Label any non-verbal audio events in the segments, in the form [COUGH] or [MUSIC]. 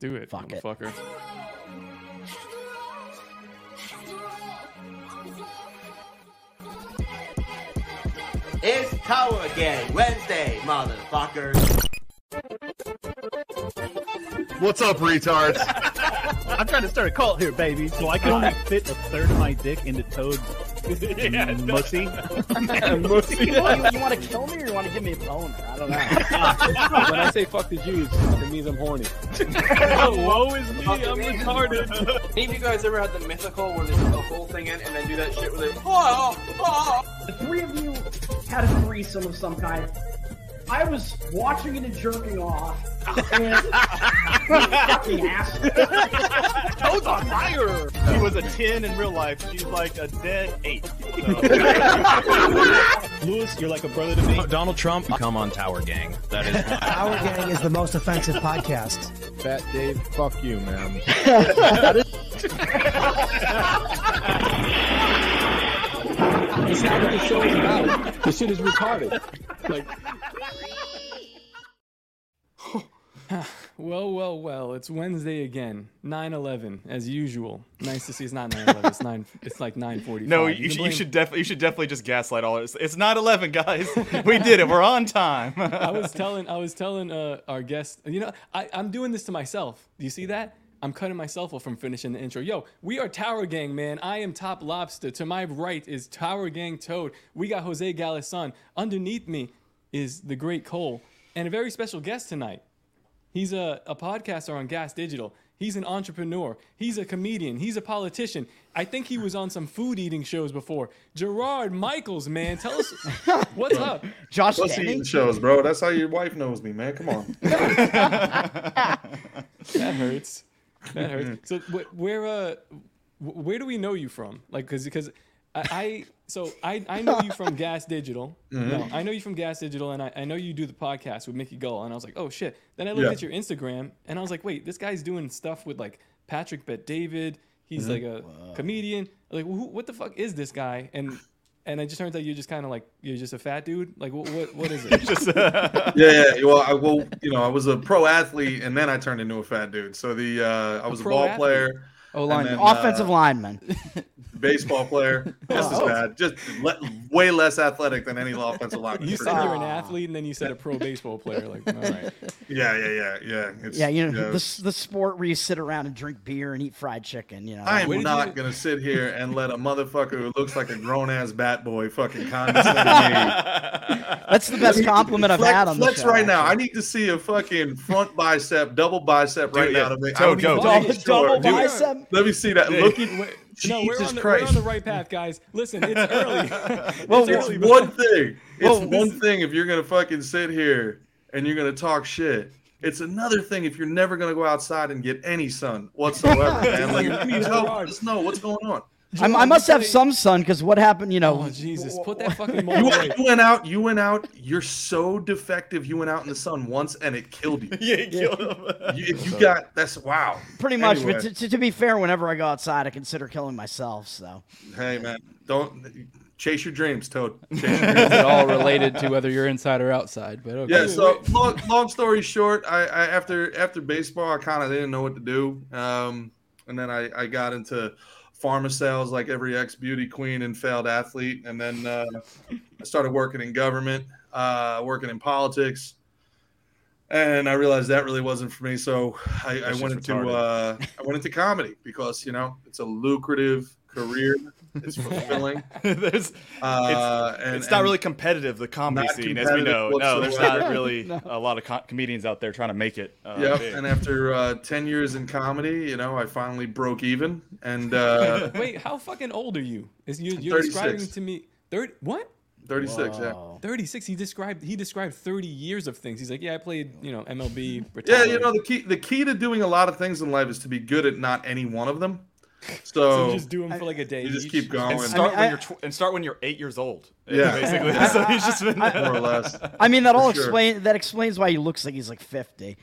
Do it, Fuck it. motherfucker. It's Tower Gang Wednesday, motherfuckers. What's up, retards? I'm trying to start a cult here, baby. So I can only fit a third of my dick into [LAUGHS] Toad's yeah, pussy. you, you want to kill me or you want to give me a boner? I don't know. [LAUGHS] when I say fuck the Jews, it means I'm horny. [LAUGHS] woe is me. I'm retarded. [LAUGHS] Any of you guys ever had the mythical where they put the whole thing in and then do that shit where they, oh, oh, The three of you had a threesome of some kind. I was watching it and jerking off. And fucking asshole. Toad's on fire. She was a ten in real life. She's like a dead [LAUGHS] eight. So. Lewis, you're like a brother to me. Donald Trump, come on Tower Gang. That is Our gang is the most offensive podcast. Fat Dave, fuck you, man. It's not what the show is about. This shit is retarded. Like, Well, well, well. It's Wednesday again. 9-11, as usual. Nice to see it's not 9-11. It's nine. It's like nine forty. No, you, should- you should definitely you should definitely just gaslight all of us. It's not eleven, guys. [LAUGHS] We did it. We're on time. I was [LAUGHS] telling. I was telling uh, our guest. You know, I, I'm doing this to myself. Do you see that? I'm cutting myself off from finishing the intro. Yo, we are Tower Gang, man. I am Top Lobster. To my right is Tower Gang Toad. We got Jose Galison. Underneath me is the Great Cole, and a very special guest tonight. He's a, a podcaster on Gas Digital. He's an entrepreneur. He's a comedian. He's a politician. I think he was on some food eating shows before. Gerard Michaels, man, tell us what's up. Josh Plus eating shows, bro. That's how your wife knows me, man. Come on. that hurts. That hurts. So wh- where uh, wh- where do we know you from? Like, cause because I, I so I I know you from Gas Digital. No, I know you from Gas Digital, and I, I know you do the podcast with Mickey Gull. And I was like, oh shit. Then I looked Yeah. at your Instagram, and I was like, wait, this guy's doing stuff with like Patrick Bet David. He's like a comedian. Like, who, what the fuck is this guy? And and it just turns out you're just kind of like you're just a fat dude. Like, what what, what is it? [LAUGHS] Just, uh, yeah, yeah. Well, I well, you know, I was a pro athlete and then I turned into a fat dude. So the uh, I was a, pro ball athlete. player, Oh, line- then, offensive uh, lineman. baseball player, just as bad, just le- way less athletic than any offensive lineman. You for said sure. you're an athlete, and then you said a pro baseball player. Like, all right. yeah, yeah, yeah, yeah. It's- Yeah, you know [LAUGHS] yeah. this the sport where you sit around and drink beer and eat fried chicken. You know, I Where did am not you- gonna sit here and let a motherfucker who looks like a grown ass bat boy fucking condescend me. that's the [LAUGHS] best compliment I've Flex, had on the flex show. right now. I need to see a fucking front bicep, double bicep right Dude, now. yeah. To make, Toe, I would go. [LAUGHS] even double, make sure. double Dude, bicep. Let me see that. Look at Wait, Jesus no, we're on, the, we're Christ. on the right path, guys. Listen, [LAUGHS] it's early. [LAUGHS] It's Well, it's early, but- Oh, one thing. It's Whoa, one thing if you're gonna fucking sit here and you're gonna talk shit. It's another thing if you're never gonna go outside and get any sun whatsoever, [LAUGHS] man. Like, if you need help, Gerard. let us know what's going on. I'm, I must have some sun because what happened? You know, Oh Jesus! Put that fucking mold You, away. [LAUGHS] you went out. You went out. You're so defective. You went out in the sun once and [LAUGHS] it killed you. yeah, he killed him. [LAUGHS] you if you got that's wow. pretty much. Anyway. But to, to, to be fair, whenever I go outside, I consider killing myself. So Hey man, don't chase your dreams, Toad. Chase your Is dreams. it all related to whether you're inside or outside? But okay. yeah. So long, long story short, I, I after after baseball, I kind of didn't know what to do, um, and then I, I got into pharma sales like every ex beauty queen and failed athlete, and then uh, I started working in government, uh, working in politics. And I realized that really wasn't for me, so I, I shit's went into retarded. uh, I went into comedy because you know it's a lucrative career, it's fulfilling. There's- Uh, and, it's not and- really competitive, the comedy Not scene, as we know. competitive No, there's whatsoever. not really a lot of co- comedians out there trying to make it. Uh, Yep. big. [LAUGHS] And after uh, ten years in comedy, you know, I finally broke even, and [LAUGHS] uh, Wait, how fucking old are you? Is you you're 36. describing to me thirty what? thirty-six. Thirty six. He described he described thirty years of things. He's like, yeah, I played you know MLB. Yeah. retired. Yeah. You know, the key the key to doing a lot of things in life is to be good at not any one of [LAUGHS] them. so So, you just do them for like a day. Oh. you just each. keep going, and start mean, when I- you're tw- and start when you're eight years old. Yeah. basically. so he's just been more or less. I mean that all sure. explain that explains why he looks like he's like 50.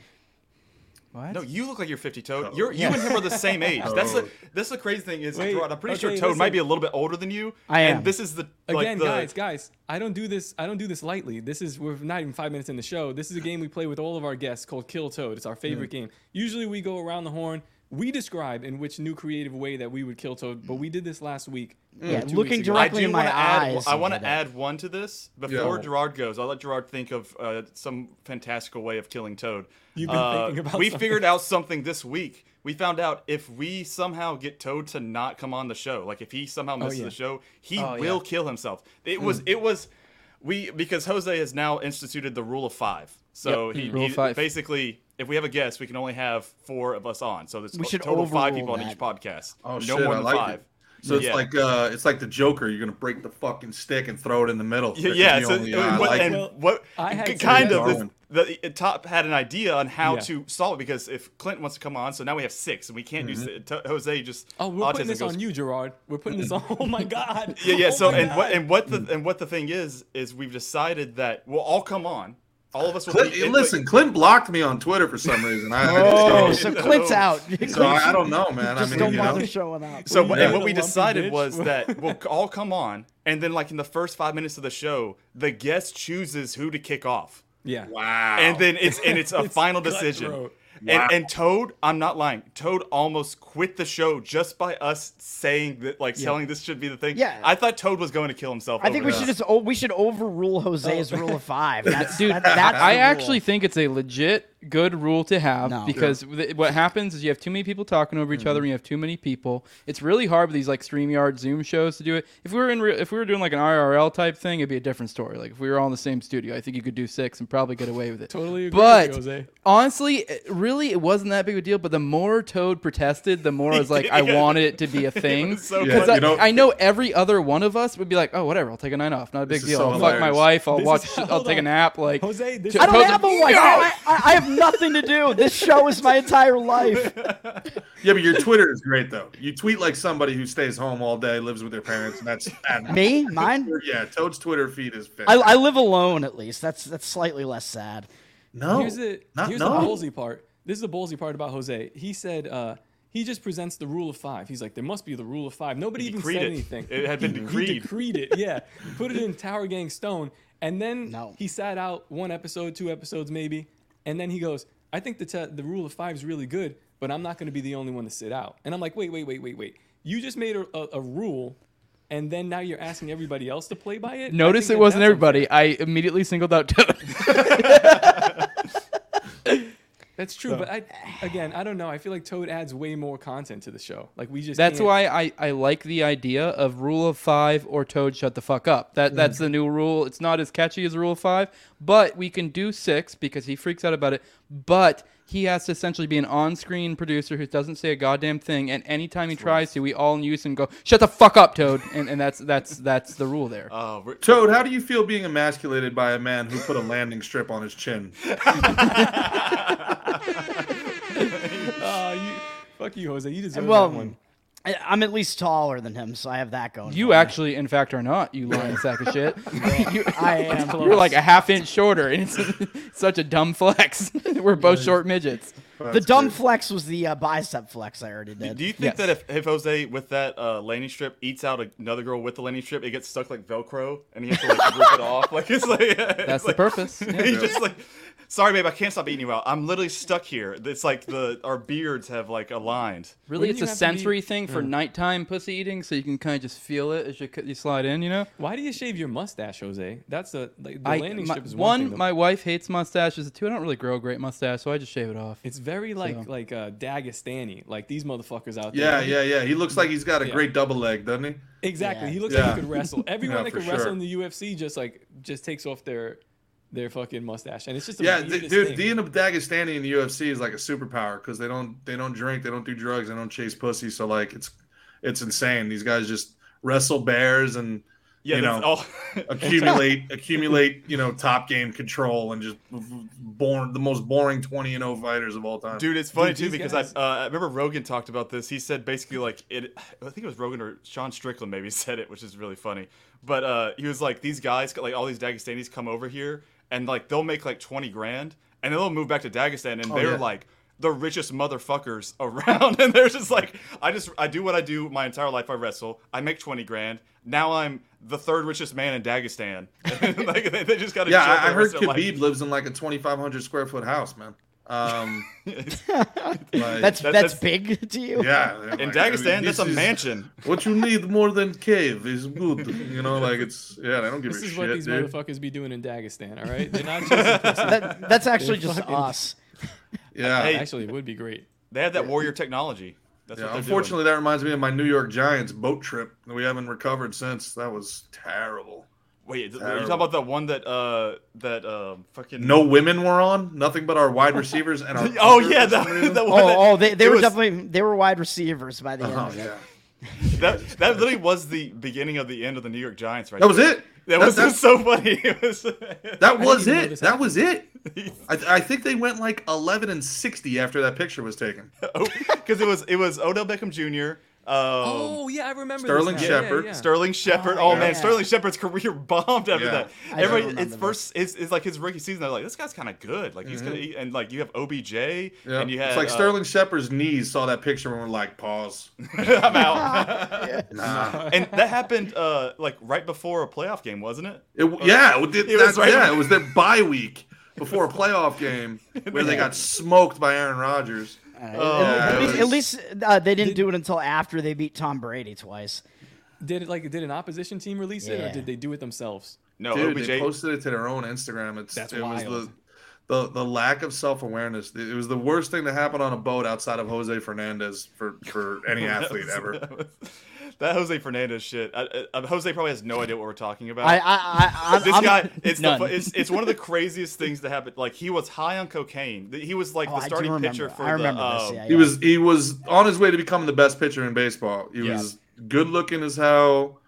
What? No, you look like you're 50, Toad. You're, you and him are the same age. That's the Toad. that's the crazy thing is Wait, Gerard, I'm pretty sure okay, Toad might listen. be a little bit older than you. I am. And this is the like Again, the, guys, guys, I don't do this. I don't do this lightly. This is we're not even five minutes in the show. This is a game we play with all of our guests called Kill Toad. It's our favorite game. Usually we go around the horn. We describe in which new creative way that we would kill Toad, but we did this last week. or two weeks ago. I do wanna add, I want to add one to this before Yeah. Gerard goes. I'll let Gerard think of uh, some fantastical way of killing Toad. You've been Uh, thinking about We something. figured out something this week. We found out if we somehow get Toad to not come on the show, like if he somehow Oh, misses yeah. the show, he Oh, yeah. Hmm. will kill himself. It was it was we because Jose has now instituted the rule of five. So Yep. he, Rule of he- five. basically. If we have a guest, we can only have four of us on. So there's We a should total of five overrule people on that. each podcast. Oh no shit! more I than like five. it. So it's Yeah. like uh, it's like the Joker. You're gonna break the fucking stick and throw it in the middle. Yeah, That yeah, could be so- uh, only- uh, I what- like and [LAUGHS] it. what I had k- to kind do of that. this- the, the top had an idea on how Yeah. to solve it because if Clint wants to come on, so now we have six and we can't Mm-hmm. do si- to- Jose just Oh, we're putting autism this goes- on you, Gerard. We're putting this [LAUGHS] on. Oh my God. Yeah, yeah. Oh So my and what God. and what Mm. the and what the thing is is we've decided that we'll all come on. All of us will Clint, be, and- listen, Clint blocked me on Twitter for some reason. I, I Oh, just don't- so Clint's out. So [LAUGHS] I, I don't know, man. I Just mean, don't you bother know. showing up. So Well, what- yeah. and what we The lumpy decided [LAUGHS] bitch. was that we'll c- all come on, and then like in the first five minutes of the show, the guest chooses who to kick off. Yeah. Wow. And then it's and it's a It's final decision. cutthroat. And, Wow. and Toad, I'm not lying. Toad almost quit the show just by us saying that, like, Yeah. telling this should be the thing. Yeah. I thought Toad was going to kill himself. I think over we this. should [LAUGHS] just o- we should overrule Jose's rule of [LAUGHS] five. That's, Dude, that- that's the I rule. actually think it's a legit good rule to have because th- what happens is you have too many people talking over each Mm-hmm. other and you have too many people. It's really hard with these like StreamYard Zoom shows to do it. If we were in re- if we were doing like an IRL type thing, it'd be a different story. Like if we were all in the same studio, I think you could do six and probably get away with it. Totally agree but with you, Jose. honestly, it- really it wasn't that big of a deal, but the more Toad protested, the more I was like [LAUGHS] I Yeah. wanted it to be [LAUGHS] a It thing was so because funny. I, You know- I know every other one of us would be like, "Oh, whatever, I'll take a night off. Not a big is deal. so I'll fuck my hilarious. wife. I'll This watch is- I'll hold take a on. nap like Jose, this to- I don't Jose- have a wife. I, I- I have nothing to do. This show is my entire [LAUGHS] life. Yeah, but your Twitter is great though. You tweet like somebody who stays home all day, lives with their parents, [LAUGHS] and that's admirable. Me? Mine? Yeah, Toad's Twitter feed is. I, fantastic. I live alone at least. That's that's slightly less sad. Here's the here's the ballsy part. This is the ballsy part about Jose. He said uh, he just presents the rule of five. He's like, there must be the rule of five. Nobody even said decreed it. anything. It had been He- he decreed. decreed it. Yeah. Put it in Tower Gang Stone, and then he sat out one episode, two episodes maybe, and then he goes, I think the te- the rule of five is really good, but I'm not going to be the only one to sit out. And I'm like, wait, wait, wait, wait, wait. You just made a, a, a rule. And then now you're asking everybody else to play by it. I Notice think it that wasn't that's everybody. I immediately singled out Toad. That's true, So- but I again, I don't know. I feel like Toad adds way more content to the show. Like we just That's can't- why I, I like the idea of rule of five or Toad shut the fuck up. That that's the new rule. It's not as catchy as rule of five, but we can do six because he freaks out about it. But he has to essentially be an on-screen producer who doesn't say a goddamn thing, and anytime he tries to, we all in unison go, "Shut the fuck up, Toad," and, and that's that's that's the rule there. Toad, how do you feel being emasculated by a man who put a landing strip on his [LAUGHS] chin? Uh, you, fuck you, Jose. You deserve that Well, one. I, I'm at least taller than him, so I have that going. You [LAUGHS] actually, in fact, are not. You lying sack of shit. [LAUGHS] you, I am You're close. like a half inch shorter, and it's [LAUGHS] such a dumb flex. [LAUGHS] We're both short midgets. the dumb flex was the uh, bicep flex I already did. Do you think that if, if Jose with that uh, landing strip eats out another girl with the landing strip, it gets stuck like Velcro and he has to like rip it off? [LAUGHS] Like it's like That's it's the like- purpose. Yeah. He's just like, sorry, babe, I can't stop eating you out. I'm literally stuck here. It's like the our beards have like aligned. Really, it's a sensory thing Mm. for nighttime pussy eating, so you can kind of just feel it as you, c- you slide in. You know. Why do you shave your mustache, Jose? That's a like, the I- landing my- strip is one. one, thing, though. my wife hates mustaches. Two, I don't really grow a great mustache, so I just shave it off. it's very like So- like uh, Dagestani, like these motherfuckers out Yeah, there. yeah, yeah. He looks like he's got a Yeah. great double leg, doesn't he? Exactly. He looks Yeah. like he [LAUGHS] could wrestle. Everyone Yeah, that for could wrestle sure. in the UFC just like just takes off their their fucking mustache, and it's just the yeah, weirdest d- dude, thing. being a Dagestani in the UFC is like a superpower because they don't they don't drink, they don't do drugs, they don't chase pussy. So like it's it's insane. These guys just wrestle bears and Yeah, you that's know [LAUGHS] all- accumulate accumulate you know top game control and just born the most boring twenty and zero fighters of all time. Dude, it's funny too because I, uh, I remember Rogan talked about this. He said basically like it. I think it was Rogan or Sean Strickland maybe [LAUGHS] said it, which is really funny. But uh, he was like, these guys, like all these Dagestanis, come over here and like they'll make like twenty grand, and then they'll move back to Dagestan, and Oh, they're yeah. like. the richest motherfuckers [LAUGHS] around, and they're just like, I just I do what I do my entire life. I wrestle. I make twenty grand. Now I'm the third richest man in Dagestan. [LAUGHS] like they, they just got to yeah, I, I heard Khabib lives in like a 2,500 square foot house, man. Um, that's, that's big [LAUGHS] to you? Yeah, they're In like, Dagestan, that's this a is- mansion. What you need more than cave is good. You know, like it's yeah. They don't give This a is shit, what these dude. motherfuckers be doing in Dagestan, all right? They're not [LAUGHS] just That- that's actually just us. Yeah. Hey. actually, it would be great. They have that warrior technology. That's Yeah, what they're unfortunately, that reminds me of my New York Giants boat trip that we haven't recovered since. That was terrible. Wait, th- you Terrible. talking about that one that uh that um fucking No women were on. Nothing but our wide receivers and our. [LAUGHS] Oh, punter yeah, for [LAUGHS] some that- reason. that Oh, oh, they, they it were was- definitely they were wide receivers by the end. Oh, of it. yeah. that that literally was the beginning of the end of the New York Giants, right? That was there. it. That That- was [LAUGHS] that- so funny. It was, [LAUGHS] That was it. That was it. I, I think they went like 11 and 60 after that picture was [LAUGHS] taken. because it was it was Odell Beckham Jr. Um, Oh yeah, I remember. this Sterling now. Yeah, Shepard. yeah. Sterling Shepard. Oh, Oh, man, yeah. Sterling Shepard's career [LAUGHS] bombed after Yeah. that. I don't Everybody, remember it's first, it's, it's like his rookie season. They're like, this guy's kind of good. Like he's Mhm. gonna, eat- and like you have OBJ, Yeah. and you have it's like uh, Sterling Shepard's knees saw that picture and were like, [LAUGHS] pause. [LAUGHS] I'm out. Nah. And [LAUGHS] that happened uh like right before a playoff game, wasn't it? It, w- yeah, it, did- [LAUGHS] It that- was right- yeah, it was their bye week before a [LAUGHS] playoff game where they got smoked by Aaron Rodgers. At- Yeah, at, it least, was- at least, uh, they didn't do it until after they beat Tom Brady twice. Did it like did an opposition team release it Yeah. or did they do it themselves? No, Dude, OBJ. they posted it to their own Instagram. It's That's it was wild. the the the lack of self awareness. It was the worst thing to happen on a boat outside of Jose Fernandez for [LAUGHS] for any That athlete was- ever. That, was- [LAUGHS] that Jose Fernandez shit. I, I, Jose probably has no idea what we're talking about. I- I- I- [LAUGHS] I- this [LAUGHS] I'm- guy, it's, the, None. fu- it's it's one of the craziest things to happen. Like he was high on cocaine. He was like Oh, I the do starting remember. pitcher for I remember the. this, um, yeah, He was he was on his way to becoming the best pitcher in baseball. He Yeah. was good looking as hell,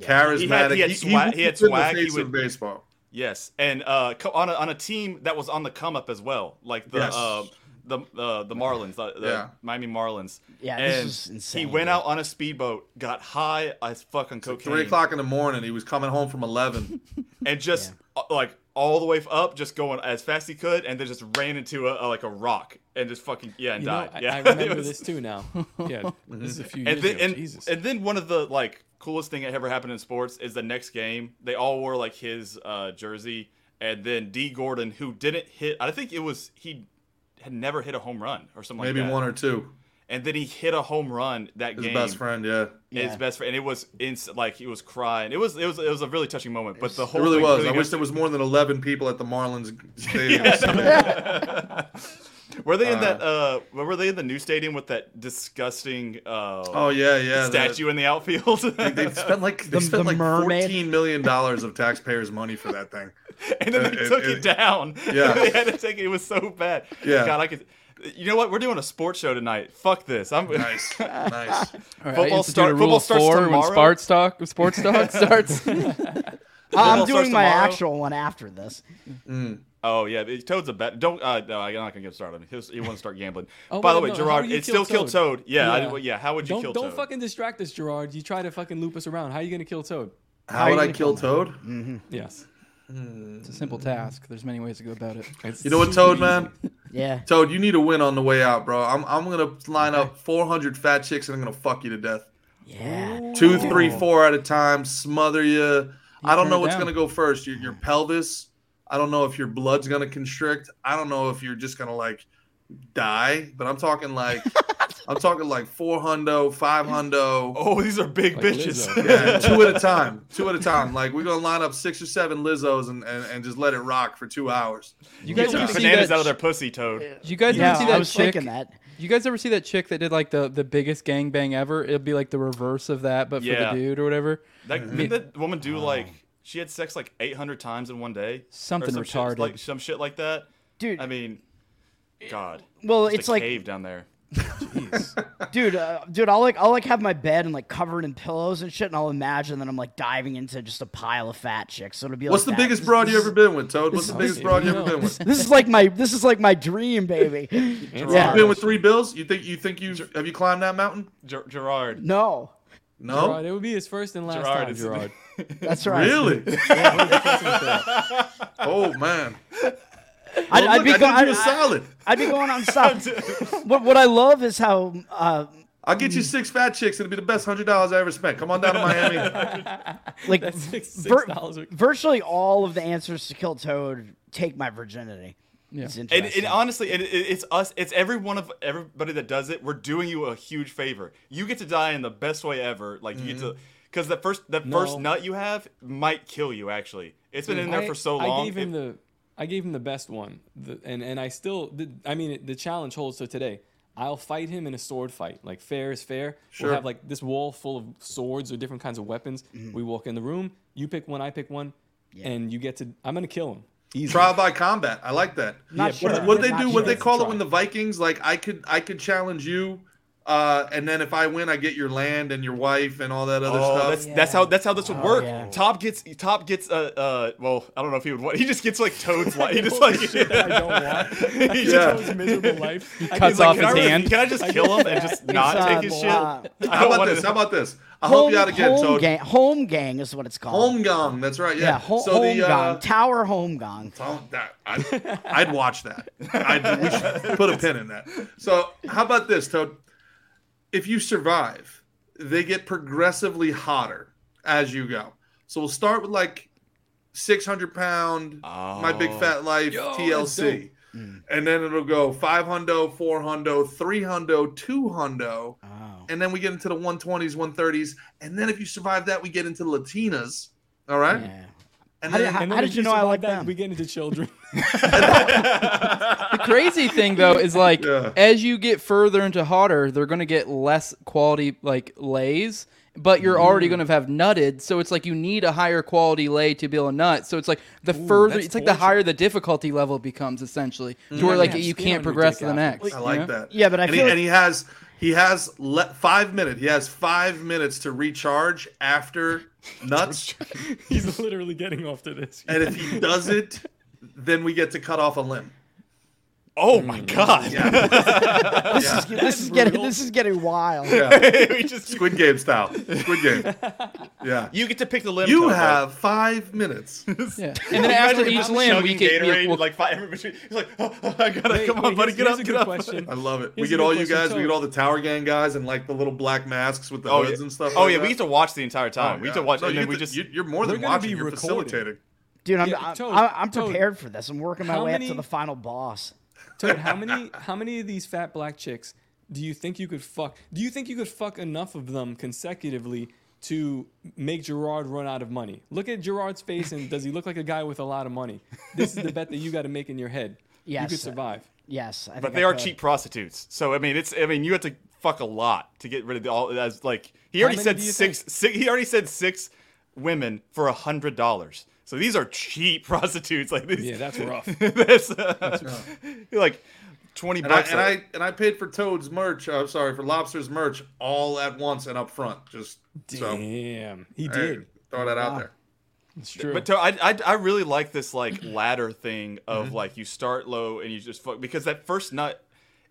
charismatic. He had- he had swag- he had was in the swag, he face of would- baseball. Yes, and uh, co- on a, on a team that was on the come up as well, like the Yes. uh, the uh, the Marlins, the, the Yeah. Miami Marlins. Yeah, and this is insane, He went dude. out on a speedboat, got high as fuck on cocaine, Three o'clock in the morning, he was coming home from [LAUGHS] eleven. and just uh, like all the way up, just going as fast as he could, and then just ran into a, a- like a rock and just fucking yeah, and You know, died. I, yeah, [LAUGHS] I it remember was- this too now. Yeah, this is a few and years then, ago. and, Jesus. and then one of the like coolest thing that ever happened in sports is the next game they all wore like his uh, jersey and then D Gordon who didn't hit I think it was he had never hit a home run or something Maybe like that one or two. and then he hit a home run that His game best friend, yeah. his best friend and it was ins- like he was crying it was it was it was a really touching moment but the It whole really thing was. I got- wish there was more than eleven people at the [LAUGHS] Marlins stadium. Yeah, were they in that? Uh, were they in the new stadium with that disgusting? Uh, Oh, yeah, yeah, that- Statue in the outfield. They spent like they The- spent the like mermaid. fourteen million dollars of taxpayers' money for that thing. [LAUGHS] and then they Uh, took it, down. [LAUGHS] Yeah. they had to take it. It was so bad. Yeah. God, I could. You know what? We're doing a sports show tonight. Fuck this. I'm Nice, nice. All right, [LAUGHS] Football Institute start- a rule football of starts four tomorrow? when sports talk [LAUGHS] sports talk starts. I'm Football starts doing my tomorrow? actual one after this. Oh yeah, it- Toad's a bet. Don't. Uh, no, I'm not gonna get started. He, was- he wants to start gambling. Oh, By the wait, no, way, how do Gerard, you it still killed Toad. Yeah, I- well, yeah. How would you don't, kill Don't Toad? fucking distract us, Gerard. You try to fucking loop us around. How are you gonna kill Toad? How would I kill Toad? Yes. It's a simple task. There's many ways to go about it. You know what, Toad man? Yeah. Toad, you need a win on the way out, bro. I'm I'm gonna line up 400 fat chicks and I'm gonna fuck you to death. [LAUGHS] Yeah. Two, three, four at a time, smother you. I don't turn know it what's down. gonna go first. Your your pelvis. I don't know if your blood's gonna constrict. I don't know if you're just gonna like die. But I'm talking like I'm talking like four hundo, five hundo. Oh, these are big Like bitches. Lizzo. [LAUGHS] Yeah, two at a time. Two at a time. Like we're gonna line up six or seven Lizzos and, and, and just let it rock for two hours. You guys Took ever see bananas that? out of their pussy, Toad. You guys Yeah, ever see I that was chick? thinking that. You guys ever see that chick that did like the the biggest gangbang ever? It'll be like the reverse of that, but for Yeah. the dude or whatever. That didn't that woman do Oh. like she had sex like 800 times in one day? Or Something some shit- retarded. like some shit like that. Dude. I mean, God. Well, Just it's a [LAUGHS] like- cave down there. dude, uh, dude, I'll like I'll like have my bed and like covered in pillows and shit, and I'll imagine that I'm like diving into just a pile of fat chicks. So it'll be What's like the that. biggest This- broad this you is- ever been with, Toad? What's the biggest broad you ever been with? This is like my this is like my [LAUGHS] dream, baby. You've [LAUGHS] yeah. been with three bills. You think you think you have you climbed that mountain? Ger- [LAUGHS] Gerard. [LAUGHS] No. No, Gerard, it would be his first and last Gerard, time, it's- [LAUGHS] Gerard. That's right. really. oh man, I'd, Well, I'd look, be I go- did you a I'd- solid. I'd be going on [LAUGHS] stuff. what, what I love is how. Uh, I'll get you six fat chicks and it'll be the best hundred dollars I ever spent. Come on down to Miami. [LAUGHS] like That's six- vir- $6 a- virtually all of the answers to Kill Toad take my virginity. Yeah. It's And, interesting. and honestly, and it, it's us. It's every one of everybody that does it. We're doing you a huge favor. You get to die in the best way ever. Like Mm-hmm. you get to, because the first that first No. nut you have might kill you. Actually, it's Mm. been in there I- for so long. I gave him it- the I gave him the best one, the, and and I still the, I mean the challenge holds to today. I'll fight him in a sword fight, like fair is fair. Sure. We'll have like this wall full of swords or different kinds of weapons. Mm-hmm. We walk in the room, you pick one, I pick one, and you get to. I'm gonna kill him. Easy. Trial by combat. I like that. Not What- sure. What they Not do? What sure. they call it when the Vikings like I could I could challenge you, uh, and then if I win, I get your land and your wife and all that other Oh, stuff. Oh, that's that's how that's how this would work. Top gets Top gets uh uh well I don't know if he would want he just gets like [LAUGHS] Toad's life he just like Shit I don't want. [LAUGHS] he just Yeah. Toad's miserable life. He He's cuts like, off can I his really- hand. Can I just kill him [LAUGHS] and just not take his shit? Wow. [LAUGHS] I How don't about wanna- this? How about this? I'll help you out again, home Toad. Gang, home gang is what it's called. Home gong. That's right. Yeah. Yeah, ho- So home the, uh, gong. Tower home gong. Oh, that- I'd, I'd watch that. I'd, we should put a pin in that. So, how about this, Toad? If you survive, they get progressively hotter as you go. So we'll start with like 600 pound, my Oh. big fat life Yo, that's TLC, Mm. and then it'll go five hundo, four hundo, three hundo, two hundo, Oh, and then we get into the 120s, 130s, and then if you survive that, we get into Latinas. All right. And then, How did- how- and how then did if you know I survive like that, them? We get into children. [LAUGHS] the crazy thing though is like as you get further into hotter, they're gonna get less quality like lays, but you're already gonna have nutted, so it's like you need a higher quality lay to be able to nut. So it's like the further that's it's like the higher the difficulty level becomes essentially. To where like you can't progress to the next. I you like know? that. Yeah, but I and feel he, like- and he has he has le- five minutes. He has five minutes to recharge [LAUGHS] after nuts. He's literally getting off to this. and if he doesn't, then we get to cut off a limb. Oh my Mm, god! [LAUGHS] this, is, this is getting this is getting [LAUGHS] wild. Yeah. Squid Game style. Squid [LAUGHS] Game. Yeah. You get to pick the limb. You Toad, right? have five [LAUGHS] minutes. Yeah. [LAUGHS] And then after each limb, we can Gatorade, we, we'll- like five every between. He's like, [LAUGHS] oh, oh, I gotta Wait, come on, wait, buddy, here's- get up, here's a get good up. question. I love it. we Here's a get good all you question. guys. So- we get all the Tower Gang guys and like the little black masks with the Oh, hoods yeah. and stuff. Oh, like yeah, we that. get to watch the entire time. Oh, we get yeah. to watch, No, and you then get we to- just. you- you're more We're than gonna watching. be You're recording. facilitating. Dude, I'm, Yeah, I'm, Toad, I'm, I'm Toad. prepared for this. I'm working my How way up many- to the final boss. Toad, how many how many of these fat black chicks do you think you could fuck? Do you think you could fuck enough of them consecutively to make Gerard run out of money? Look at Gerard's face and does he look like a guy with a lot of money? This is the bet that you got to make in your head. you Yes. could survive. Yes, I But think they I are could. cheap prostitutes, so I mean, it's. I mean, you have to fuck a lot to get rid of the, all. As like he How already many said do you six, six. He already said six women for a hundred dollars. So these are cheap [LAUGHS] prostitutes. Like these. Yeah, that's [LAUGHS] rough. that's, uh, [LAUGHS] like twenty And I, bucks. and I and I paid for Toad's merch. I'm sorry for Lobster's merch all at once and up front. Just Damn, he so, did. throw that out there. It's true. But to, I, I I really like this like ladder thing of like you start low and you just fuck because that first nut,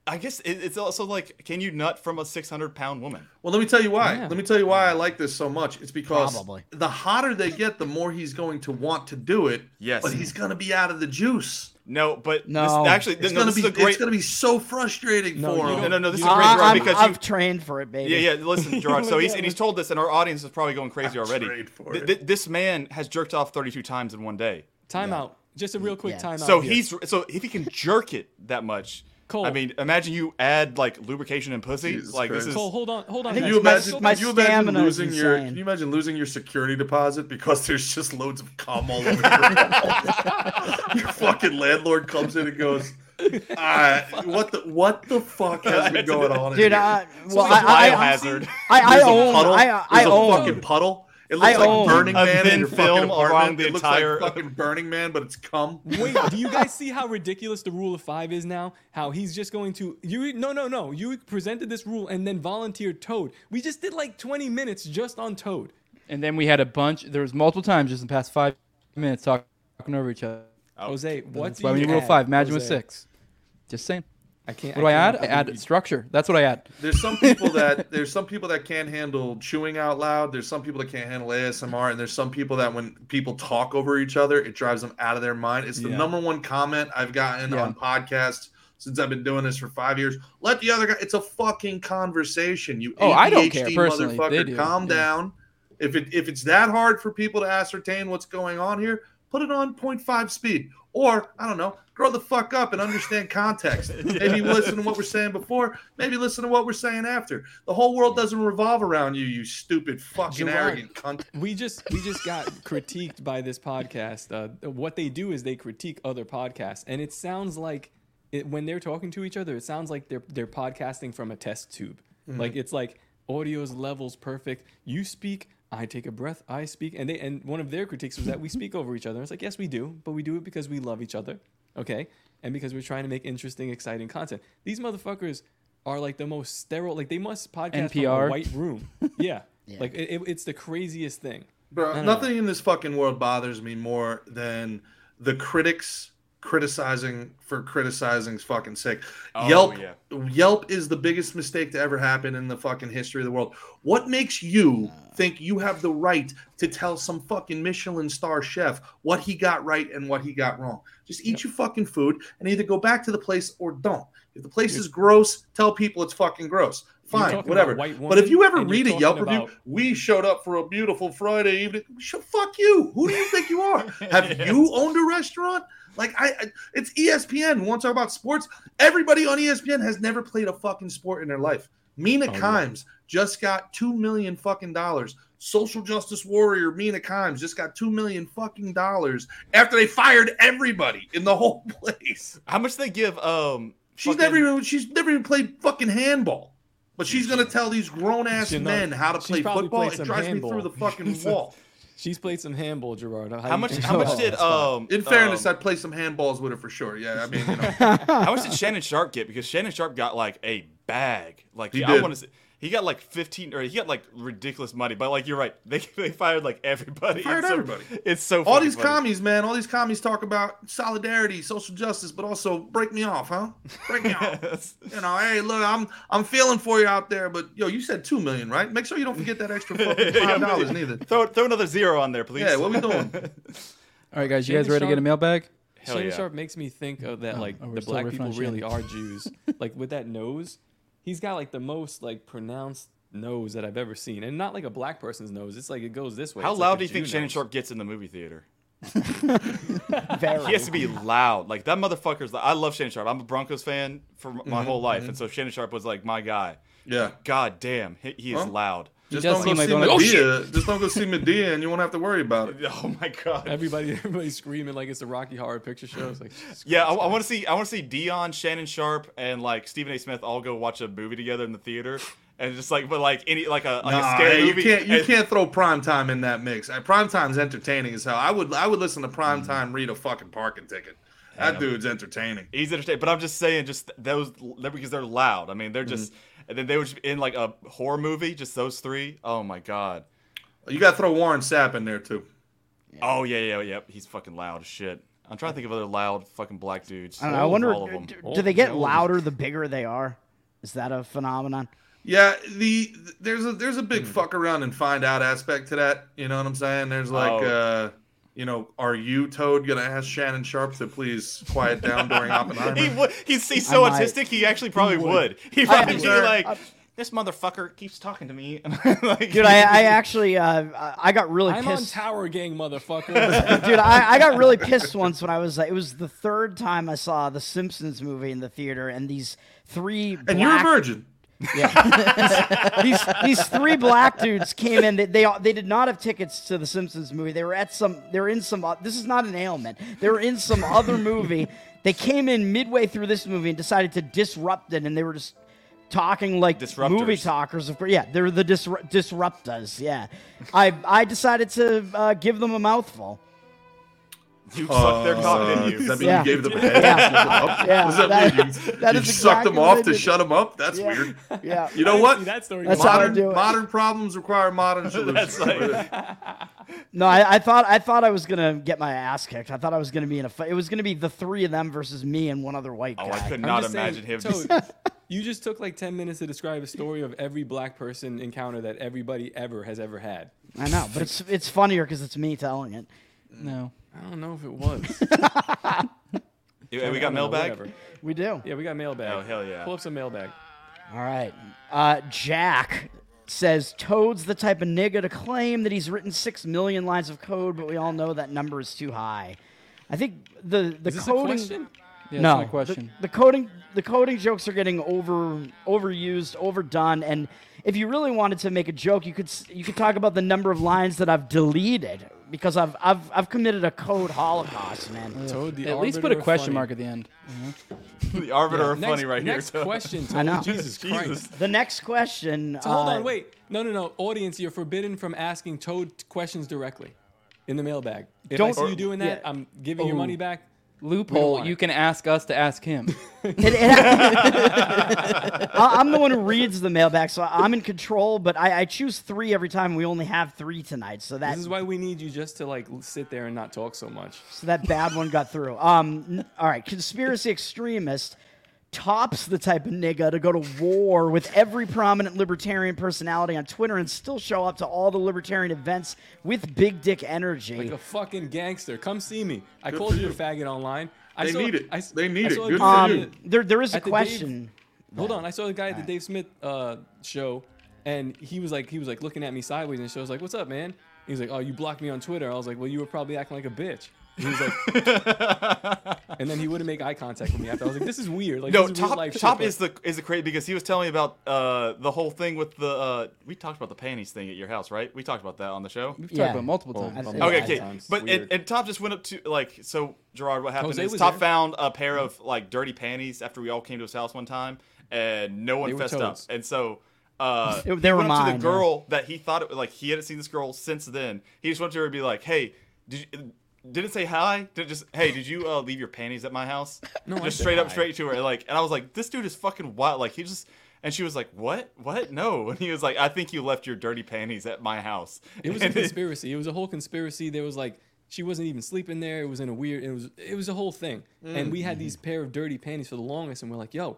I guess it, it's also like can you nut from a six hundred pound woman? Well, let me tell you why. Let me tell you why I like this so much. It's because Probably. the hotter they get, the more he's going to want to do it. Yes. but he's gonna be out of the juice. No, but No. this, actually, It's no, gonna this be is a great. it's gonna be so frustrating No, for you him. don't- No, no, this is a I- great I'm- run because I've you- trained for it, baby. Yeah, yeah. Listen, Gerard. So he's Yeah, and he's told this, and our audience is probably going crazy already. trade for Th- it. th- this man has jerked off thirty-two times in one day. Timeout. Just a real quick timeout. So here. he's so if he can jerk it that much, Cole. I mean, imagine you add like lubrication and pussy. like this is Cole, Oh, hold on, hold on. Can guys. you Let's imagine? go Can back- you imagine stamina is losing your? insane. Can you imagine losing your security deposit because there's just loads of cum all over [LAUGHS] your wall? your fucking landlord comes in and goes, "Ah, what the what the fuck has been going on?" in Dude, here?" I- It's well, like I- I- biohazard. I- I There's a own- puddle. I- I There's a own- fucking puddle. It I looks own- like Burning A Man in thin your fucking film around apartment. the It looks entire- like fucking Burning Man, but it's cum. Wait, do you guys see how ridiculous the rule of five is now? How he's just going to you? No, no, no. You presented this rule and then volunteered Toad. We just did like 20 minutes just on Toad. and then we had a bunch. There was multiple times just in the past five minutes talking over each other. Jose, what That's do why we you need rule add, five. Imagine with Jose? six. Just saying. I can't. What do I add? can't- I add structure. That's what I add. There's some people that there's some people that can't handle chewing out loud. There's some people that can't handle ASMR, and there's some people that when people talk over each other, it drives them out of their mind. It's the Yeah. number one comment I've gotten Yeah. on podcasts since I've been doing this for five years. Let the other guy. It's a fucking conversation. You Oh, I don't care ADHD personally. They motherfucker. do. Calm Yeah. down. If it if it's that hard for people to ascertain what's going on here, put it on 0.5 speed. Or I don't know, grow the fuck up and understand context. Maybe listen to what we're saying before. Maybe listen to what we're saying after. The whole world doesn't revolve around you, you stupid fucking Gerard, arrogant cunt. [LAUGHS] We just we just got critiqued by this podcast. Uh, what they do is they critique other podcasts, and it sounds like it, when they're talking to each other, it sounds like they're they're podcasting from a test tube. Mhm. Like it's like audio's levels perfect. You speak, I take a breath, I speak, and they and one of their critiques was that we speak over each other. It's like yes, we do, but we do it because we love each other, okay, and because we're trying to make interesting, exciting content. These motherfuckers are like the most sterile. Like they must podcast from a NPR. white [LAUGHS] room. Yeah. Like it, it- it's the craziest thing. I Bro, don't nothing in this fucking world bothers me more than the critics criticizing for criticizing's fucking sake. Oh, Yelp yeah. Yelp is the biggest mistake to ever happen in the fucking history of the world. What makes you think you have the right to tell some fucking Michelin star chef what he got right and what he got wrong? Just eat your fucking food and either go back to the place or don't. If the place is gross, tell people it's fucking gross. You're Fine, talking whatever. about white But if woman, you ever and you're read a talking Yelp review, about- we showed up for a beautiful Friday evening. Sh- fuck you. Who do you think you [LAUGHS] are? Have you owned a restaurant? Like I, I it's E ESPN. Want to talk about sports? Everybody on E ESPN has never played a fucking sport in their life. Mina Oh, Kimes just got two million fucking dollars. Social justice warrior Mina Kimes just got two million fucking dollars after they fired everybody in the whole [LAUGHS] place. How much they give? Um, she's never even she's never even played fucking handball, but she's gonna tell these grown ass She's not- men how to she's play probably football. played It some drives me handball. through the [LAUGHS] fucking She's a- wall. She's played some handball, Gerard. How, How you much- think how so? much did, um, In fairness, I play some handballs with her for sure. Yeah, I mean, [LAUGHS] you know. How much did Shannon Sharp get? Because Shannon Sharp got like a bag. Like He I did. want to say he got like fifteen or he got like ridiculous money. But like you're right, they [LAUGHS] they fired like everybody. Fired it's so, everybody. It's so all fucking these funny. commies, man. All these commies talk about solidarity, social justice, but also break me off, huh? Break me [LAUGHS] off. you know, hey, look, I'm I'm feeling for you out there, but yo, you said two million, right? Make sure you don't forget [LAUGHS] that extra fucking Yeah, five dollars, please. neither. [LAUGHS] Throw throw another zero on there, please. Yeah, what [LAUGHS] we doing? All right, guys, you Shannon guys ready to get a Sharp- mailbag? Shannon Sharp makes me think of that, Oh, like oh, we're the still black riffing people on really Shannon. are [LAUGHS] Jews. like with that nose, he's got like the most like pronounced nose that I've ever seen, and not like a black person's nose. It's like it goes this way. [LAUGHS] How It's like loud a do you think Jew Shannon nose. Sharp gets in the movie theater? Very. [LAUGHS] He has to be loud. Like that motherfucker's. I love Shannon Sharp. I'm a Broncos fan for my Mhm, whole life, mhm. and so Shannon Sharp was like my guy. Yeah. God damn, he, he is Well, [LAUGHS] loud. Just don't, go see Medea. Just don't go see Medea, and you won't have to worry about it. Oh my god. Everybody, [LAUGHS] everybody screaming like it's the Rocky Horror Picture Show. [LAUGHS] It's like Yeah, I, want to see. I want to see Dion, Shannon Sharp, and like Stephen A. Smith all go watch a movie together in the theater, and just like, but like any like a like Nah, a scary hey, movie. you can't you and- can't throw prime time in that mix. Uh, Prime time's entertaining as hell. I would I would listen to Mm. prime time read a fucking parking ticket. That Yeah. dude's entertaining. He's entertaining, but I'm just saying, just those they're- because they're loud. I mean, they're just, and then they would just be in like a horror movie, just those three. Oh my god. You got to throw Warren Sapp in there too. Oh yeah, yeah, yeah. He's fucking loud as shit. I'm trying to think of other loud fucking black dudes. I don't know. I All of- wonder, all of them. do, All do of they them. get All of them. louder the bigger they are? Is that a phenomenon? Yeah, the there's a there's a big Hmm. fuck around and find out aspect to that. You know what I'm saying? There's like, Oh. uh, you know, are you Toad gonna ask Shannon Sharp to please quiet down [LAUGHS] during Oppenheimer? he would. He's, he's I so might. autistic. He actually probably would. would. He I probably am be sure. like, this motherfucker keeps talking to me. [LAUGHS] like, Dude, I, I actually, uh, I- I got really I'm on pissed. Tower Gang, motherfucker. dude I, I got really pissed once when i was like it was the third time i saw the simpsons movie in the theater and these three black, and you're a virgin. yeah [LAUGHS] these these three black dudes came in they, they all- they did not have tickets to the simpsons movie they were at some they were in some o- this is not an ailment they were in some other movie they came in midway through this movie and decided to disrupt it and they were just talking like movie talkers of course yeah they're the disru- disruptors yeah i i decided to uh, give them a mouthful You sucked their cock, didn't you? Uh, Does that mean Yeah. you gave them a [LAUGHS] Yeah. head? Yeah. Yeah. Does that, That- mean you, that you is sucked exactly them what I off to did. shut them up? That's Yeah. weird. Yeah. You know I didn't [LAUGHS] what? see that story That's how I modern, do it. modern problems require [LAUGHS] modern solutions. No, I, I thought I thought I was gonna get my ass kicked. I thought I was gonna be in a fight. It was gonna be the three of them versus me and one other white guy. Oh, I could I'm not just imagine him. [LAUGHS] saying, Toad, you just took like 10 minutes to describe a story of every black person encounter that everybody ever has ever had. I know, but it's it's funnier because it's me telling it. No, I don't know if it [LAUGHS] was. Yeah, we I got don't know, mailbag? whatever. We do. Yeah, we got mailbag. Oh, hell yeah. Pull up some mailbag. All right. Uh, Jack says Toad's the type of nigga to claim that he's written six million lines of code, but we all know that number is too high. I think the the Is this a coding. question? Yeah, it's no, my question. The, the coding the coding jokes are getting over overused, overdone, and if you really wanted to make a joke, you could s- you could talk about the number of lines that I've deleted because I've I've I've committed a code holocaust, man. Toad, the At least put a question mark at the end. the arbiter Yeah, of next- funny right next here. Toad. question, I know. Jesus Christ. The next question. So hold uh, on, wait. No, no, no. Audience, you're forbidden from asking Toad questions directly in the mailbag. If I Don't- see you doing that, Yeah. I'm giving your Ooh. money back. Loophole. You can ask us to ask him. [LAUGHS] [LAUGHS] I- I'm the one who reads the mailbag, so I'm in control. But I, I choose three every time. We only have three tonight, so that This is why we need you just to like sit there and not talk so much. so that bad one got through. Um, n- all right, conspiracy extremist tops the type of nigga to go to war with every prominent libertarian personality on Twitter and still show up to all the libertarian events with big dick energy. Like a fucking gangster. Come see me. I Good called for you a you. faggot online. I They saw, need it. I s- They need I it. saw a Good dude for at you. the- Um, there- there is a at the question. Dave, hold on. I saw a guy at the Dave Smith uh, show, and he was like, he was like looking at me sideways, and the show was like, "What's up, man?" He's like, "Oh, you blocked me on Twitter." I was like, "Well, you were probably acting like a bitch." He was [LAUGHS] like, and then he wouldn't make eye contact with me after. I was like, "This is weird." Like, [LAUGHS] no, this is real top life shit, top but- is the is the crazy because he was telling me about uh, the whole thing with the uh, we talked about the panties thing at your house, right? We talked about that on the show. We've talked Yeah. about it multiple times. I think okay, five okay. times. But Weird. and, and Top just went up to like so Gerard. What happened Jose is was Top there. found a pair of like dirty panties after we all came to his house one time, and no one They were fessed up, toads. and so. [LAUGHS] Uh, They were he went up to mine, the yeah. girl that he thought it like he hadn't seen this girl since then. He just went to her and be like, "Hey, did you, didn't say hi? Did just hey, did you uh, leave your panties at my house?" [LAUGHS] No, I just said straight up hi. straight to her and, like and i was like this dude is fucking wild like he just and she was like what what no [LAUGHS] and he was like i think you left your dirty panties at my house It was a [LAUGHS] And conspiracy. It was a whole conspiracy. There was like she wasn't even sleeping there. It was in a weird. It was it was a whole thing. And we had these pair of dirty panties for the longest, and we're like, "Yo,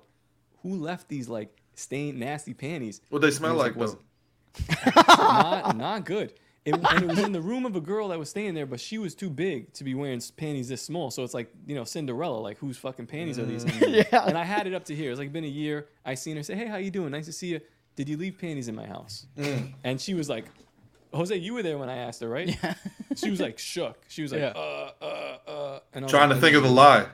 who left these like stained nasty panties?" What'd they And [LAUGHS] it smell was like, was though? [LAUGHS] not not good. It, and it was in the room of a girl that was staying there, but she was too big to be wearing s- panties this small. So it's like you know Cinderella, like whose fucking panties are these? Mm, [LAUGHS] Yeah. And I had it up to here. It's like been a year. I seen her say, "Hey, how you doing? Nice to see you. Did you leave panties in my house?" Mm. And she was like, "Jose, you were there when I asked her, right?" Yeah. She was like shook. She was like, Yeah. "Uh, uh, uh," and I was Trying to like, think of the lie.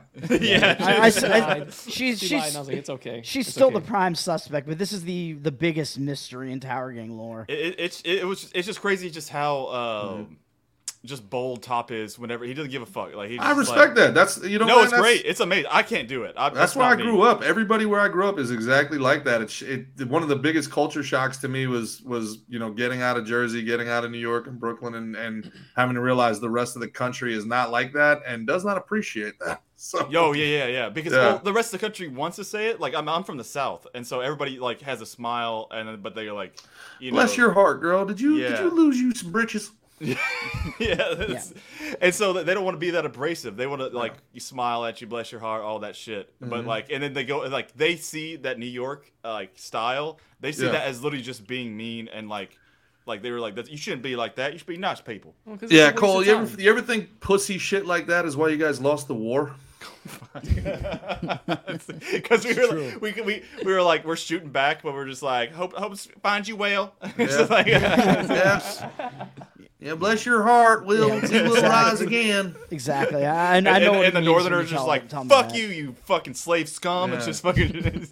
Yeah. I, I, she I- lied. [LAUGHS] she's, She she's, lied, and I was like, "It's okay." She's It's still okay." the prime suspect, but this is the the biggest mystery in Tower Gang [LAUGHS] lore. it, it, it's- it, was just, it's just crazy just how um Mm-hmm. just bold top is whenever he doesn't give a fuck like he I just, respect like- that. That's- you know no what? it's That's- great it's amazing i can't do it I, That's where I not me. grew up. Everybody where I grew up is exactly like that. It's it, one of the biggest culture shocks to me was was you know getting out of Jersey, getting out of New York and Brooklyn, and and having to realize the rest of the country is not like that and does not appreciate that. [LAUGHS] So Yo, yeah, yeah, yeah. Because Yeah. well, the rest of the country wants to say it. Like I'm, I'm from the South, and so everybody like has a smile, and but they're like, you know, bless your heart, girl. Did you did Yeah. you lose you some britches? [LAUGHS] yeah, that's- and so th- they don't want to be that abrasive. They want to like you smile at you, bless your heart, all that shit. But Mhm. Mm-hmm. like, and then they go like they see that New York uh, like style. They see Yeah. that as literally just being mean and like, like they were like that. You shouldn't be like that. You should be nice people. [LAUGHS] Yeah, Cole. You ever you ever think pussy shit like that is why you guys lost the war? Because we were like, we, we we were like we're shooting back, but we're just like hope hope s- find you [LAUGHS] whale. It's Yeah. just like- [LAUGHS] Yeah. [LAUGHS] Yeah, bless your heart. We'll Yeah, we will rise exactly. again. Exactly. I, I, and, I know. and, what it and the means when northerners you just tell- like tell me fuck that. you, you fucking slave scum. Yeah. It's just fucking.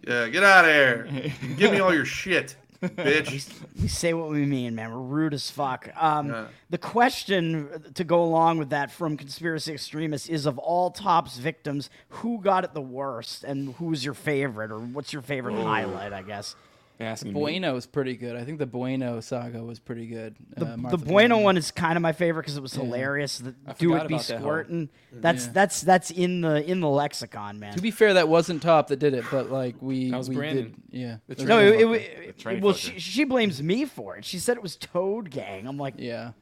[LAUGHS] Yeah, get out of here. Give me all your shit, [LAUGHS] bitch. We say what we mean, man. We're rude as fuck. Um, Yeah. The question to go along with that from conspiracy extremists is: of all Top's victims, who got it the worst, and who's your favorite, or what's your favorite highlight? I guess. Asking me. Oh, Bueno is pretty good. I think the Bueno saga was pretty good. The, Uh, the Martha Bueno one is kind of my favorite because it was hilarious. The, I do forgot it be about that whole- squirting. Mm. That's Yeah. that's that's in the in the lexicon, man. To be fair, that wasn't Top that did it, but like we, we Brandon. did. Yeah. The No, it, it, it- well, she, she blames me for it. She said it was Toad Gang. I'm like, yeah.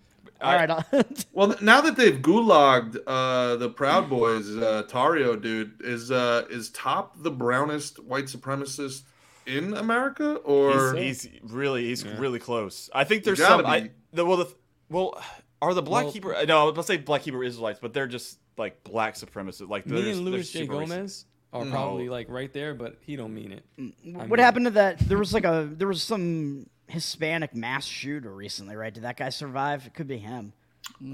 All right, I'll- [LAUGHS] well, th- now that they've gulagged uh, the Proud Boys, uh, Tario dude is uh, is top the brownest white supremacist in America, or he's, he's really he's really close. I think You there's gotta some. I, be. the, well, the, th- well, are the black Well- Hebrew? No, I was gonna say black Hebrew Israelites, but they're just like black supremacists. Like Me they're- and they're Luis J. super racist. Gomez are No. probably like right there, but he don't mean it. I what mean- happened to that? There was like a there was some Hispanic mass shooter recently, right? Did that guy survive? It could be him.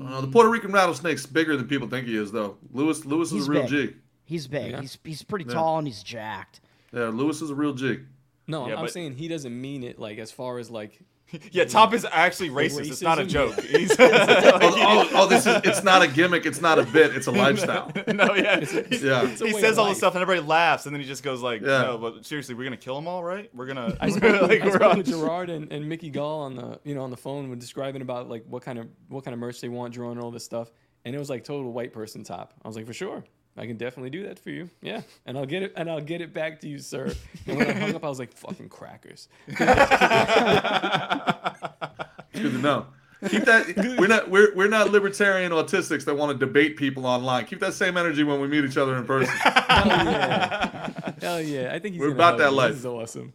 Uh, the Puerto Rican rattlesnake's bigger than people think he is, though. Lewis Lewis is He's a real big. G. He's big. Yeah. He's he's pretty Yeah. tall and he's jacked. Yeah, Lewis is a real [LAUGHS] G. No, I'm- Yeah, I'm, but- saying he doesn't mean it. Like as far as [LAUGHS] like. Yeah, Top is actually the racist. It's not a racism. [LAUGHS] joke. He's- [LAUGHS] oh, oh, oh, this is it's not a gimmick. It's not a bit. It's a [LAUGHS] lifestyle. no, yeah, yeah. He says all this stuff, and everybody laughs, and then he just goes like, Yeah. "No, but seriously, we're gonna kill them all, right? We're gonna." [LAUGHS] I spoke, with- like, I we're spoke all- with Gerard and, and Mickey Gall on the you know on the phone when describing about like what kind of what kind of merch they want, drawing all this stuff, and it was like total white person top. I was like, for sure, I can definitely do that for you, yeah, and I'll get it and I'll get it back to you, sir. And when I hung up, I was like, fucking crackers. It's good to know. Keep [LAUGHS] that. We're not we're, we're not libertarian autistics that want to debate people online. Keep that same energy when we meet each other in [LAUGHS] person. [LAUGHS] Hell yeah, I think he's We're gonna about help that me. life. This is awesome.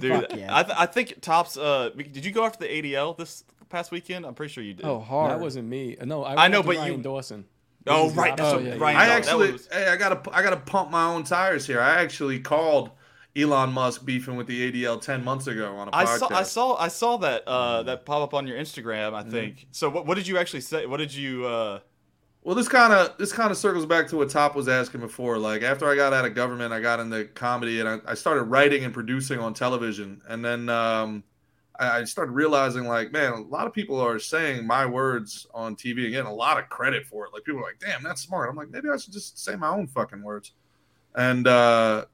Dude, Fuck yeah. I, th- I think Tops. Uh, did you go after the ADL this past weekend? I'm pretty sure you did. Oh, That wasn't me. No, I, I know, went to but Ryan you- Dawson. Oh, This is right, not- that's what- Ryan I Dahl, that actually, was- hey, I gotta, I gotta pump my own tires here. I actually called Elon Musk beefing with the ADL ten months ago on a podcast. I saw, I saw, I saw that uh, that pop up on your Instagram. I think. So, what, what did you actually say? What did you? Uh, Well, this kind of this kind of circles back to what Top was asking before. Like after I got out of government, I got into comedy and I, I started writing and producing on television. And then um, I, I started realizing, like, man, a lot of people are saying my words on TV and getting a lot of credit for it. Like people are like, damn, that's smart. I'm like, maybe I should just say my own fucking words. And uh,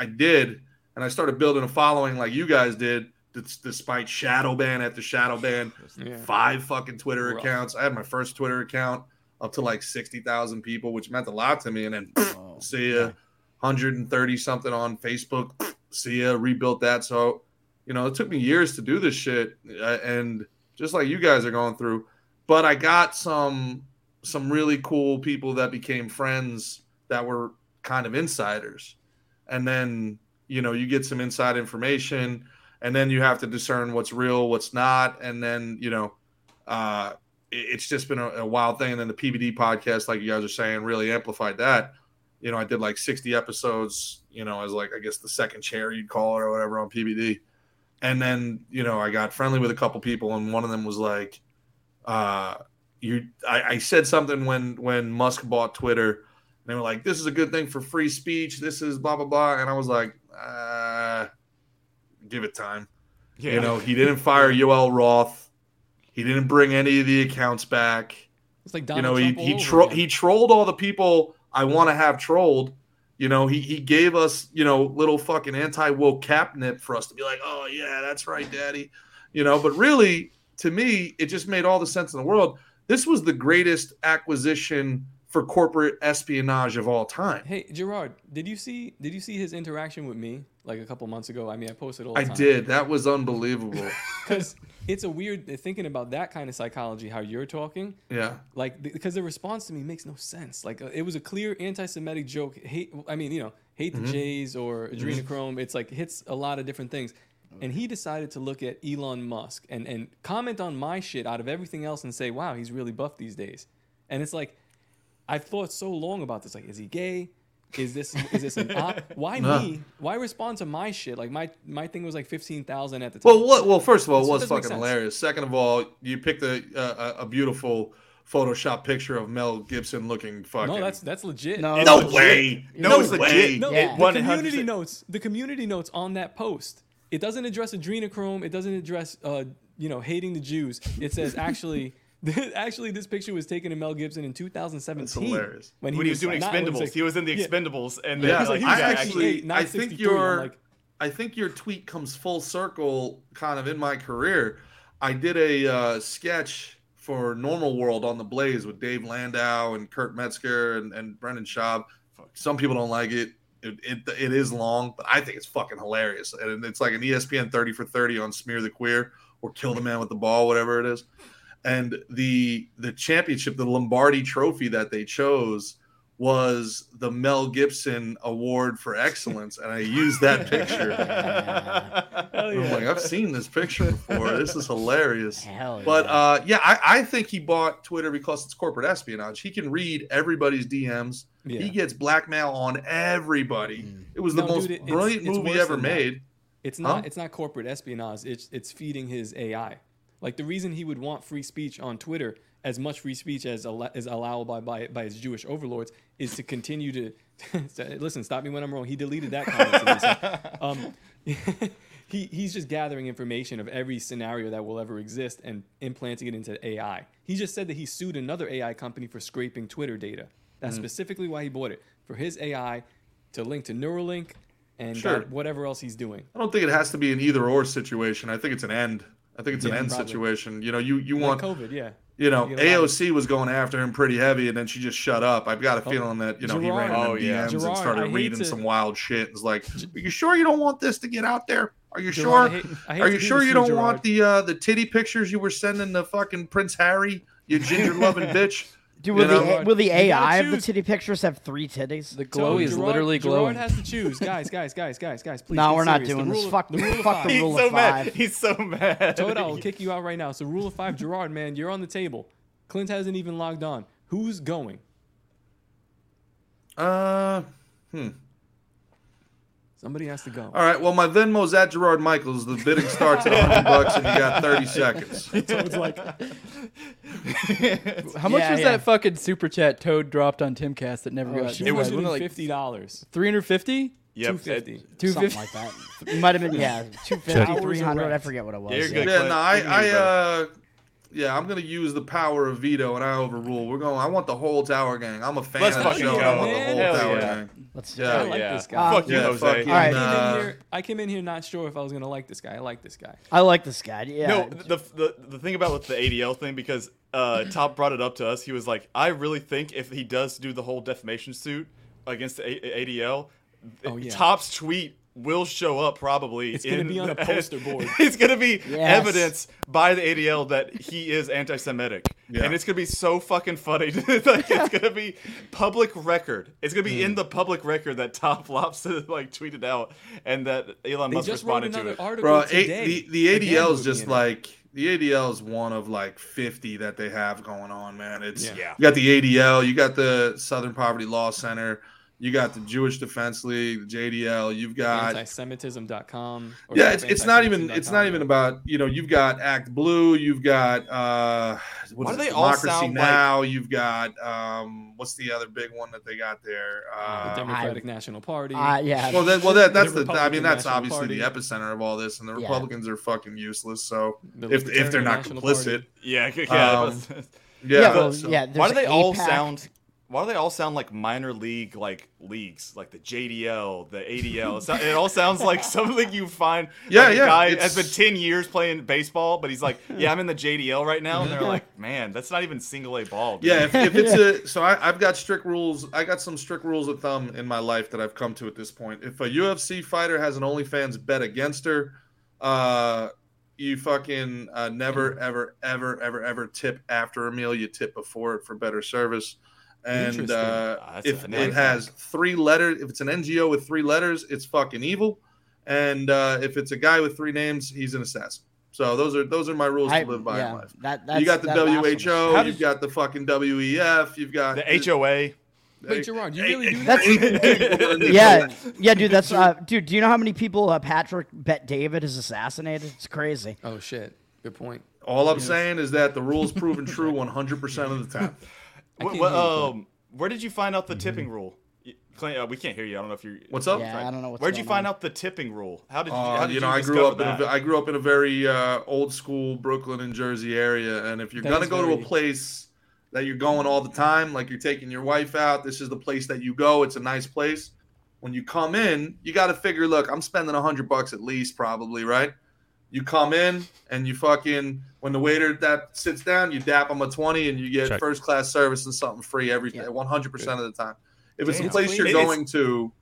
I did, and I started building a following like you guys did, des- despite shadow ban after shadow ban, Yeah. five fucking Twitter Rough. accounts. I had my first Twitter account up to like sixty thousand people, which meant a lot to me. And then [CLEARS THROAT] see ya, hundred and thirty something on Facebook. [CLEARS THROAT] see ya, rebuilt that. So you know, it took me years to do this shit, uh, and just like you guys are going through, but I got some some really cool people that became friends that were kind of insiders and then you know you get some inside information and then you have to discern what's real what's not and then you know uh it- it's just been a, a wild thing and then the pbd podcast like you guys are saying really amplified that you know i did like 60 episodes you know as like i guess the second chair you'd call it or whatever on pbd and then you know i got friendly with a couple people and one of them was like uh you I, I said something when when musk bought twitter and they were like, "This is a good thing for free speech. This is blah blah blah." And I was like, uh, "Give it time." Yeah. You [LAUGHS] know, he didn't fire Yoel Roth. He didn't bring any of the accounts back. It's like you Donald know, he Trump all he over tro- again. he trolled all the people I want to have trolled. You know, he he gave us you know little fucking anti woke cap nip for us to be like, "Oh yeah, that's right, daddy." You know, but really, to me, it just made all the sense in the world. This was the greatest acquisition for corporate espionage of all time. Hey Gerard, did you see did you see his interaction with me like a couple months ago? I mean, I posted all. The I time. [LAUGHS] did. That was unbelievable. [LAUGHS] because it's a weird thinking about that kind of psychology how you're talking. Yeah. Like th- because the response to me makes no sense. Like uh, it was a clear anti-Semitic joke. Hate. I mean, you know, hate Mhm. the Jays or Mhm. adrenochrome. It's like hits a lot of different things. And he decided to look at Elon Musk and and comment on my shit out of everything else and say, "Wow, he's really buff these days." And it's like, I've thought so long about this. Like, is he gay? Is this is this an op? Why No. me? Why respond to my shit? Like my my thing was like fifteen thousand at the time. Well, what? Well, first of all, it So was doesn't make fucking sense. hilarious. Second of all, you picked a uh, a a beautiful Photoshop picture of Mel Gibson looking fucking. No, that's that's legit. No, No it's way. legit. No it's way. No, Yeah. the community 100%. notes. The community notes on that post. It doesn't address adrenochrome. It doesn't address uh, you know hating the Jews. It [LAUGHS] says actually. [LAUGHS] Actually, this picture was taken in Mel Gibson in 2017. hilarious. When he was doing not- when Expendables, he was in the Expendables, and then, he's like, he I was [LAUGHS] actually- 68, not I think 63. I'm you're. like, I think your tweet comes full circle, kind of in my career. I did a uh, sketch for Normal World on the Blaze with Dave Landau and Kurt Metzger and, and Brendan Schaub. Some people don't like it. It, it. it is long, but I think it's fucking hilarious. And it's like an E ESPN 30 for 30 on Smear the Queer or Kill the Man with the Ball, whatever it is. And the the championship, the Lombardi trophy that they chose was the Mel Gibson Award for Excellence. And I [LAUGHS] used that picture. [LAUGHS] And I'm like, I've seen this picture before. This is hilarious. but uh, yeah, I, I think he bought Twitter because it's corporate espionage. He can read everybody's DMs. Yeah. He gets blackmail on everybody. It was the No, most dude, it- it's- brilliant it's worse movie ever than that. made. It's Huh? not. It's not corporate espionage. It's it's feeding his AI. Like the reason he would want free speech on Twitter, as much free speech as al- is allowable by, by by his Jewish overlords, is to continue to [LAUGHS] listen. Stop me when I'm wrong. He deleted that comment. to me, so, um, [LAUGHS] [LAUGHS] he he's just gathering information of every scenario that will ever exist and implanting it into AI. He just said that he sued another AI company for scraping Twitter data. That's Mm. specifically why he bought it for his AI to link to Neuralink and Sure. got whatever else he's doing. I don't think it has to be an either or situation. I think it's an end. I think it's an Yeah, end probably. situation. You know, you you Like want COVID, yeah. You know, You get a lot of- AOC was going after him pretty heavy, and then she just shut up. I've got a Oh, feeling that you know he Gerard. ran into Oh, DMs yeah. and Gerard, I started hate reading to- some wild shit. It's like, are you sure you don't want this to get out there? Are you Gerard, I sure? hate- I hate are to you do sure this you to you, don't want the uh, the titty pictures you were sending to fucking Prince Harry, you ginger loving [LAUGHS] bitch? Dude, You will the, know? will the You gotta AI of the choose. titty pictures have three titties? The So Gerard- Gerard has to choose, guys, guys, guys, guys, guys. Please. No, be we're not serious. The doing this. rule of- Fuck- the rule of fuck five. the He's rule of so mad. five. He's so mad. Toda, [LAUGHS] I'll kick you out right now. So rule of five, Gerard, man, you're on the table. Clint hasn't even logged on. Who's going? Uh, hmm. Somebody has to go. All right. Well, my Venmo's at Gerard Michaels. The bidding starts at 100 bucks, and you got 30 seconds. Toad's like, How much Yeah, was yeah. that fucking super chat Toad dropped on Timcast that never Oh, got? shit. It was fifty dollars. Three hundred fifty. Yep. 250. Two fifty. Something like that. It might have been, yeah, 250, Check. 300. I forget what it was. Yeah, no, I, I, uh, yeah, I'm gonna use the power of veto, and I overrule. We're going. I want the whole Tower Gang. I'm a fan Let's of the fucking show. and go, I want the man. whole Hell Tower yeah. Gang. Let's yeah. I like this guy. Fuck you, yeah, Jose. fucking, All right. I uh, came in here- I came in here not sure if I was gonna like this guy. I like this guy. I like this guy. Yeah. No, the, the the thing about with the ADL thing because [CLEARS THROAT] uh, Top brought it up to us. He was like, I really think if he does do the whole defamation suit against the A- ADL, Oh, yeah. Top's tweet will show up probably. It's gonna in [LAUGHS] be on a the- poster board. it's gonna be Yes. evidence by the ADL that he is anti-Semitic, Yeah. and it's gonna be so fucking funny. [LAUGHS] like it's gonna be public record. It's gonna be Mm. in the public record that Top Lobster [LAUGHS] like tweeted out, and that Elon They Musk just wrote responded to another it. article Bro, today. eight, the the Again, ADL is we're just being- like the ADL is one of like 50 that they have going on, man. It's Yeah. Yeah. you got the ADL, you got the Southern Poverty Law Center, you got the Jewish Defense League, the JDL, you've got antisemitism.com. or uh, yeah, it's, it's not even it's not antisemitism.com. even about you know you've got Act Blue, you've got uh, Why what's do it, they all Democracy sound like- Now, you've got um, what's the other big one that they got there? Uh, the Democratic National Party. Uh, yeah. Well, that, well, that, that's the. I Republican mean, that's National obviously Party. the epicenter of all this, and the Yeah. Republicans are fucking useless. So The if if they're Libertarian not National complicit, Party. Yeah, [LAUGHS] c- yeah, Um, that's- yeah, Yeah, well, so- yeah, why there's do they all APAC. sound? Why do they all sound like minor league like leagues, like the JDL, the ADL? It, sound- it all [LAUGHS] sounds like something you find. Yeah, like a yeah, Guy it's- has been ten years playing baseball, but he's like, yeah, I'm in the JDL right [LAUGHS] now, and they're like, man, that's not even single A ball. dude." Yeah, if, if [LAUGHS] it's a so I, I've got strict rules. I got some strict rules of thumb in my life that I've come to at this point. If a UFC fighter has an OnlyFans bet against her, uh, you fucking uh, Mm. never ever ever ever ever tip after a meal. You tip before it for better service. And Interesting. Ah, uh, that's if a- now I it has three letters, if it's an NGO with three letters, it's fucking evil. And uh, if it's a guy with three names, he's an assassin. So those are those are my rules I- to live by yeah, in life. that- you that's- got the that last one. WHO, How you've got the fucking WEF, you've got the HOA. Wait, Gerard, you really do [LAUGHS] That's [LAUGHS] that? yeah, yeah, dude. That's uh, dude. Do you know how many people uh, Patrick Bet David has assassinated? It's crazy. Oh shit. Good point. All I'm saying is that the rules proven true 100 percent of the time. I can't Wh- wh- hear you, Clint. um, where did you find out the tipping rule? Y- Clint, uh, we can't hear you. I don't know if you're. Mm-hmm. What's up? Yeah, I don't know what's Where'd you going find on. out the tipping rule? How did you? Uh, how did you know, you I grew up in discover a, that? [LAUGHS] I grew up in a very uh, old school Brooklyn and Jersey area, and if you're That gonna is go to very- a place that you're going all the time, like you're taking your wife out, this is the place that you go. It's a nice place. When you come in, you got to figure, look, I'm spending a hundred bucks at least, probably, right? You come in and you fucking when the waiter that sits down, you dap him a twenty and you get Check. first class service and something free every one hundred percent of the time. If it's a Damn. place you're It- it's- going to,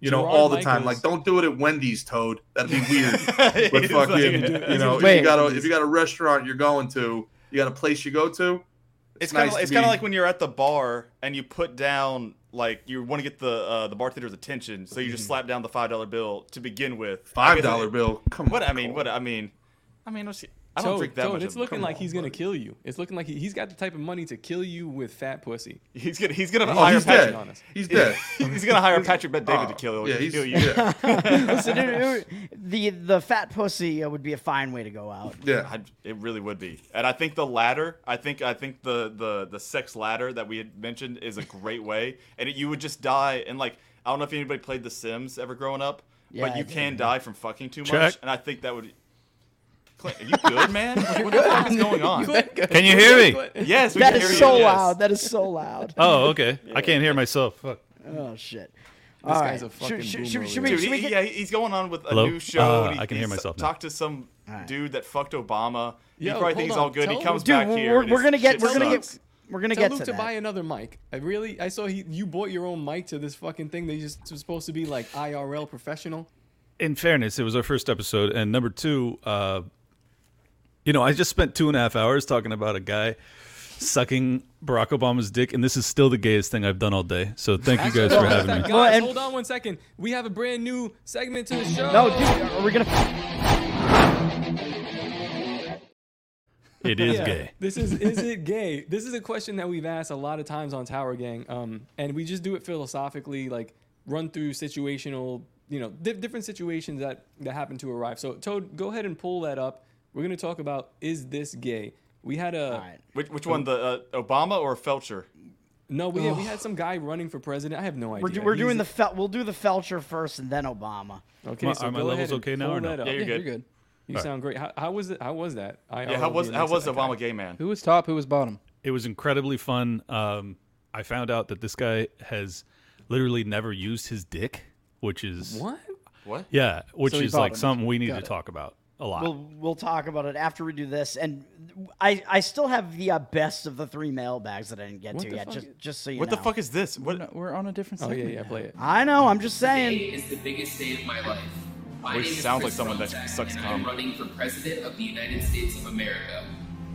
you know, Gerard all the time. Michaels- Like, don't do it at Wendy's, Toad. That'd be [LAUGHS] weird. but He's fucking, like- you know, if Wait. you got a if you got a restaurant you're going to, you got a place you go to. It's kind of nice to it's kind be- of like when you're at the bar and you put down like you want to get the uh, the bartender's attention, so you just slap down the five dollar bill to begin with. I Five guess- dollar bill. Come What I mean, what I mean, I mean, let's see. I don't Toad, drink that Toad, much. It's of- looking come like on. he's gonna kill you. It's looking like he, he's got the type of money to kill you with fat pussy. [LAUGHS] He's gonna he's gonna Oh, hire he's Patrick dead. on us. He's dead. [LAUGHS] he's gonna hire Patrick Bet David to Oh, kill, yeah, to he's- kill you. [LAUGHS] [LAUGHS] Listen, it- it- the the fat pussy uh, would be a fine way to [LAUGHS] go out. Yeah, I, it really would be, and I think the ladder. I think I think the the the sex ladder that we had mentioned is a great way, and it, you would just die. And like I don't know if anybody played The Sims ever growing up, Yeah, but I you did. can die from fucking too much, Check. and I think that would. Clint, are you good, man? Like, what the fuck is going on? Can you hear me? Yes, we That can is hear so you. yes. loud. That is so [LAUGHS] loud. Oh, [LAUGHS] okay. I can't hear myself. Fuck. Oh shit. This All guy's right. a fucking should, should, boomer should, over should we, here. should we Dude, get he- yeah, he's going on with a Hello? new show. Uh, and he- I can hear he's myself now. Talked to some dude that fucked Obama. He Yo, probably hold thinks on. he's all good. Tell He comes Luke- back here. and his shit sucks. we're gonna Tell get Luke to to that. buy another mic. I really, I saw he, you bought your own mic to this fucking thing. They just was supposed to be like IRL professional. In fairness, it was our first episode, and number two, uh, you know, I just spent two and a half hours talking about a guy sucking Barack Obama's dick, and this is still the gayest thing I've done all day. So thank you guys for Actually, having guys, me. hold on one second. We have a brand new segment to the show. No, dude, are we gonna? It is Yeah. gay. This is is it gay? This is a question that we've asked a lot of times on Tower Gang, um, and we just do it philosophically, like run through situational, you know, di- different situations that that happen to arrive. So Toad, go ahead and pull that up. We're gonna talk about is this gay? We had a Which, which one, the uh, Obama or Felcher? no, we had, we Ugh. had some guy running for president. I have no idea. We're, do, we're He's- doing the fel- we'll do the Felcher first and then Obama. Okay, My- so are my go ahead levels and okay now pull or no? that up. Yeah, you're good. You All right. sound great. How, how was it? How was that? I Oh, Yeah, how was how was Obama gay, man? Who was top? Who was bottom? It was incredibly fun. Um, I found out that this guy has literally never used his dick, which is What? What? Yeah, which So he is like bottomed. something we need Got to it. talk about a lot. We'll we'll talk about it after we do this, and I I still have the uh, best of the three mailbags that I didn't get What to the yet. fuck Just is- just so you What know. the fuck is this? What? We're on a different Oh segment. yeah, yeah, play it. I know. I'm just Today saying. is the biggest day of my life. My Which name is sounds Chris like someone that Fronczak, sucks and I'm cum. running for president of the United States of America.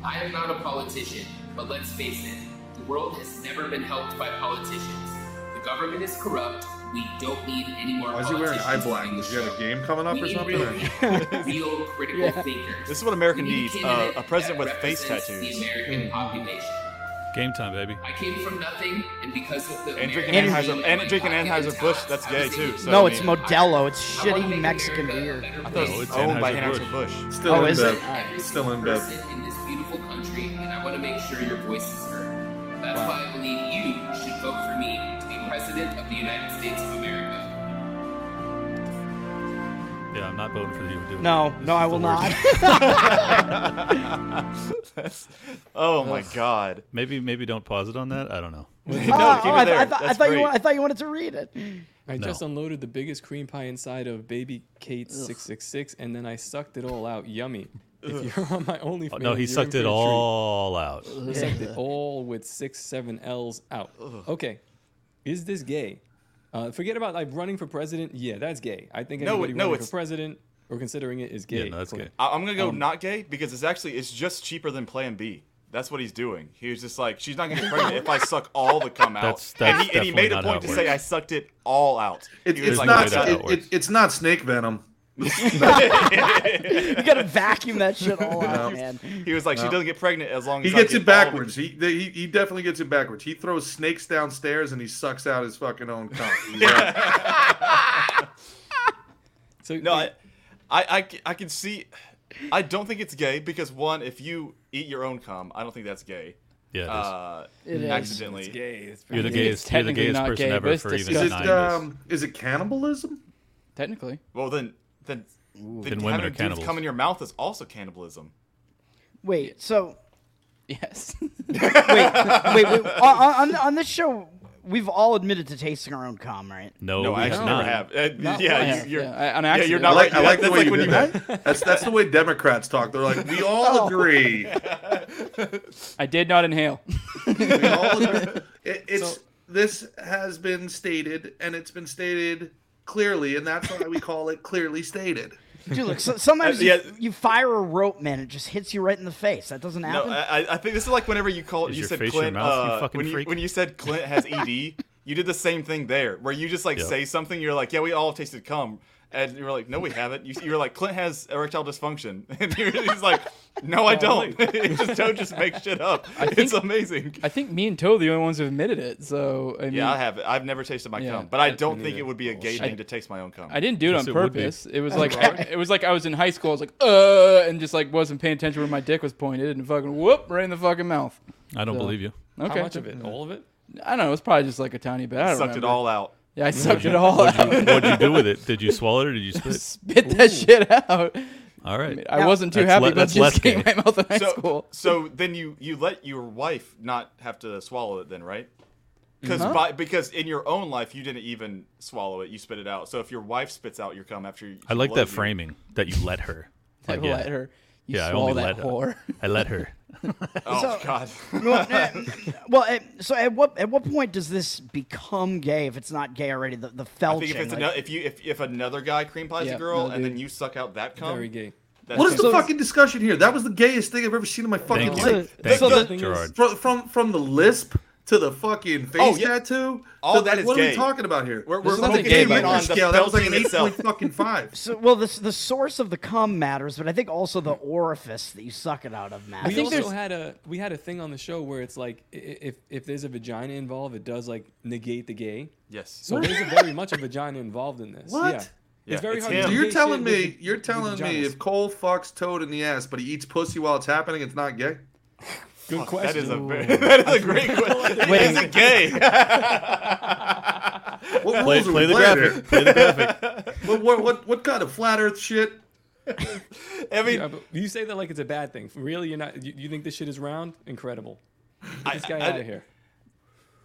I am not a politician, but let's face it, the world has never been helped by politicians. The government is corrupt. We don't need any more Why is he politicians. wearing eye black? Does he have a game coming up we or need something? or- [LAUGHS] real, real critical thinkers. This is what America We need a needs, uh, candidate a president that with face represents tattoos. The American Hmm. Mm. population. Game time, baby. I came from nothing, and because of the And drinking American Anheuser dream, and I drinking got here Anheuser Busch. That's gay too. So, no, I it's mean, Modelo. It's shitty Mexican beer. I thought it Oh, was owned by Anheuser Busch. Still Oh, in is it? bed. Every Still in bed. person in this beautiful country, and I want to make sure your voice is heard. That's why I believe you should vote for me to be president of the United States of America. Yeah, I'm not voting for you. Dude. No, no, I will not. Oh my [LAUGHS] god. Maybe maybe don't pause it on that. I don't know. [LAUGHS] No, Oh, keep [LAUGHS] I, it there. I thought, I That's thought you great. wa- I thought you wanted to read it. I No. just unloaded the biggest cream pie inside of Baby Kate six six six, and then I sucked it all out. Yummy. If you're on my OnlyFans, Oh, no, he you're sucked in it for a treat. all out. He sucked it all with six seven L's out. Okay, is this gay? Uh, forget about like running for president. Yeah, that's gay. I think No, anybody it- no, running it's- for president or considering it is gay. Cool. I, am gonna go Um, not gay because it's actually it's just cheaper than Plan B. That's what he's doing. He was just like, she's not gonna get pregnant [LAUGHS] if I suck all the cum out. That's- and, that's he, and he definitely made a not point how to it say works. I sucked it all out. It- He was it's like, not. "That's It, it, it's not snake venom. you gotta vacuum that shit all [LAUGHS] out, man. He was like, she No. doesn't get pregnant as long as He I gets get it all of backwards. He, they- he he definitely gets it backwards. He throws snakes downstairs and he sucks out his fucking own [LAUGHS] cum. He's like, So no, I, I, I c- I can see. I don't think it's gay because one, if you eat your own cum, I don't think that's gay. Yeah, it is. uh, It is. accidentally. It's gay. It's You're the gayest- you're the gayest person ever for even is it denying this. um is it cannibalism? Technically. Well, then, then, Then then, women having are a dude's cannibals. cum in your mouth is also cannibalism. Wait, so Yes. [LAUGHS] [LAUGHS] wait, wait, wait. On, on, on this show, we've all admitted to tasting our own cum, right? No, Oh, No, I we actually have never not. have. Uh, yeah, once. you- you're- Yeah, on yeah, accident. you're not I like, I yeah, like the that's way like you when did that. [LAUGHS] That's that's the way Democrats talk. They're like, we all agree. I did not inhale. We all agree. It, it's this has been stated, and it's been stated clearly, and that's why we call it clearly stated. Dude, look, so, sometimes [LAUGHS] Uh, yeah. you, you fire a rope, man, it just hits you right in the face. That doesn't No, happen. I, I- I think this is like whenever you called. Is You your said face your Clint. mouth, you uh, fucking when you freak? when you said Clint [LAUGHS] has ED, you did the same thing there, where you just like Yeah. say something. You're like, yeah, we all tasted cum, and you were like, no, we haven't. You, you were like, Clint has erectile dysfunction, [LAUGHS] and you're- he's like, no, I don't. [LAUGHS] It just don't just make shit up. it's amazing. I think me and Toe are the only ones who admitted it. So I mean, yeah, I have it. I've never tasted my Yeah. cum, but I don't Me think neither. it would be a gay I- thing to taste my own cum. I didn't do it Yes, on it would be. purpose. It, was That's like right. [LAUGHS] it was like I was in high school. I was like, uh, and just like wasn't paying attention where my dick was pointed, and fucking whoop right in the fucking mouth. I don't believe you. Okay. How much of it? All of it? I don't know. It was probably just like a tiny bit. I don't Sucked it remember. all out. Yeah, I sucked What'd [LAUGHS] it you- all [LAUGHS] what'd out. You, what'd you do with it? Did you swallow it or did you spit? [LAUGHS] Spit that shit out. All right. I, mean, I wasn't too That's happy, but le- it that's just [LAUGHS] less came gay. out my mouth in high so, school. So then you you let your wife not have to swallow it then, right? Because Mhm. because in your own life you didn't even swallow it, you spit it out. So if your wife spits out your cum after you, I like that she blows you- framing that you let her. I Like, yeah. let her. You yeah, I swallow only that let whore. her. I let her. Oh So- God. [LAUGHS] well, eh, well, eh, so at what at what point does this become gay if it's not gay already? The the I felching. think if it's like- ano- if you if, if another guy cream pies Yeah, a girl no, and dude. then you suck out that cum, Very gay. that's What is it. the fucking discussion here? That was the gayest thing I've ever seen in my fucking Thank you. life. Thank The- you, the- [LAUGHS] Gerard. From, from from the lisp to the fucking face Oh, yeah. tattoo. All to, that like, is what are gay. we talking about here? We're- we're This is like both a gay Richter men on the scale. That was like an felching eight itself. point fucking five. So, well, the the source of the cum matters, but I think also the Hmm. orifice that you suck it out of matters. we also had a we had a thing on the show where it's like i- i- if if there's a vagina involved, it does like negate the gay. Yes. So What? there's a very much a vagina involved in this. What? Yeah. Yeah, It's very it's hard. him. To So do you're gay telling shit me with- you're with telling me vaginas. if Cole fucks Toad in the ass, but he eats pussy while it's happening, it's not gay. Good Fuck, that is a question. very, [LAUGHS] that is a great question. Wait. Is it gay? What Play- rules are play we the playing graphic. here? Play the graphic. what, what what what kind of flat Earth shit? I mean, Yeah, but you say that like it's a bad thing. Really, you're not. You, you think this shit is round? Incredible. Get this guy I- out of here.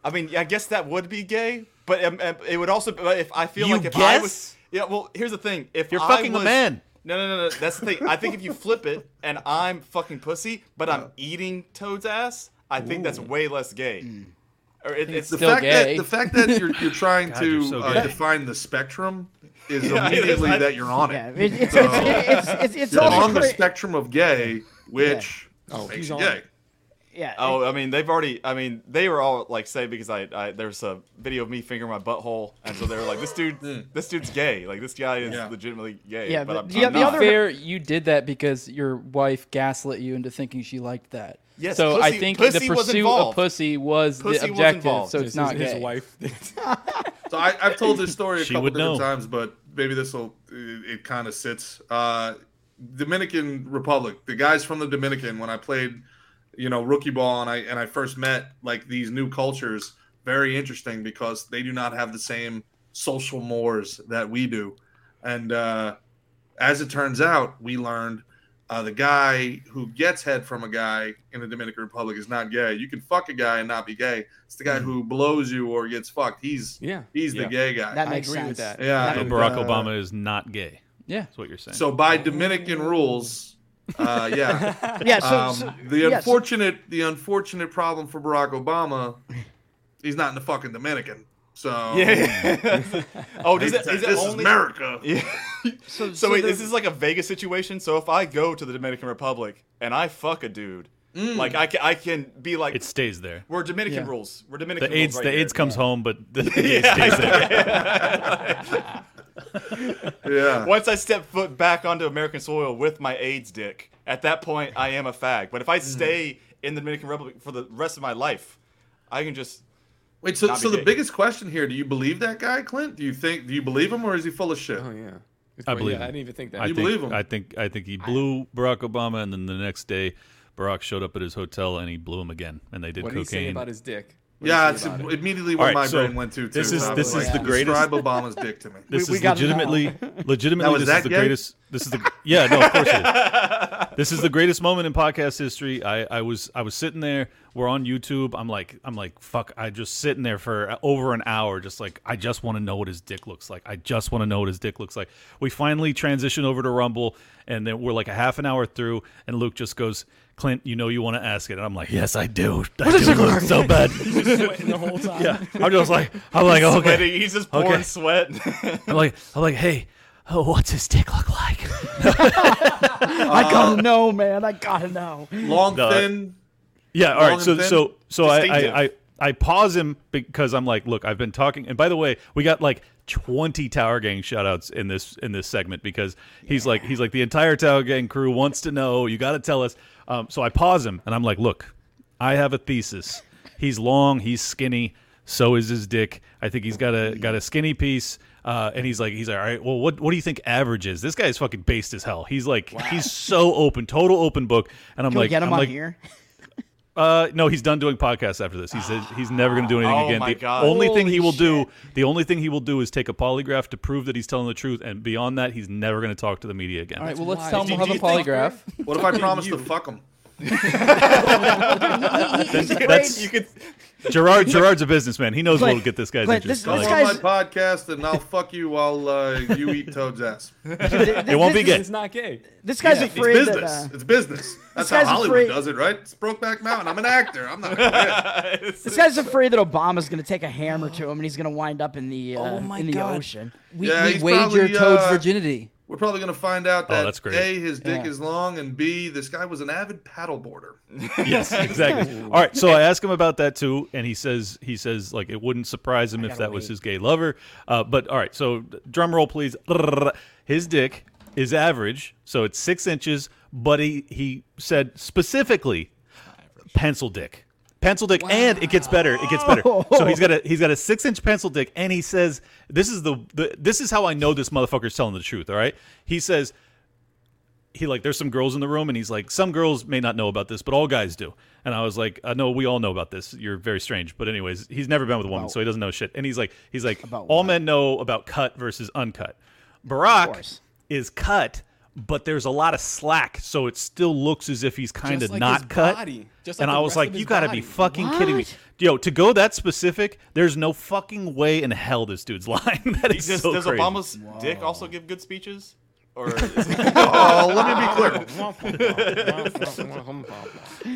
I mean, I guess that would be gay, but um, um, it would also. But if I feel You like if I guess? was, yeah. Well, here's the thing: if You're I fucking the was, man. No, no, no, no. That's the thing. I think if you flip it and I'm fucking pussy, but I'm eating Toad's ass, I think that's way less gay. Or it, it's Mm. The fact that the fact that you're you're trying God, to you're so uh, gay. define the spectrum is Yeah, it is. immediately I- that you're on it. Yeah, it- it's- So, it's- it's- it's- it's you're also on the cra- spectrum of gay, which oh, makes he's you on gay. it. yeah. Oh, I mean, they've already. I mean, they were all like, say, because I, I there's a video of me fingering my butthole, and so they were like, [LAUGHS] this dude, this dude's gay. Like, this guy is Mm. Yeah. legitimately gay. Yeah, but, but I'm, the- I'm the not. other- [LAUGHS] fair, you did that because your wife gaslit you into thinking she liked that. Yes, so I pussy- think pussy the was pursuit of involved. pussy was Pussy was the objective, involved. so it's Just not his, gay. his wife. So I, I've told this story a She couple would different know. times, but maybe this will it, it kind of sits. Uh, Dominican Republic. The guys from the Dominican. When I played, you know, rookie ball, and I and I first met like these new cultures. Very interesting because they do not have the same social mores that we do, and uh, as it turns out, we learned. Uh, the guy who gets head from a guy in the Dominican Republic is not gay. You can fuck a guy and not be gay. It's the guy Mm-hmm. who blows you or gets fucked. He's Yeah. he's the Yeah. gay guy. That I makes agree sense. with that. Yeah, So and, Barack uh, Obama is not gay. Yeah. That's what you're saying. So by Dominican rules, uh, [LAUGHS] yeah, Um, Yeah, so- so- the yeah, so- unfortunate the unfortunate problem for Barack Obama, he's not in the fucking Dominican. So [LAUGHS] Yeah. [LAUGHS] oh, does it, This is it is only America. Yeah. So, So wait, this the- is like a Vegas situation. So if I go to the Dominican Republic and I fuck a dude, Mm. like I can, I can be like, It stays there. we're Dominican Yeah. rules. We're Dominican. The AIDS, rules the right AIDS here." comes home, but [LAUGHS] the, the gay stays there. Yeah. yeah. Once I step foot back onto American soil with my AIDS dick, at that point I am a fag. But if Mm-hmm. I stay in the Dominican Republic for the rest of my life, I can just Wait, so not be so the gay. biggest question here: Do you believe that guy, Clint? Do you think do you believe him or is he full of shit? Oh [LAUGHS] yeah. It's I crazy. I believe. him. didn't even think I that. You think, believe him? I think. I think he blew Barack Obama, and then the next day, Barack showed up at his hotel and he blew him again, and they did What did he cocaine. say about his dick? What did he Yeah, say it's about it? immediately All where right, my so brain went to. Too, this is- so I this was is like, the greatest- Describe Obama's dick to me. This We- we is got it now. [LAUGHS] legitimately, legitimately, was this that is the gay? greatest. This is the yeah, no, of course it [LAUGHS] is. this is the greatest moment in podcast history. I, I was I was sitting there. We're on YouTube. I'm like I'm like fuck. I just sitting there for over an hour, just like I just want to know what his dick looks like. I just want to know what his dick looks like. We finally transition over to Rumble, and then we're like a half an hour through, and Luke just goes. Clint, you know you want to ask it, and I'm like, yes, I do. I What does do it look look so like?" [LAUGHS] bad. He's just sweating the [LAUGHS] whole time. Yeah, I'm just like, I'm like, He's [LAUGHS] okay, sweating. He's just pouring okay. [LAUGHS] sweat. I'm like, I'm like, hey, oh, what's his dick look like? I gotta know, man. I gotta know. No, I- Yeah. All long right. So and thin, so so I, I I distinctive. I pause him because I'm like, look, I've been talking. And by the way, we got like 20 Tower Gang shoutouts in this in this segment because he's like he's like the entire Tower Gang crew wants to know. You got to tell us. Um, so I pause him and I'm like, look, I have a thesis. He's long. He's skinny. So is his dick. I think he's got a got a skinny piece. Uh, and he's like, he's like, all right, well, what what do you think average is? This guy is fucking based as hell. He's like, he's so open, total open book. And I'm Can like, we get him I'm on like, here? uh, no, he's done doing podcasts after this. He said he's never going to do anything Oh again. my the God. only thing he will do, the only thing he will do, is take a polygraph to prove that he's telling the truth, and beyond that, he's never going to talk to the media again. All right, well, let's tell him we'll have a polygraph. What if I promise to fuck him? That's- that's- You [LAUGHS] could- Gerard. Gerard's a businessman. He knows what'll get this guy's Clint, interest. this- this Like, Come on my podcast and I'll fuck you while uh, you eat Toad's ass. it won't be this good. is- It's not gay. This guy's Yeah, afraid It's that, business. uh, it's business. That's guy's how Hollywood afraid- does it, right? It's Brokeback Mountain. I'm an actor. I'm not. A This guy's afraid that Obama's gonna take a hammer to him and he's gonna wind up in the uh, my in the God. ocean. We, Yeah, we he's wager probably, Toad's uh, virginity. We're probably gonna find out Oh, that that's great. a his dick Yeah. is long and b this guy was an avid paddleboarder. yes, exactly. All right, so I asked him about that too, and he says he says like it wouldn't surprise him if that was his gay lover. Uh, but all right, so drum roll, please. [LAUGHS] His dick is average, so it's six inches, but he he said specifically pencil dick. Pencil dick, and it gets better. It gets better. So he's got a he's got a six inch pencil dick, and he says this is the, the this is how I know this motherfucker's telling the truth. All right, he says he like there's some girls in the room and he's like some girls may not know about this but all guys do and i was like uh, no we all know about this you're very strange but anyways he's never been with a woman so he doesn't know shit and he's like he's like all men know about cut versus uncut barack is cut but there's a lot of slack so it still looks as if he's kind of Just like not his cut body. Just and like i the was rest like of you his gotta body. be fucking kidding me What? yo to go that specific there's no fucking way in hell this dude's [LAUGHS] lying that He is just- so does crazy. Obama's dick also give good speeches? [LAUGHS] Or oh, let me be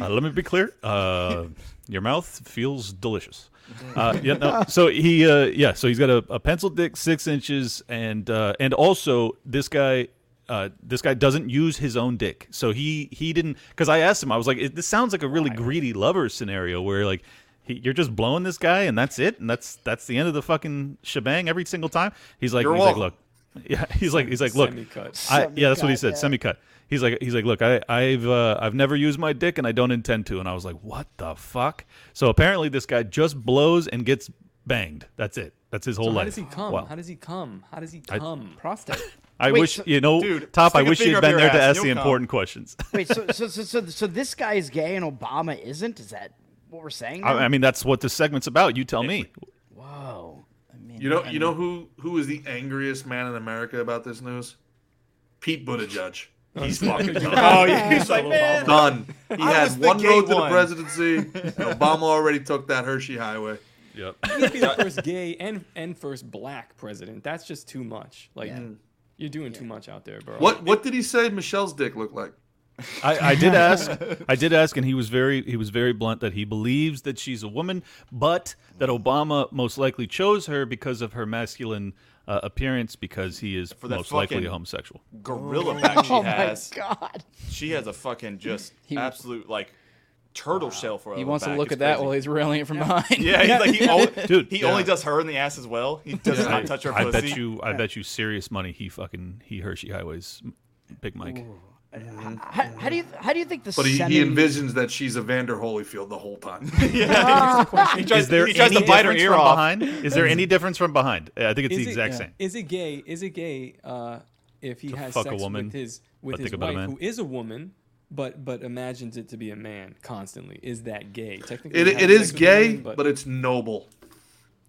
Uh, let me be clear. Uh, your mouth feels delicious. Uh, yeah, no, so he, uh, yeah, so he's got a, a pencil dick, six inches, and uh, and also this guy, uh, this guy doesn't use his own dick. So he he didn't because I asked him, I was like, "It- this sounds like a really greedy lover scenario where like he, you're just blowing this guy and that's it, and that's that's the end of the fucking shebang every single time. He's like, You're he's like, welcome. look, [LAUGHS] yeah, he's like, he's like, look, Semi-cut. I, yeah, that's what he Semi-cut, said, yeah. semi cut. He's like, he's like, look, I, I've, uh, I've never used my dick, and I don't intend to. And I was like, what the fuck? So apparently, this guy just blows and gets banged. That's it. That's his whole So life. how does he come? Wow. How does he come? How does he I- come? Prostate. I wish you know, Dude, Top. I stick a wish finger you'd up been your there to ass, ask you'll the come. important questions. [LAUGHS] Wait, so so, so so so this guy is gay and Obama isn't? Is that what we're saying? I, now? I mean, that's what the segment's about. You tell me. Whoa. I mean, You know, I you know who who is the angriest man in America about this news? Pete Buttigieg. He's fucking done. [LAUGHS] Oh, yeah, he's like, man. done. He I had was the one gay road to the one. presidency, and Obama already took that Hershey Highway. Yep. He'd be the first gay and and first black president. That's just too much. Like you're doing too much out there, bro. What what did he say Michelle's dick looked like? I, I [LAUGHS] did ask. I did ask, and he was very he was very blunt that he believes that she's a woman, but that Obama most likely chose her because of her masculine uh, appearance, because he is that most likely fucking a homosexual. gorilla back she Oh my has. God. She has a fucking just absolute like turtle shell for. He her wants to Oh, back. look It's at that crazy. while he's railing it from behind. Yeah, he's like he only, [LAUGHS] Dude, he yeah. only does her in the ass as well. He does not touch her I pussy. bet you. I bet you serious money. He fucking he Hershey Highways, Big Mike. how, how do you how do you think the But he, semi- he envisions that she's Evander Holyfield the [LAUGHS] whole time. He tries- is there he tries to any bite her difference ear from off. behind? Is there any difference from behind? I think it's Is the it- exact yeah. same. Is it gay? Is it gay uh, if he To has fuck a sex woman, with his but with think his about a wife, man? who is a woman, but but imagines it to be a man constantly? Is that gay? Technically, It, having it is sex with a gay, woman, but... it's noble. [LAUGHS]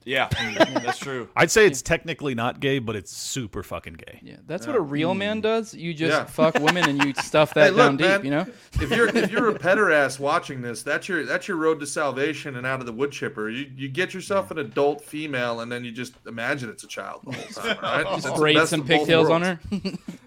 Yeah, Mm, that's true. I'd say it's technically not gay, but it's super fucking gay. [LAUGHS] Yeah, that's what a real man does. You just Yeah. fuck women and [LAUGHS] you stuff that Hey, look, down deep, man, you know? [LAUGHS] if you're if you're a petter ass watching this, that's your that's your road to salvation and out of the wood chipper. You you get yourself an adult female, and then you just imagine it's a child the whole [LAUGHS] time. Right? Just That's the braid best some of both pigtails on [LAUGHS] worlds. her.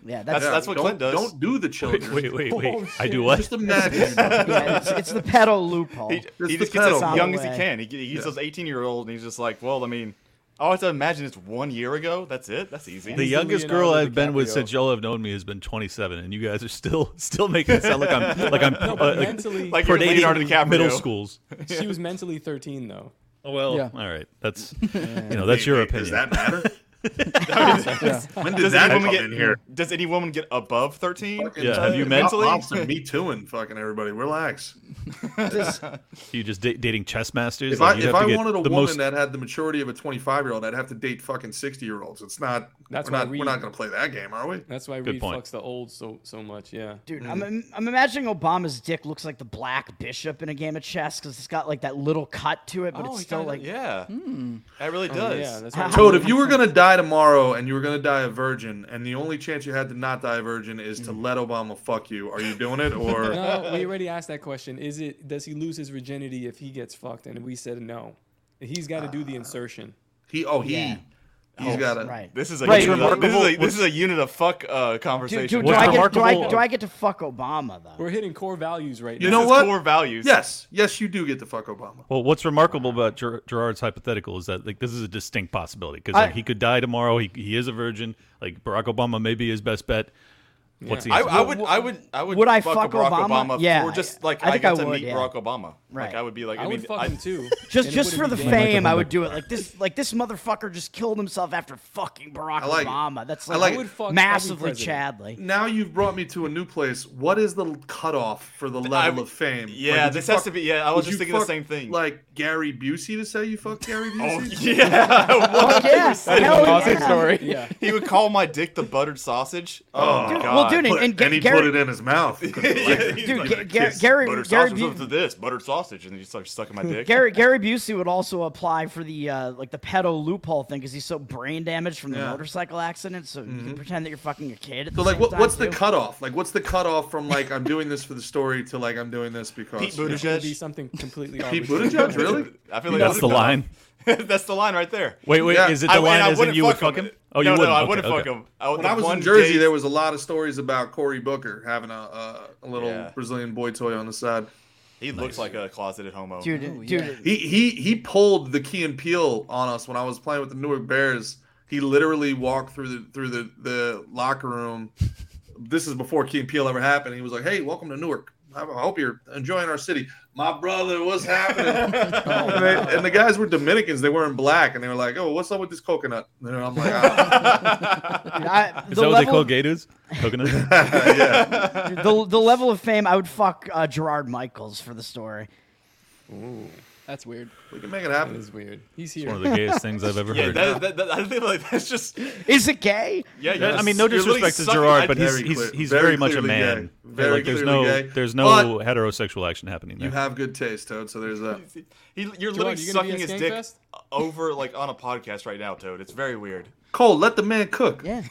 Yeah, that's- that's what Don't- Clint does. Don't do the children. [LAUGHS] Wait, [LAUGHS] wait, wait. Oh, I do shit. what? Just imagine. [LAUGHS] yeah, it's, it's the pedal loophole. He, It's he the just gets as pedal. young as he Solid way. can. He, he gets Yeah. those 18 year old, and he's just like, well, I mean, I always have to imagine it's one year ago. That's it. That's easy. The youngest girl I've been with since y'all have known me has been 27, and you guys are still [LAUGHS] still making it sound like I'm like I'm No, uh, but mentally, like, predating middle [LAUGHS] schools. [LAUGHS] She was mentally 13 though. Oh, Well, all right, that's you know that's your opinion. Does that matter? When did that come get, in here? Does any woman get above 13? Bob Lobster, me too, and fucking everybody, relax. you just da- dating chess masters? If I Like, you'd if have to I get wanted a the woman most- that had the maturity of a 25 year old, I'd have to date fucking 60 year olds. It's not. That's we're why not. Reed- We're not going to play that game, are we? That's why Good Reed point. fucks the old so so much. Yeah, Mm. Dude, I'm, I'm imagining Obama's dick looks like the black bishop in a game of chess because it's got like that little cut to it, but Oh, it's he still kinda- like yeah. That really Oh, does. yeah, [LAUGHS] that's Toad, if you were gonna die tomorrow and you were gonna die a virgin, and the only chance you had to not die a virgin is to let Obama fuck you, are you doing it or? Mm. [LAUGHS] no, we already asked that question. Is it does he lose his virginity if he gets fucked? And we said no. He's got to do the insertion. He oh he Yeah. he's Oh, got to. right. This is a Right, unit of, this is a, remarkable- this is a unit of fuck uh, Dude, conversation. dude, do, I get, do, I, do I get to fuck Obama though? We're hitting core values right You now. know what? values. Yes, yes, you do get to fuck Obama. Well, what's remarkable about Ger- Gerard's hypothetical is that like this is a distinct possibility because I- like, he could die tomorrow. He, he is a virgin. Like Barack Obama may be his best bet. What's I, he? I would, I would, I would. Would I fuck, fuck Barack Obama? Obama? Yeah, Or just I- like I I, think got I to would, meet yeah. Barack Obama. Right. Like I would be like, I I, would mean, fuck I, him too. Just And it just for wouldn't the be gay. fame, I would do it. Like this, like this motherfucker just killed himself after fucking Barack I like it. Obama. That's I like, like it. I would fuck every massively president. chadly. Now you've brought me to a new place. What is the cutoff for the level of fame? yeah, would you this has to be- yeah, I was would just you thinking the fuck, same thing. Oh, Like Gary Busey to say you fucked Gary Busey? yeah, Fuck yeah. 100%. Hell Awesome yeah. [LAUGHS] story. Yeah. he would call my dick the buttered sausage. Oh, Dude, God. well, dude, and- and Ga- and he Gary- put it in his mouth. Dude, Like, Ga- like, Ga- kiss, Gary- buttered Gary sausage Bu- up to this buttered sausage, and then you start sucking my dick. Gary Gary Busey would also apply for the uh, like the pedo loophole thing because he's so brain damaged from the Yeah. motorcycle accident. So you can pretend that you're fucking a kid. At So the like, same what, time, what's the too. cutoff? Like, what's the cutoff from like I'm doing this for the story to like I'm doing this because Pete It's gonna be Buttigjeg. something completely. Pete arbitrary. Buttigieg, really? I feel That's like the cutoff. line? that's the line right there. Wait, wait, is it the I- and line I as in wouldn't you would fuck him? Oh, you no, wouldn't. No, I Okay, wouldn't fuck okay. him. When the I was one in Jersey, date- there was a lot of stories about Cory Booker having a a, a little Brazilian boy toy on the side. He looks like a closeted homo. Dude, Ooh, dude. Oh, yeah. he he he pulled the Key and Peele on us when I was playing with the Newark Bears. He literally walked through the through the, the locker room. This is before Key and Peele ever happened. He was like, "Hey, welcome to Newark. I I hope you're enjoying our city." My brother, what's [LAUGHS] happening? and, they- and the guys were Dominicans. They weren't black, and they were like, "Oh, what's up with this coconut?" And I'm like, Dude, I- Is the that what they level- call gay dudes? Coconuts. Dude, the, the level of fame, I would fuck uh, Gerard Michaels for the story. Ooh, that's weird. We can make it happen. That is weird. He's here. one of the gayest things I've ever yeah, heard. that, that, that, I feel like that's just. Is it gay? Yeah, Yeah, yeah. I mean, no You're literally disrespect to sucking- Gerard, I- but he's very he's, clear- he's very very, much a clearly man. gay. Very like, there's no clearly gay. there's no But- heterosexual action happening "You there. have good taste, Toad." So there's that. He, you're Gerard, literally you gonna be sucking at his Skankfest? dick [LAUGHS] over like on a podcast right now, Toad. It's very [LAUGHS] weird. Cole, let the man cook. Yeah.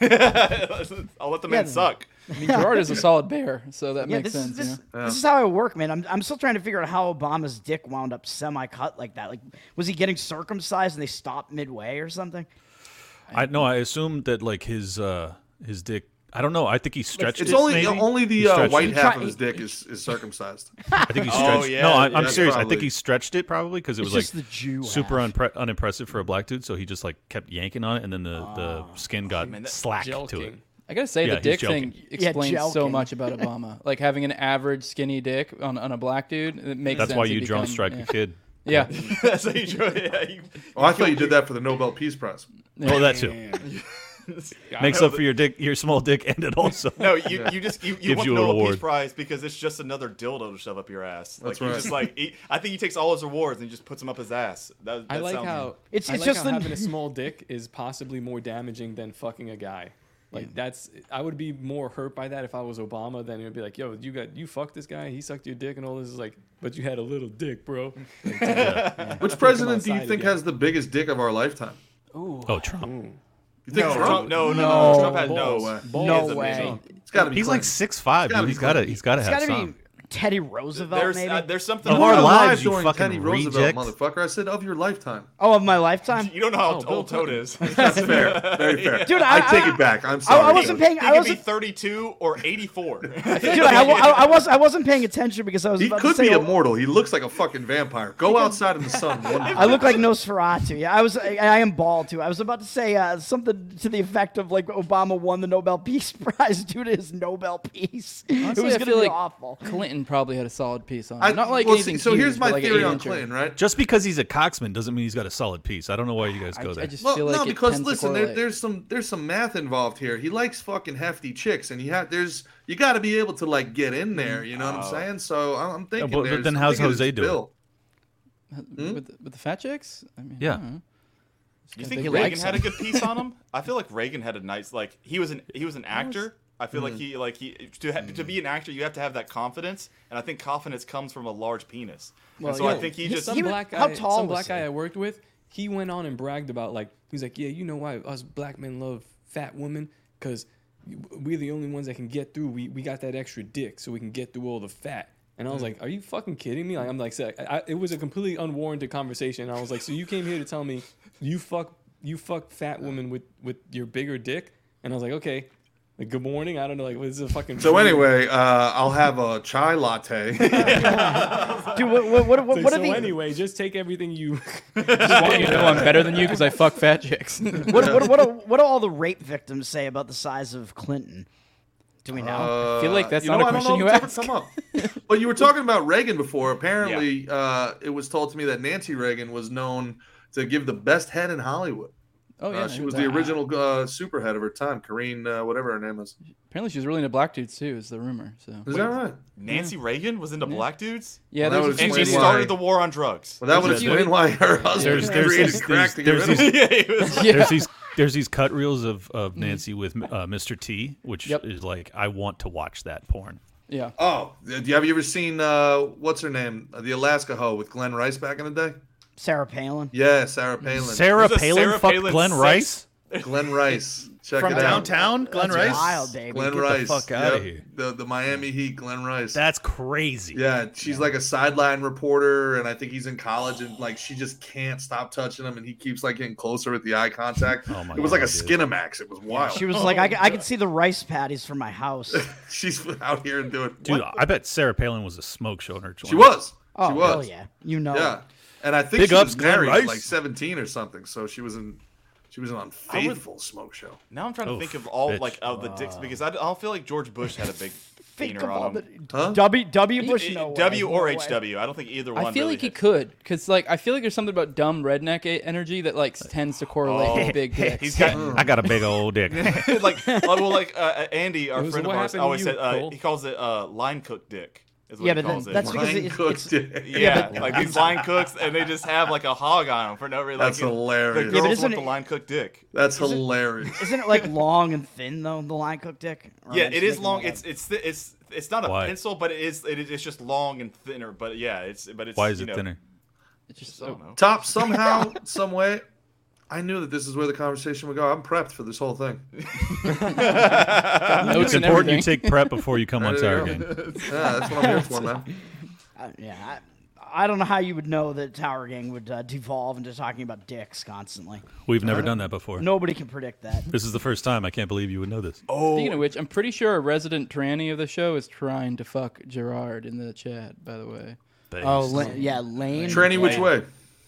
I'll let the man Yeah. [LAUGHS] suck. [LAUGHS] I mean, Gerard is a solid bear, so that yeah, makes this is sense. this, you know? this is how I work, man. I'm, I'm still trying to figure out how Obama's dick wound up semi-cut like that. Like, was he getting circumcised and they stopped midway or something? I no, I assume that like his uh his dick. I don't know. I think he stretched. It's it, only maybe? only He the uh, stretched white Oh, it. half of his dick is, is circumcised. I think he stretched. no, I, I'm serious. I think he's. he stretched it probably because it It's was like just the Jew super unpre- unimpressive for a black dude. So he just like kept yanking on it, and then the, Ah, the skin got slack to it. I gotta say, Yeah, the he's dick thing jelking. explains so jelking. much [LAUGHS] about Obama. like having an average skinny dick on, on a black dude, it makes That's sense why to you become, drunk strike yeah. a kid. Yeah, [LAUGHS] That's how you do it. Yeah, you- Oh, I thought you did that for the Nobel Peace Prize. Oh, that too. Makes up for your dick, your small dick, and it also No, you, you just you, you gives want you you an Nobel award. Peace Prize because it's just another dildo to shove up your ass. Like That's you right. just like he, I think he takes all his awards and just puts them up his ass. That, I that like sounds- how It's- I like it's just how the- having a small dick is possibly more damaging than fucking a guy. Like that's I would be more hurt by that if I was Obama than it would be like, yo, you got you fucked this guy, he sucked your dick and all this is like, but you had a little dick, bro. Like, yeah. Which president do you think has the biggest dick of our lifetime? Ooh. Oh, Trump. You think No, Trump? Trump- no, no, no, Trump had no- way. No He is a way. man. It's got to be. He's like Clinton. six five, It's gotta dude. be He's gotta Clinton. he's gotta It's have got to be some. Teddy Roosevelt, There's, maybe. uh, there's something. Of You our were alive lives, you during fucking Teddy Roosevelt, reject. motherfucker. I said of your lifetime. oh, of my lifetime. [LAUGHS] You don't know Oh, how old Toad is. That's fair. Very fair. Dude, I, I- take I- it back. I- I I'm sorry. wasn't paying- He I could wasn't- be 32 or 84. [LAUGHS] Dude, I, wa- I- I was I wasn't paying attention because I was. He about could to say, oh, be immortal. He looks like a fucking vampire. Go outside in the sun. One I [LAUGHS] look like Nosferatu. Yeah, I was. I, I am bald too. I was about to say uh, something to the effect of like Obama won the Nobel [LAUGHS] Peace Prize due to his Nobel Peace. it Honestly, was I gonna feel be like awful. Clinton probably had a solid piece on it. I- Not like well, anything. so here's huge, my but like an theory on eight-incher. Clinton, right? Just because he's a coxman doesn't mean he's got a solid piece. I don't know why you guys go there. well, no, because listen, there, there's some there's some math involved here. He likes fucking hefty chicks, and you have there's you got to be able to like get in there. You know what I'm Oh. saying? So I'm, I'm Yeah, thinking. but- but there's- then I'm how's thinking Jose it's do it? Bill. with the, with the fat chicks. I mean, I Yeah. don't know. You Just think gotta be Reagan like had a some- good piece on him? I feel like Reagan had a nice like he was an he was an actor. I feel like Mm. he like he to ha- to be an actor you have to have that confidence, and I think confidence comes from a large penis. and so I think he just some black guy, some black guy I worked with, he went on and bragged about like he's like, yeah, you know why us black men love fat women because we're the only ones that can get through. We we got that extra dick, so we can get through all the fat. And I was like, "Are you fucking kidding me?" Like, I'm like, so I, I- "It was a completely unwarranted conversation." And I was like, "So you came here to tell me you fuck you fuck fat women with with your bigger dick?" And I was like, "Okay, like good morning." I don't know, like what is this a fucking. [LAUGHS] So anyway, uh, I'll have a [LAUGHS] chai latte. Dude, what what what, what, So- what are so the anyway, just take everything you. [LAUGHS] you know oh, I'm better than you because I fuck fat chicks. [LAUGHS] [LAUGHS] what what what, what do all the rape victims say about the size of Clinton? Do we know? Uh, I feel like that's you not know, a I don't question know you if it's asked. ever come [LAUGHS] up. But you were talking about Reagan before. Apparently, uh, it was told to me that Nancy Reagan was known to give the best head in Hollywood. Oh, yeah, Uh, I she heard was that. the original uh, superhead of her time, Corrine, uh, whatever her name was. Apparently, she's really into black dudes too. Is the rumor? So Is that right? Nancy Reagan was into black dudes. Yeah, there's Well, that would a and few she people- started the war on drugs. Well, that would explain why her husband [LAUGHS] there's there's created these, crack there's, to get rid of [LAUGHS] these, him. there's these there's these cut reels of, of Nancy with uh, Mr. T, which Yep. is like I want to watch that porn. Yeah. Oh, have you ever seen uh, what's her name, Uh, the Alaska hoe with Glenn Rice back in the day? Sarah Palin. Yeah, Sarah Palin. Mm, Sarah There's a Palin Sarah fucked Palin Glenn sex- Rice? Glenn Rice. Check From it out. downtown, Glenn That's Rice? wild, baby. Glenn Get the Rice. fuck outta Yep. here. The the Miami Heat, Glenn Rice. That's crazy. Yeah, she's like a sideline reporter, and I think he's in college, and like she just can't stop touching him, and he keeps like getting closer with the eye contact. Oh my it was God, like a dude. Skinamax. It was wild. She was like, I, c- I could see the rice patties from my house. [LAUGHS] she's out here and doing. Dude, I bet Sarah Palin was a smoke show in her. She was. Oh, she was. hell yeah. You know Yeah, it. and I think Big she ups, was Glenn married at Rice. like seventeen or something, so she was in. She was an unfaithful smoke show. Now I'm trying to Oof, think of all bitch. like of the dicks because I, I don't feel like George Bush had a big Think wiener of all on the him. [LAUGHS] W W Bush Eh, no way, W no or way. HW. I don't think either one. I feel really like he could, cause like I feel like there's something about dumb redneck e- energy that like tends to correlate with [LAUGHS] big dicks. He's got I Oh. got a big old dick. [LAUGHS] like like, well like uh, Andy, our was friend of what ours, happened to always you, said uh, Cole? he calls it uh, line cook dick. Is what Yeah, he but then- calls it. that's because Line it's- cook it's- [LAUGHS] dick. Yeah, Yeah, but- like these line cooks, and they just have like a hog on them for no reason. That's like, hilarious. The Yeah, but girls isn't want the it- line cook dick. That's hilarious. [LAUGHS] Isn't it like long and thin though? The line cook dick. Or am I Yeah, it just is making long. that up? It's it's thi- it's it's not a Why? pencil, but it is it is it's just long and thinner. But yeah, it's but it's Why is you it know, thinner? It's just I don't know. Top somehow, some way. I knew that this is where the conversation would go. I'm prepped for this whole thing. it's important you take prep before you come on There Tower you Game. go. Yeah, that's what I'm here for, [LAUGHS] man. Uh, yeah. I, I don't know how you would know that Tower Gang would uh, devolve into talking about dicks constantly. We've never done that before. Nobody can predict that. This is the first time. I can't believe you would know this. Oh, Speaking of which, I'm pretty sure a resident tranny of the show is trying to fuck Gerard in the chat. By the way. Oh, la- yeah, lane. Tranny, which way?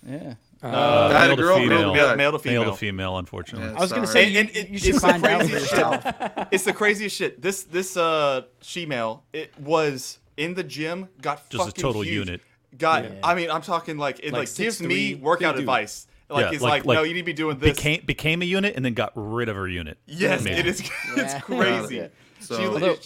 Yeah. Uh, Guy to male to girl, girl to female. guy. Male to female. Male to female, unfortunately. Yeah. I was gonna Sorry. say you, And- and you should it's the find out for craziest shit. [LAUGHS] yourself. it's the craziest shit. This this uh shemale, it was in the gym, got Just a fucking total huge. unit. Got Yeah. I mean, I'm talking like Like it like, gives 6'3", me big workout dude. advice. Like Yeah, it's like, no, you need to be doing this. Became, became a unit and then got rid of her unit. yes, Man. it is [LAUGHS] it's Yeah. crazy. So- She- Although,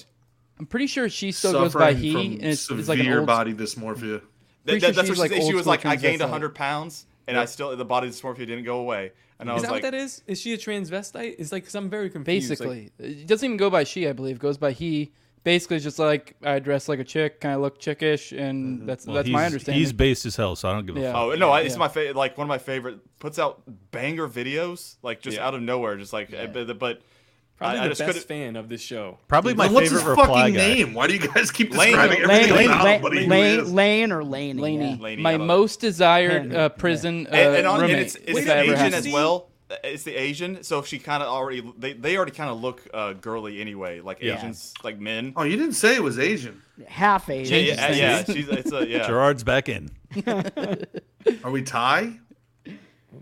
I'm pretty sure she still goes by he, from and it's, severe it's like an old body dysmorphia. that- Pretty sure that- that's she's what she like said. She old was school like, I gained transvestite. 100 pounds and I still the body dysmorphia didn't go away. And is I was that like, what that is? Is she a transvestite? It's like, cause I'm very confused. like- Basically, it doesn't even go by she. I believe goes by he. Basically, it's just like I dress like a chick, kind of look chickish, Mm-hmm. and that's Well, that's he's- my understanding. He's based as hell, so I don't give a Yeah. fuck. Oh no! I, It's Yeah. my favorite. Like one of my favorite. Puts out banger videos, like just out of nowhere, just like. eh, But, but Probably I, I the just best couldn't- fan of this show. Probably my Well, what's his favorite fucking reply guy. name? Why do you guys keep Lane. describing Lane. everything Lane. about Lane. him, but he Lane. really Lane, is? Lane or Laney? yeah. my most desired uh, prison uh, and, and, on, and roommate. it's, it's if the I ever had Asian as one. well. It's the Asian, so she kind of already they, they already kind of look uh, girly anyway, like Yeah. Asians, like men. Oh, you didn't say it was Asian. half Asian. Yeah, yeah, yeah, she's- it's a- yeah. [LAUGHS] Gerard's back in. Are we Thai?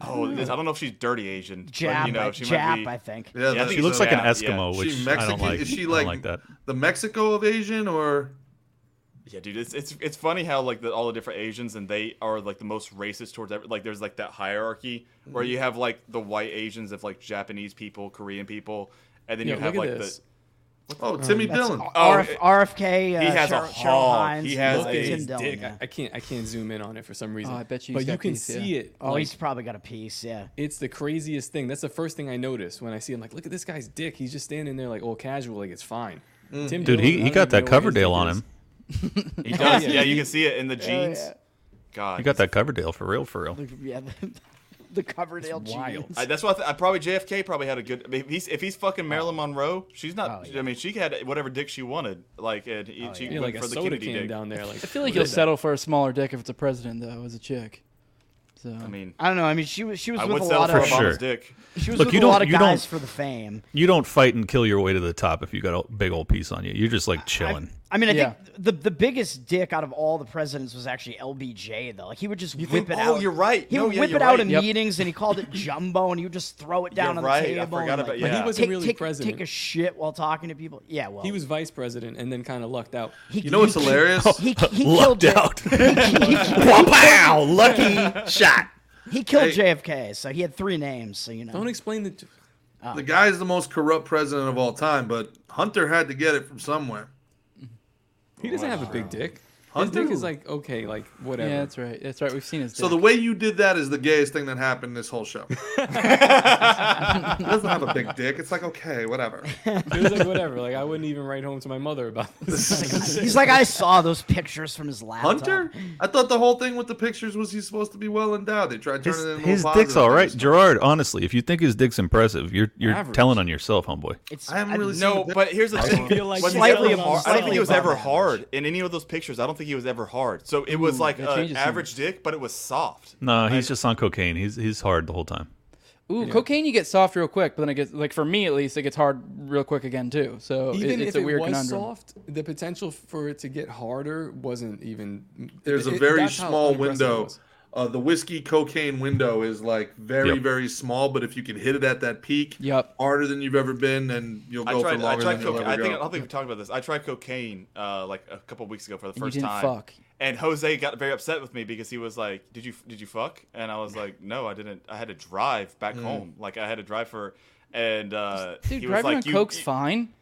Oh, this, I don't know if she's dirty Asian. but, Jap, you know, I- she Jap, might be, I think. Yeah, I that- think She looks so. like an Jap, yeah. Eskimo, She which I don't Mexican? like. Is I she don't like, like that. the Mexico of Asian or? Yeah, dude, it's it's it's funny how like the, all the different Asians and they are like the most racist towards every like there's like that hierarchy where you have like the white Asians of like Japanese people, Korean people, and then Yeah, you have look at like this. the Oh, Timmy Um, That's Dillon. R- it- RFK. Uh, Oh, he has a Cheryl, Cheryl hog. Hines, He has and a Tim Dillon, dick. yeah. I, I can't. I can't zoom in on it for some reason. Oh, I bet you But he's you got can piece, yeah. see it. Oh, like, he's probably got a piece. Yeah. It's the craziest thing. That's the first thing I noticed when I see him. Like, look at this guy's dick. He's just standing there, like, all casual, like it's fine. Mm. Tim Dude, Dillon, he, I he don't got even know where his that Coverdale dick on is. him. he does. yeah, you can see it in the jeans. God, He got that Coverdale for real, for real. [LAUGHS] Yeah. The, the Coverdale jeans. I, that's why I, th- I probably JFK probably had a good. I mean, if he's if he's fucking Marilyn Monroe, she's not. I mean, she had whatever dick she wanted. Like, and he, she yeah. went Yeah, like a for the soda Kennedy can dick down [LAUGHS] there, like, I feel like Who you'll did that? settle for a smaller dick if it's a president, though, as a chick. So I mean, I don't know. I mean, she was she was I with would a settle lot for of Obama's Sure. dick. She was Look, with you a lot don't- of you guys don't- for the fame. You don't fight and kill your way to the top if you got a big old piece on you. You're just like chilling. I mean, I Yeah. think the the biggest dick out of all the presidents was actually LBJ though. Like he would just whip think- it oh, out. you're right. He No, would yeah, whip you're it out right. in Yep. meetings, and he called [LAUGHS] it jumbo, and he would just throw it down You're on right. I the table. forgot and, about- like, But he yeah. wasn't take, really take- president. Take a shit while talking to people. Yeah, well, He was vice president and then kind of lucked out. You know what's [LAUGHS] he- hilarious? Oh, he- he [LAUGHS] killed Lucked it. [LAUGHS] out. [LAUGHS] Wow, lucky shot. He killed Hey. JFK, so he had three names. So you know. Don't explain the. T- The guy's the most corrupt president of all time, but Hunter had to get it from somewhere. He doesn't have a big dick. His Hunter? dick is like okay, like whatever. Yeah, that's right. That's right. We've seen his. So dick. the way you did that is the gayest thing that happened this whole [LAUGHS] show. he doesn't have a big dick. It's like okay, [LAUGHS] whatever. It was like whatever. Like I wouldn't even write home to my mother about this. He's like, I saw those pictures from his laptop. Hunter? I thought the whole thing with the pictures was he's supposed to be well endowed. They tried turning His, it into his a dick's positive. all right, Gerard. Honestly, if you think his dick's impressive, you're you're Average. telling on yourself, homeboy. It's, I haven't really seen No, the but here's the I thing. feel like Was he slightly ever hard? I don't think he was above ever average. hard in any of those pictures. I don't think he was ever hard. So it was Ooh, like that an changes average dick, but it was soft. No, he's just on cocaine. He's he's hard the whole time. Ooh, cocaine you get soft real quick, but then it gets like for me at least it gets hard real quick again too. So it- even it's if a weird it was conundrum. soft, the potential for it to get harder wasn't even. There's a it- very that's how small unimpressive it window. was. Uh, the whiskey cocaine window is like very, Yep. very small. But if you can hit it at that peak, yep. harder than you've ever been, and you'll I go tried. for I longer tried. than you'll Coca- ever I go. think. I don't think we talked about this. I tried cocaine uh, like a couple weeks ago for the You first didn't time. fuck. And Jose got very upset with me because he was like, "Did you did you fuck?" And I was like, "No, I didn't. I had to drive back Mm. home. Like I had to drive for." And uh, Dude, he was driving like, on you, coke's you- fine.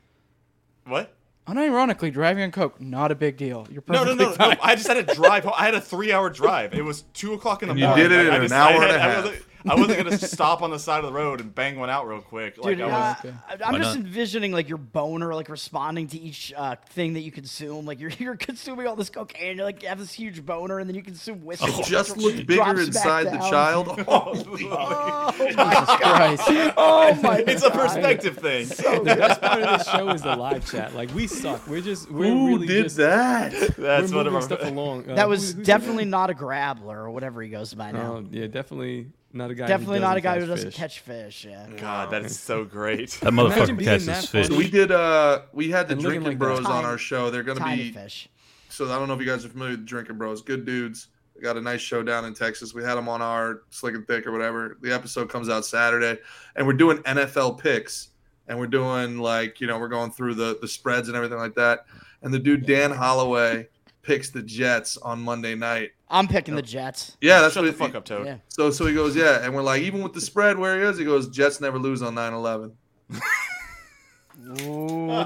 What? Unironically, driving on coke not a big deal. You're No, no, perfectly no, no. [LAUGHS] fine. I just had to drive. home. I had a three-hour drive. It was two o'clock in the And you morning. did it Like, in I an just- hour I and a had- I half. wasn't- I wasn't gonna stop on the side of the road and bang one out real quick. Like I Dude, uh, was. [LAUGHS] I- Why I'm just not? envisioning like your boner like responding to each uh, thing that you consume. Like you're [LAUGHS] you're consuming all this cocaine, you're like you have this huge boner, and then you consume whiskey. Oh. [LAUGHS] It just drops looked bigger back inside the down. [LAUGHS] child. Jesus Christ. Oh my It's a God. perspective thing. the best part of this show is the live chat. Like we suck. We're just we're [LAUGHS] Who really did just, [LAUGHS] that? That's we're one of moving [LAUGHS] our- stuff along. Uh, That who- was who's- definitely not a grabbler or whatever he goes by now. No, yeah, definitely not a guy. who definitely not a doesn't guy who catch doesn't fish. catch fish. Yeah. God, that is so great. [LAUGHS] That motherfucker catches fish. So we did. Uh, we had the And looking like Drinking Bros that. on Tiny- our show. They're going to tiny be. fish. So I don't know if you guys are familiar with Drinking Bros. Good dudes. They got a nice show down in Texas. We had them on our Slick and Thick or whatever. The episode comes out Saturday, and we're doing NFL picks, and we're doing like you know we're going through the the spreads and everything like that. And the dude Dan Holloway picks the Jets on Monday night. I'm picking the Jets. Yeah, that's Shut what the fuck up, Toad. Yeah. So so he goes, yeah, and we're like, even with the spread where he is, he goes, Jets never lose on 9-11. Ooh,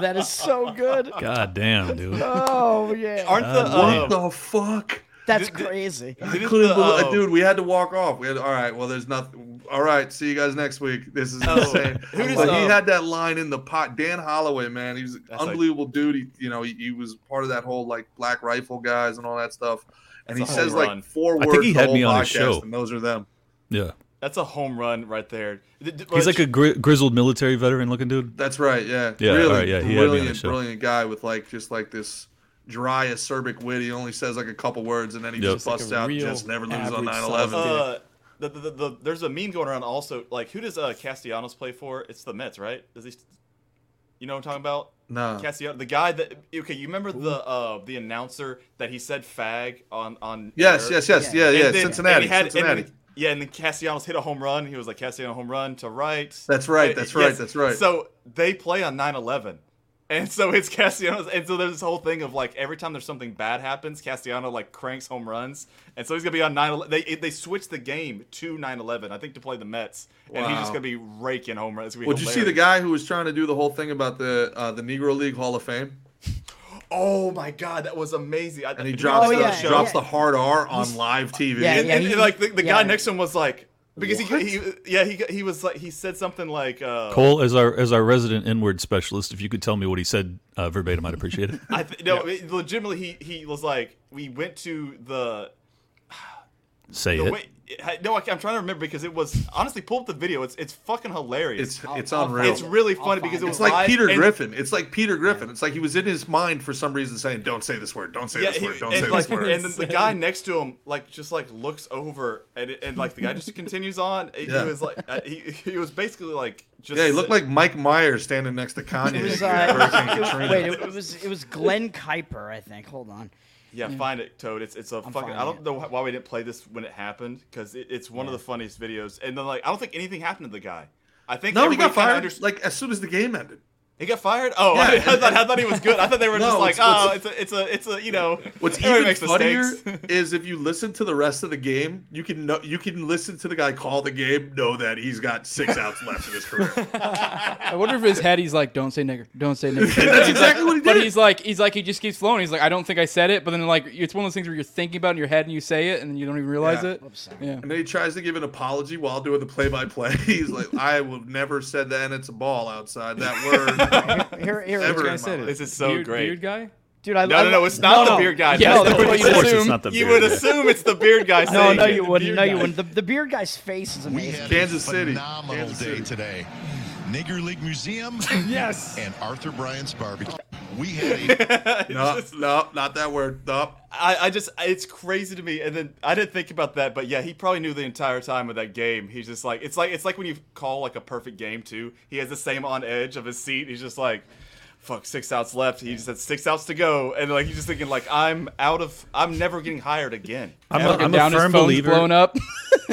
[LAUGHS] that Oh, is so good. God damn, dude. Oh yeah. Aren't the God uh, damn. the fuck? That's crazy. I couldn't believe- um, um, dude, we had to walk off. We had all right. Well, there's nothing. All right, see you guys next week. This is Oh, [LAUGHS] insane. Who does, But he um, had that line in the pot. Dan Holloway, man, he was an That's like- unbelievable dude. He, you know, he, he was part of that whole like Black Rifle guys and all that stuff. And he That's a says home run. like four I words. think he the had whole me on his podcast, show. and those are them. Yeah. That's a home run right there. D- d- He's like a gri- grizzled military veteran looking dude. That's right. Yeah. Yeah, Really alright, yeah, he had me on the brilliant, show. brilliant guy with like just like this dry acerbic wit. He only says like a couple words and then he Yep. just Just like a busts out. real Just never lose on average 9/11. Uh, the, the, the, the, there's a meme going around also. Like, who does uh, Castellanos play for? It's the Mets, right? Does he? You know what I'm talking about? No. Castellanos, the guy that. Okay, you remember the uh, the announcer that he said "fag" on on. Yes, air? yes, yes, yeah, yeah, And then- Cincinnati, and he had- and Cincinnati. then- yeah, and then Castellanos hit a home run. He was like Castellanos home run to right. That's right, Uh, that's right, that's right. So they play on 9/11. And so it's Castellanos, and so there's this whole thing of like every time there's something bad happens, Castellano like cranks home runs, and so he's gonna be on 9/11. They they switched the game to 9/11, I think, to play the Mets, and he's just Wow. gonna be raking home runs. It's gonna be Would you see the hilarious. guy who was trying to do the whole thing about the uh, the Negro League Hall of Fame? Oh my god, that was amazing! I, And he drops oh, the yeah. drops the hard R on live TV. and, and- and, like the, the guy yeah. next to him was like because he, he yeah he he was like he said something like uh, Cole, as our as our resident inward specialist, if you could tell me what he said uh, verbatim, I'd appreciate it. [LAUGHS] I th- no it- legitimately he he was like we went to the Say the it. way it had- no I, am trying to remember because it was honestly pull up the video it's it's fucking hilarious It's- it's I'll- I'll unreal. find it's it. really I'll funny because it was It's like live Peter and- Griffin. It's like Peter Griffin. It's like he was in his mind for some reason saying, "Don't say this word. Don't say yeah, this he- word. Don't and, say like, this word." and then the guy next to him, like, just like looks over, and it- and like the [LAUGHS] guy just continues on. He- Yeah. He was like, uh, he, he was basically like, just yeah, he looked like Mike Myers standing next to Kanye. It was, during Hurricane uh, [LAUGHS] Katrina. wait, it was it was Glenn Kuiper, I think. Hold on. Yeah, find it, Toad. It's it's a fucking. I finding don't know why we didn't play this when it happened because it, it's one of the funniest videos. And then like, I don't think anything happened to the guy. I think no, he got everybody kinda fired. under- Like as soon as the game ended. he got fired. Oh, I, Yeah. I thought I thought he was good. I thought they were [LAUGHS] No, just like, what's- oh, what's- it's a, it's a it's a you know. What's [LAUGHS] everybody even makes funnier mistakes. [LAUGHS] is if you listen to the rest of the game, you can know, you can listen to the guy call the game, know that he's got six outs left in his career. I wonder if his head he's like, "Don't say nigger, don't say nigger." [LAUGHS] That's exactly what he But did. he's like, he's like, he just keeps flowing. He's like, I don't think I said it, but then like, it's one of those things where you're thinking about it in your head and you say it and then you don't even realize Yeah. it. Yeah. And then he tries to give an apology while doing the play-by-play. [LAUGHS] He's like, "I would have never said that, and it's a ball outside that word." Here- here- ever This guy in my said it. life." This is so Beard- great. beard guy? Dude, I no, I no, no, lo- it's not no, the no. beard guy. Yeah, That's no, what of you course would it's assume. not the you beard would guy. assume it's the beard guy. No, saying [LAUGHS] no, it. you wouldn't. Beard No, guy. you wouldn't. The, the beard guy's face is amazing. Kansas City. Phenomenal Kansas day City. today. Nigger League Museum. yes. And Arthur Bryant's barbecue. We had a No, no, not that word. No. I, I just it's crazy to me and then i didn't think about that but yeah he probably knew the entire time of that game he's just like it's like it's like when you call like a perfect game too he has the same on edge of his seat he's just like fuck six outs left he just had six outs to go and like he's just thinking like i'm out of i'm never getting hired again I'm a, Ever. I'm a firm believer. blown [LAUGHS] up.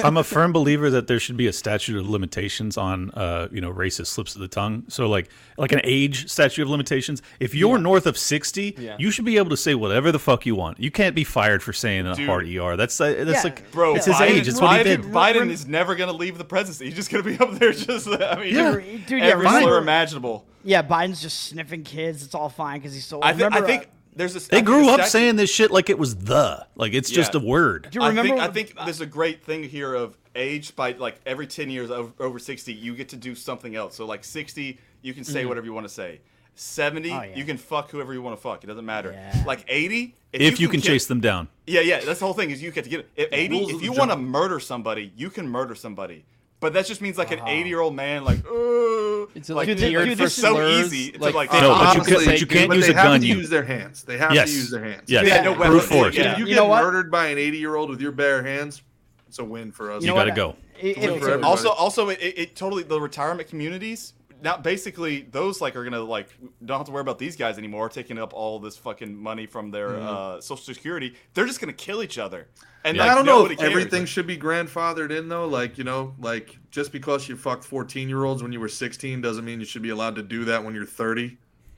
I'm a firm believer that there should be a statute of limitations on, uh, you know, racist slips of the tongue. So like, like an age statute of limitations. If you're north of sixty, Yeah. you should be able to say whatever the fuck you want. You can't be fired for saying a Dude. hard er. That's uh, that's Yeah. like, bro it's his Biden- age. It's what he Biden- did. Biden is never gonna leave the presidency he's just gonna be up there just [LAUGHS] i mean Yeah. every, Dude, yeah, every Biden- slur imaginable Yeah, Biden's just sniffing kids. It's all fine because he's so. i think i remember, uh, think there's this I They think grew the up statute- saying this shit like it was the like it's just a Yeah. word. I think, I think there's a great thing here of age by like every 10 years over, over 60, you get to do something else. So like 60, you can say Mhm. whatever you want to say. 70, Oh, yeah. you can fuck whoever you want to fuck. It doesn't matter. Like 80, if, you, can kill- chase them down. Yeah, yeah. That's the whole thing is you get to get it. If 80, rules of if the you want to murder somebody, you can murder somebody. But that just means like an 80 year old man like, oh, it's like, geared for it's so slurs, easy. It's like- like, No, but you, Honestly, can, but you can't but use they a have gun. to you- use their hands. They have Yes. to use their hands. Yes. Yeah, no Brute weapons. force. If you You get know what? murdered by an 80 year old with your bare hands, it's a win for us. You You know gotta what? go. It- it- for everybody. also also it, it, it totally the retirement communities now basically those like are gonna like don't have to worry about these guys anymore taking up all this fucking money from their Mhm. uh, social security they're just gonna kill each other and And like, I don't know nobody if cares. everything should be grandfathered in though. Like you know, like just because you fucked 14 year olds when you were 16 doesn't mean you should be allowed to do that when you're 30.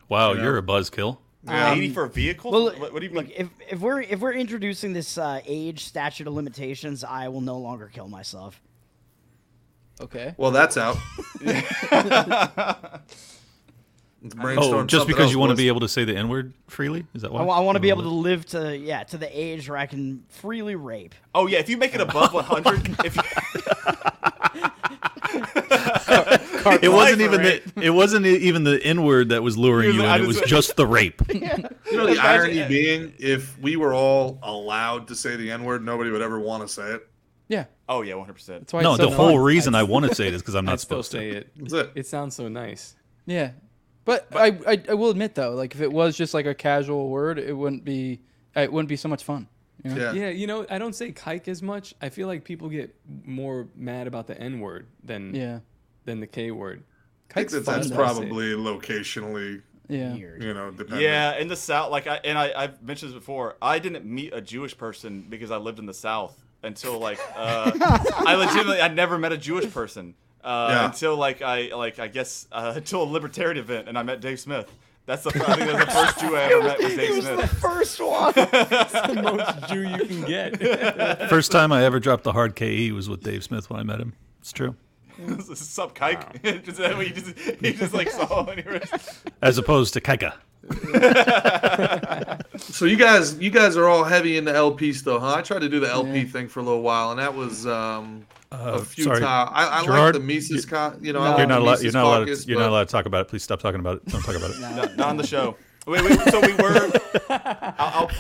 Wow, You know? you're a buzzkill. Yeah. Eighty for vehicles? Well, what, what do you mean? Look, if, if we're if we're introducing this uh, age statute of limitations, I will no longer kill myself. Okay. [LAUGHS] Well, that's out. Oh, just because you want to be able to say the N word freely? Is that I, why? want to be able to live to yeah to the age where I can freely rape. [LAUGHS] Oh yeah, if you make it above 100, if it wasn't even the it wasn't e- even the N word that was luring you, and it was just the rape. You know, the irony being, if we were all allowed to say the N word, nobody would ever want to say it. Yeah. Oh yeah, 100. percent No, the whole reason I want to say it is because I'm I'd not still supposed say to. it. It sounds so nice. Yeah, but, I, I I will admit though, like if it was just like a casual word, it wouldn't be it wouldn't be so much fun. You know? Yeah. you know, I don't say kike as much. I feel like people get more mad about the N word than Yeah. than the K word. I think Kike's that fun that's to say. probably locationally. Yeah. You know, depending. Yeah, in the South, like I and I, I've mentioned this before, I didn't meet a Jewish person because I lived in the South until like uh, I legitimately I never met a Jewish person uh, Yeah. until like I like I guess uh, until a libertarian event and I met Dave Smith. That's the I think that's the first Jew I [LAUGHS] ever met was Dave Smith. first [LAUGHS] one. it's the [LAUGHS] most Jew you can get. First time I ever dropped the hard KE was with Dave Smith when I met him. It's true. Sup, kike? [LAUGHS] Is that what you just you just like saw on your As opposed to Kaika. so you guys, you guys are all heavy into LP still, huh? I tried to do the LP thing for a little while, and that was um, Uh, a futile. sorry. I, I like Gerard, the Mises, con- you know, I You're like not the allowed. Mises You're not allowed. Caucus, To, you're not but- allowed to talk about it. Please stop talking about it. Don't talk about it. not, not on the show. Wait, wait. So we were. I'll, I'll,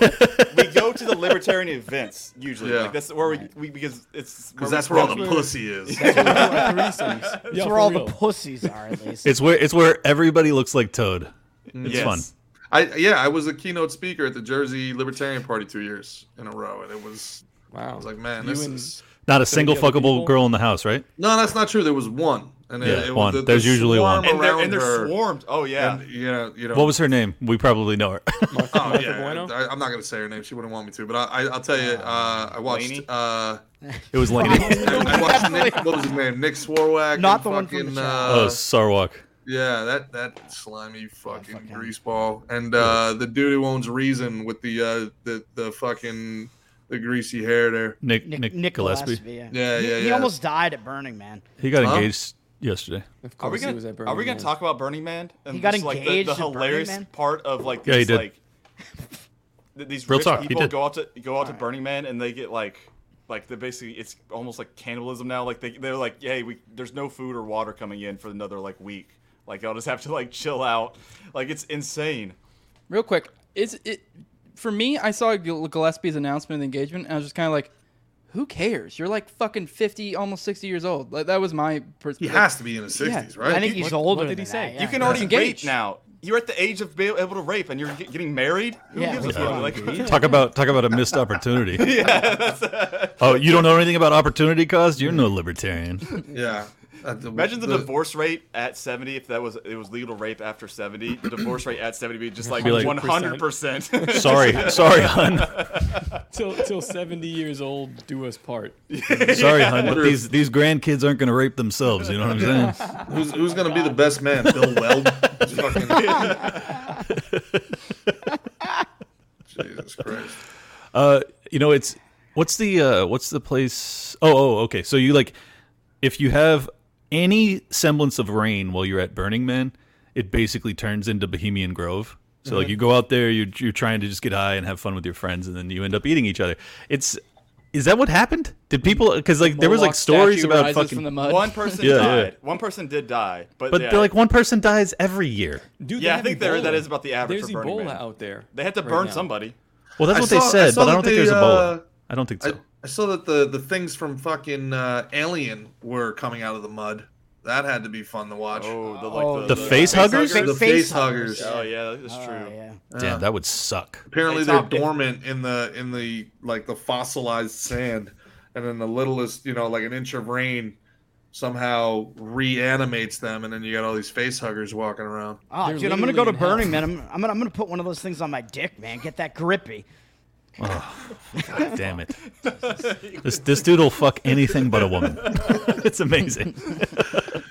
we go to the libertarian events usually. Yeah. Like that's where we, we because it's 'Cause that's where all the pussy is. That's where we- That's Yeah, where for all real. the pussies are [LAUGHS] at least. It's where it's where everybody looks like Toad. Mm. It's fun. I yeah, I was a keynote speaker at the Jersey Libertarian Party two years in a row, and it was wow. I was like, man, You this and- is Not a single Don't get other fuckable people? girl in the house, right? no, that's not true. There was one, and it, Yeah, it was one. the- the There's usually one. swarm And they're- around and they're her. swarmed. Oh, yeah. And, yeah, you know What was her name? We probably know her. [LAUGHS] Oh, yeah, [LAUGHS] I, am not gonna say her name. She wouldn't want me to, but I, I, I'll tell you. Uh, I watched. Laney? Uh, It was Laney. I, I watched Nick. What was his name? Nick Swarwack. Not and the one from fucking, the oh, uh, Sarwak. Yeah, that that Oh, slimy fucking, greaseball, and uh, the dude who owns Reason with the uh, the the fucking the greasy hair there. Nick Nick, Gillespie. yeah. Yeah, He- yeah, He yeah. almost died at Burning Man. He got Huh? engaged yesterday. Of Are we course, he gonna was at Are we Burning gonna Man. talk about Burning Man? He got just, engaged Like, at the- the, Burning hilarious Man? part of like Yeah, he these did. like [LAUGHS] th- these Real rich talk, he people did. go out to go out to Burning Man and they get like like they're basically it's almost like cannibalism now. Like they they're like, hey, we there's no food or water coming in for another like week. Like y'all just have to like chill out. Like it's insane. Real quick, is it for me? I saw Gil- Gillespie's announcement of the engagement, and I was just kind of like, "Who cares? You're like fucking fifty, almost sixty years old." Like that was my He perspective. has to be in his sixties, right? he's what, older What did he than say? that, yeah. You can Yeah. already rape Engaged. now. You're at the age of being able to rape, and you're get- getting married. Who Yeah, gives a we fuck? can't Like, Talk about talk about a missed opportunity. yeah, that's, Oh, you don't know anything about opportunity cost? You're no libertarian. Yeah. Uh, the- Imagine the, divorce rate at 70 if that was it was legal to rape after 70. The divorce rate at 70 would be just like, Be like- [LAUGHS] 100%. Sorry, sorry, hun. till till seventy years old, do us part. Sorry, hun, but these these grandkids aren't going to rape themselves. You know what I'm saying? Who's, who's gonna Oh, be the best man? Bill [LAUGHS] Weld. It's fucking- Jesus Christ. Uh, you know, it's what's the uh, what's the place? Oh, oh, okay. So you like if you have any semblance of rain while you're at Burning Man, it basically turns into Bohemian Grove. So Mhm. like Mm-hmm. you go out there, you're you're trying to just get high and have fun with your friends, and then you end up eating each other. It's is that what happened? Did people? Because like there was like Moloch stories statue about rises fucking from the mud. [LAUGHS] One person Yeah, died. yeah. One person did die. But, But yeah, they're like one person dies every year. Dude, yeah they I have think there, that Ebola. is about the average There's for Burning Ebola Man. out there They had to right burn now. somebody. Well, that's I what saw- they I said, saw but I don't that think they, there's Ebola. uh, I don't think I, so. I saw that the the things from fucking uh, Alien were coming out of the mud. That had to be fun to watch. Oh, the, Oh, like, the face huggers? The face huggers. Oh, yeah, that's true. Damn, that would suck. Apparently Hey, they're Tom, if- dormant in the in the like the fossilized sand, and then the littlest, you know, like an inch of rain, somehow reanimates them, and then you got all these face huggers walking around. Oh, They're dude, I'm gonna go to literally in hell. Burning Man. I'm, I'm gonna I'm gonna put one of those things on my dick, man. Get that grippy. God damn it. This this dude will fuck anything but a woman. it's amazing.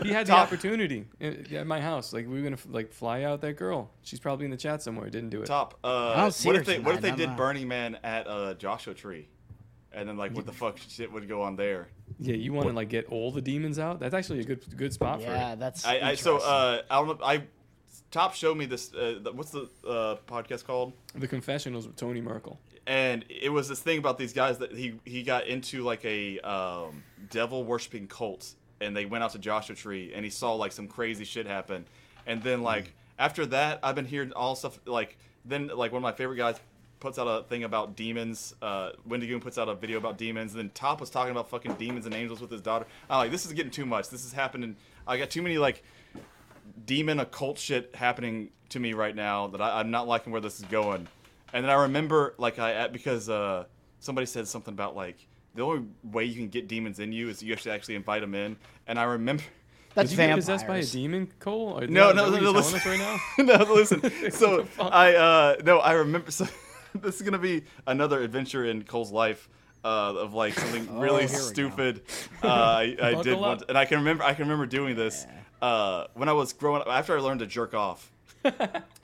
He had the opportunity in- at my house. Like we were gonna like fly out that girl. She's probably in the chat somewhere. Didn't do it. Top. Uh, I don't see what her if they, what if tonight, they I'm did not. Burning Man at uh, Joshua Tree? And then, like, what the fuck shit would go on there? Yeah, you want to like get all the demons out? That's actually a good good spot for it. Yeah, Uh, that's. I, I so uh, I don't know. I Top showed me this. Uh, the- what's the uh, podcast called? The confessionals with Tony Merkel. and it was this thing about these guys that he he got into like a um, devil worshipping cult, and they went out to Joshua Tree, and he saw like some crazy shit happen, and then like after that, I've been hearing all stuff like then like one of my favorite guys puts out a thing about demons. Uh, Wendy Goon puts out a video about demons, and then Top was talking about fucking demons and angels with his daughter. I'm like, this is getting too much. This is happening. I got too many like demon occult shit happening to me right now that I, I'm not liking where this is going. And then I remember, like, I because uh, somebody said something about like the only way you can get demons in you is you have to actually invite them in. And I remember. Did you get possessed by a demon, Cole? Are- No, is [LAUGHS] no, that what no, you're telling listen. us right now. [LAUGHS] no, [LAUGHS] listen. So I uh no, I remember. [LAUGHS] So this is gonna be another adventure in Cole's life uh, of like something [LAUGHS] Oh, really here we go. stupid. Uh, I, I did Buckle once, and I can remember. I can remember doing this uh, when I was growing up. After I learned to jerk [LAUGHS] off,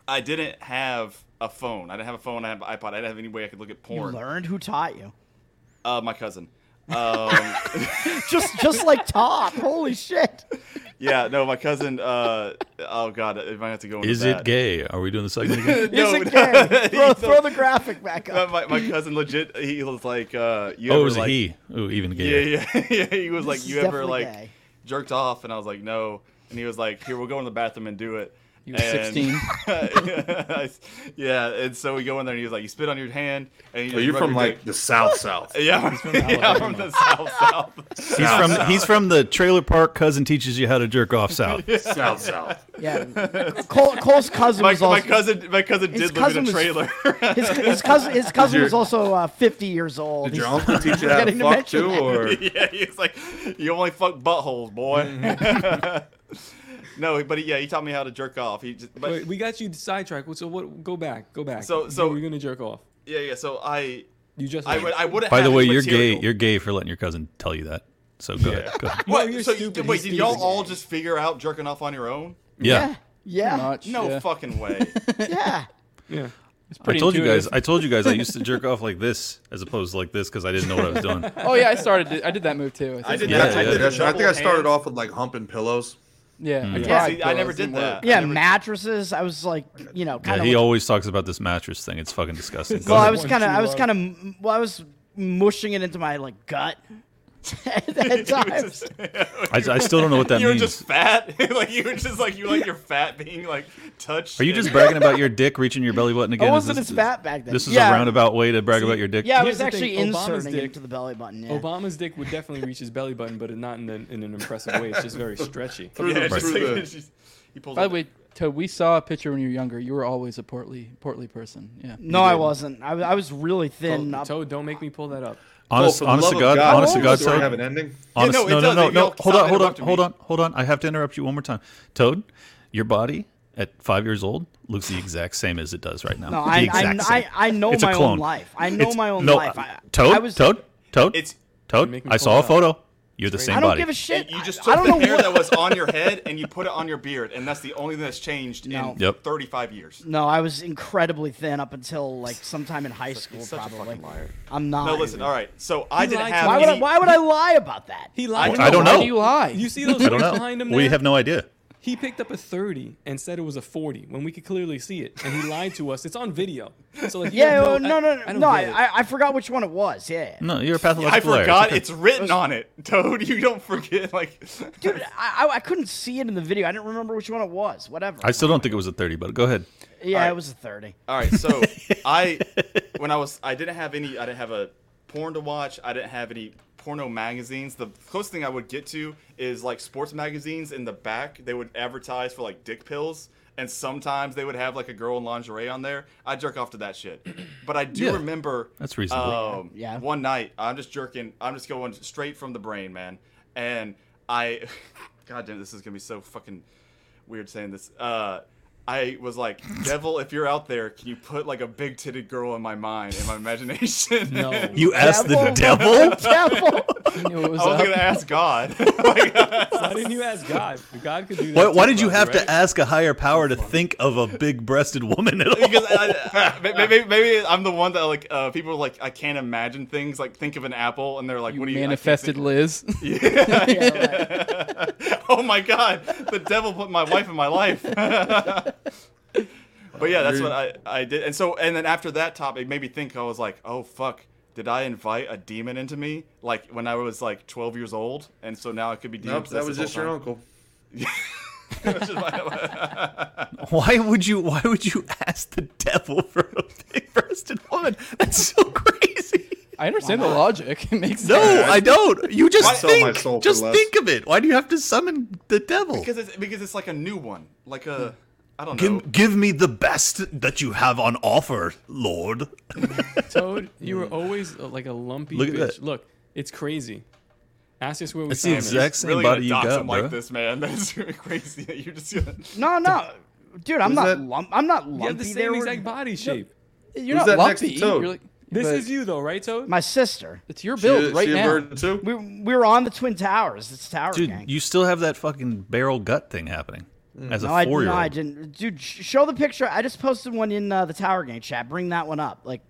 I didn't have a phone. I didn't have a phone. I had an iPod. I didn't have any way I could look at You porn. learned who taught you. Uh, my cousin. [LAUGHS] Um, Just just like Top. Holy shit. yeah, no, my cousin. Uh, oh God, it might have to go. Into Is that. [LAUGHS] it gay? Are we doing the segment again? Is it gay? Throw, throw the [LAUGHS] graphic back up. My, my cousin legit, he was like, uh, you Oh, it ever, was a like- he. Ooh, even gayer. [LAUGHS] Yeah, yeah, [LAUGHS] yeah. He was This like, is you ever definitely like gay. jerked off? And I was like, no. And he was like, here, we'll go in the bathroom and do it. You were [LAUGHS] 16. yeah, and so we go in there, and he was like, you spit on your hand. And you Oh, you're from, like, the South [LAUGHS] South. yeah, I'm- [LAUGHS] yeah, I'm from the South [LAUGHS] South. He's from he's from the trailer park. Cousin teaches you how to jerk off south. South South. Yeah. Cole, Cole's cousin My, was also my cousin, my cousin did His live cousin in a was- trailer. [LAUGHS] His, his cousin, his cousin Did was your- also uh, 50 years old. Did your He's- [LAUGHS] uncle teach you I'm how to forgetting fuck mention too, that. or- [LAUGHS] yeah, he's like, you only fuck buttholes, boy. Mm-hmm. [LAUGHS] no, but he- yeah, he taught me how to jerk off. He just, but Wait, we got you sidetracked. So what? Go back. Go back. So- so- we're gonna jerk off. yeah, yeah. So I, you just, I would, I would. By the way, you're gay. You're gay for letting your cousin tell you that. So go ahead. Go [LAUGHS] ahead. What? you're so you- stupid. wait, He's did y'all stupid. all just figure out jerking off on your own? Yeah. Yeah. Much, no yeah. fucking way. [LAUGHS] yeah. Yeah. I pretty told you guys. intuitive. I told you guys I used to jerk off like this as opposed to like this because I didn't know what I was doing. [LAUGHS] Oh yeah, I started. to- I did that move too. I did Yeah, that. yeah. I, did that. I think I Double started hand. off with like humping pillows. Yeah, Mm. I, Yeah, tried see, I never those, didn't did that. work. [LAUGHS] Yeah, mattresses. I was like, you know, kind Yeah, of. he always talks about this mattress thing. It's fucking disgusting. Go well, I ahead. was kind of, I was kind of, well, I was mushing it into my like gut. [LAUGHS] at times. I, I still don't know what that [LAUGHS] you were means. just fat. [LAUGHS] like you were just like you like your fat being like touched. Are you and- just bragging about your dick reaching your belly button again? Is wasn't this- as fat back then. This is Yeah. a roundabout way to brag about your dick. Yeah, I was Here's the actually thing, Obama's inserting it dick- into the belly button. Yeah. Obama's dick would definitely reach his belly button, but not in an, in an impressive way. It's just very stretchy. [LAUGHS] Through the- Yeah, just through [LAUGHS] like- the- he pulls By it the way, Toad, we saw a picture when you were younger. You were always a portly, portly person. [LAUGHS] Yeah. no, I wasn't. I, w- I was really thin. Toad, Toad, don't make me pull that up. Honest, Oh, for the honest to love of God, God, honest to does God, the story Toad. have an ending? Honest, Yeah, no, no, no, it does. no, It- no. y'all Hold stop on, hold on, interrupting hold me. on, hold on. I have to interrupt you one more time. Toad, your body at five years old looks the exact same as it does right now. No, the I- I- exact same. I- I know it's a my own clone. life. I know It's- my own no, life. I- Toad, I was- Toad, Toad, It's- Toad. Make me I pull saw it a up. photo. You're the same I don't body. give a shit. You just took I don't the know hair what- that was on your head and you put it on your beard, and that's the only thing that's changed No. in Yep. 35 years. No, I was incredibly thin up until like sometime in high school, such a probably. fucking liar. I'm not. No, listen. All right. So I didn't lied have. why would I, any- why would I lie about that? He lied. I don't know. do you lie? You see I those don't words know. behind him there? We have no idea. He picked up a 30 and said it was a 40 when we could clearly see it, and he lied to us. It's on video. So like, you Yeah, well, don't know- no, no, I, I no, don't no. get it. I, I, I forgot which one it was. Yeah, No, you're a I pathological liar. forgot. okay. It's written on it, [LAUGHS] Toad. You don't forget. Like, dude, I, I, I couldn't see it in the video. I didn't remember which one it was. Whatever. I still don't think it was a thirty, but go ahead. yeah, All right. it was a thirty. All right, [LAUGHS] so I when I was I didn't have any I didn't have a porn to watch. I didn't have any porno magazines. The closest thing I would get to is like sports magazines in the back. They would advertise for like dick pills and sometimes they would have like a girl in lingerie on there. I jerk off to that shit. But I do Yeah, remember that's reasonable. Um, Yeah. one night I'm just jerking. I'm just going straight from the brain, man. And I [LAUGHS] God damn, this is going to be so fucking weird saying this. Uh, I was like, "Devil, if you're out there, can you put like a big titted girl in my mind, in my imagination?" [LAUGHS] No. You asked the devil. [LAUGHS] devil. knew it was I was up. gonna ask God. [LAUGHS] Why didn't you ask God? God could do that. Why, why too, did you probably, right? have to ask a higher power to think of a big-breasted woman at all? [LAUGHS] because I, I, maybe, maybe I'm the one that like uh, people are like I can't imagine things. Like think of an apple, and they're like, "What do you I can't Manifested think- Liz. [LAUGHS] oh my God, the devil put my wife in my life. [LAUGHS] But yeah, that's what I, I did. And so, and then after that topic, it made me think, I was like, oh, fuck, did I invite a demon into me? Like when I was like 12 years old. And so now I could be demon Nope, that was just your uncle. [LAUGHS] Why would you? Why would you ask the devil for a big-breasted woman? That's so crazy. I understand the logic. [LAUGHS] It makes No, sense. I don't. You just Why- think. just think of it. Why do you have to summon the devil? Because it's, because it's like a new one. Like a, I don't know. Give, give me the best that you have on offer, Lord. Toad, you were always uh, like a lumpy Look at bitch. that. Look, it's crazy. Ask us where we It's the found it. exact same Really body you Dox got, him bro. like this, man. [LAUGHS] That's really crazy that [LAUGHS] you're just gonna. No, no, dude, I'm Who's not that- lump. I'm not You lumpy. have the They same were- exact body shape. You're Who's not that next to lumpy. Toad? You're like- this but- is you though, right, Toad? My sister. It's your build right now. We, we were on the Twin Towers. It's Tower Dude, Gang. you still have that fucking barrel gut thing happening as a no, I, four year no, I old. didn't. Dude, sh- show the picture. I just posted one in uh, the Tower Gang chat. Bring that one up. Like,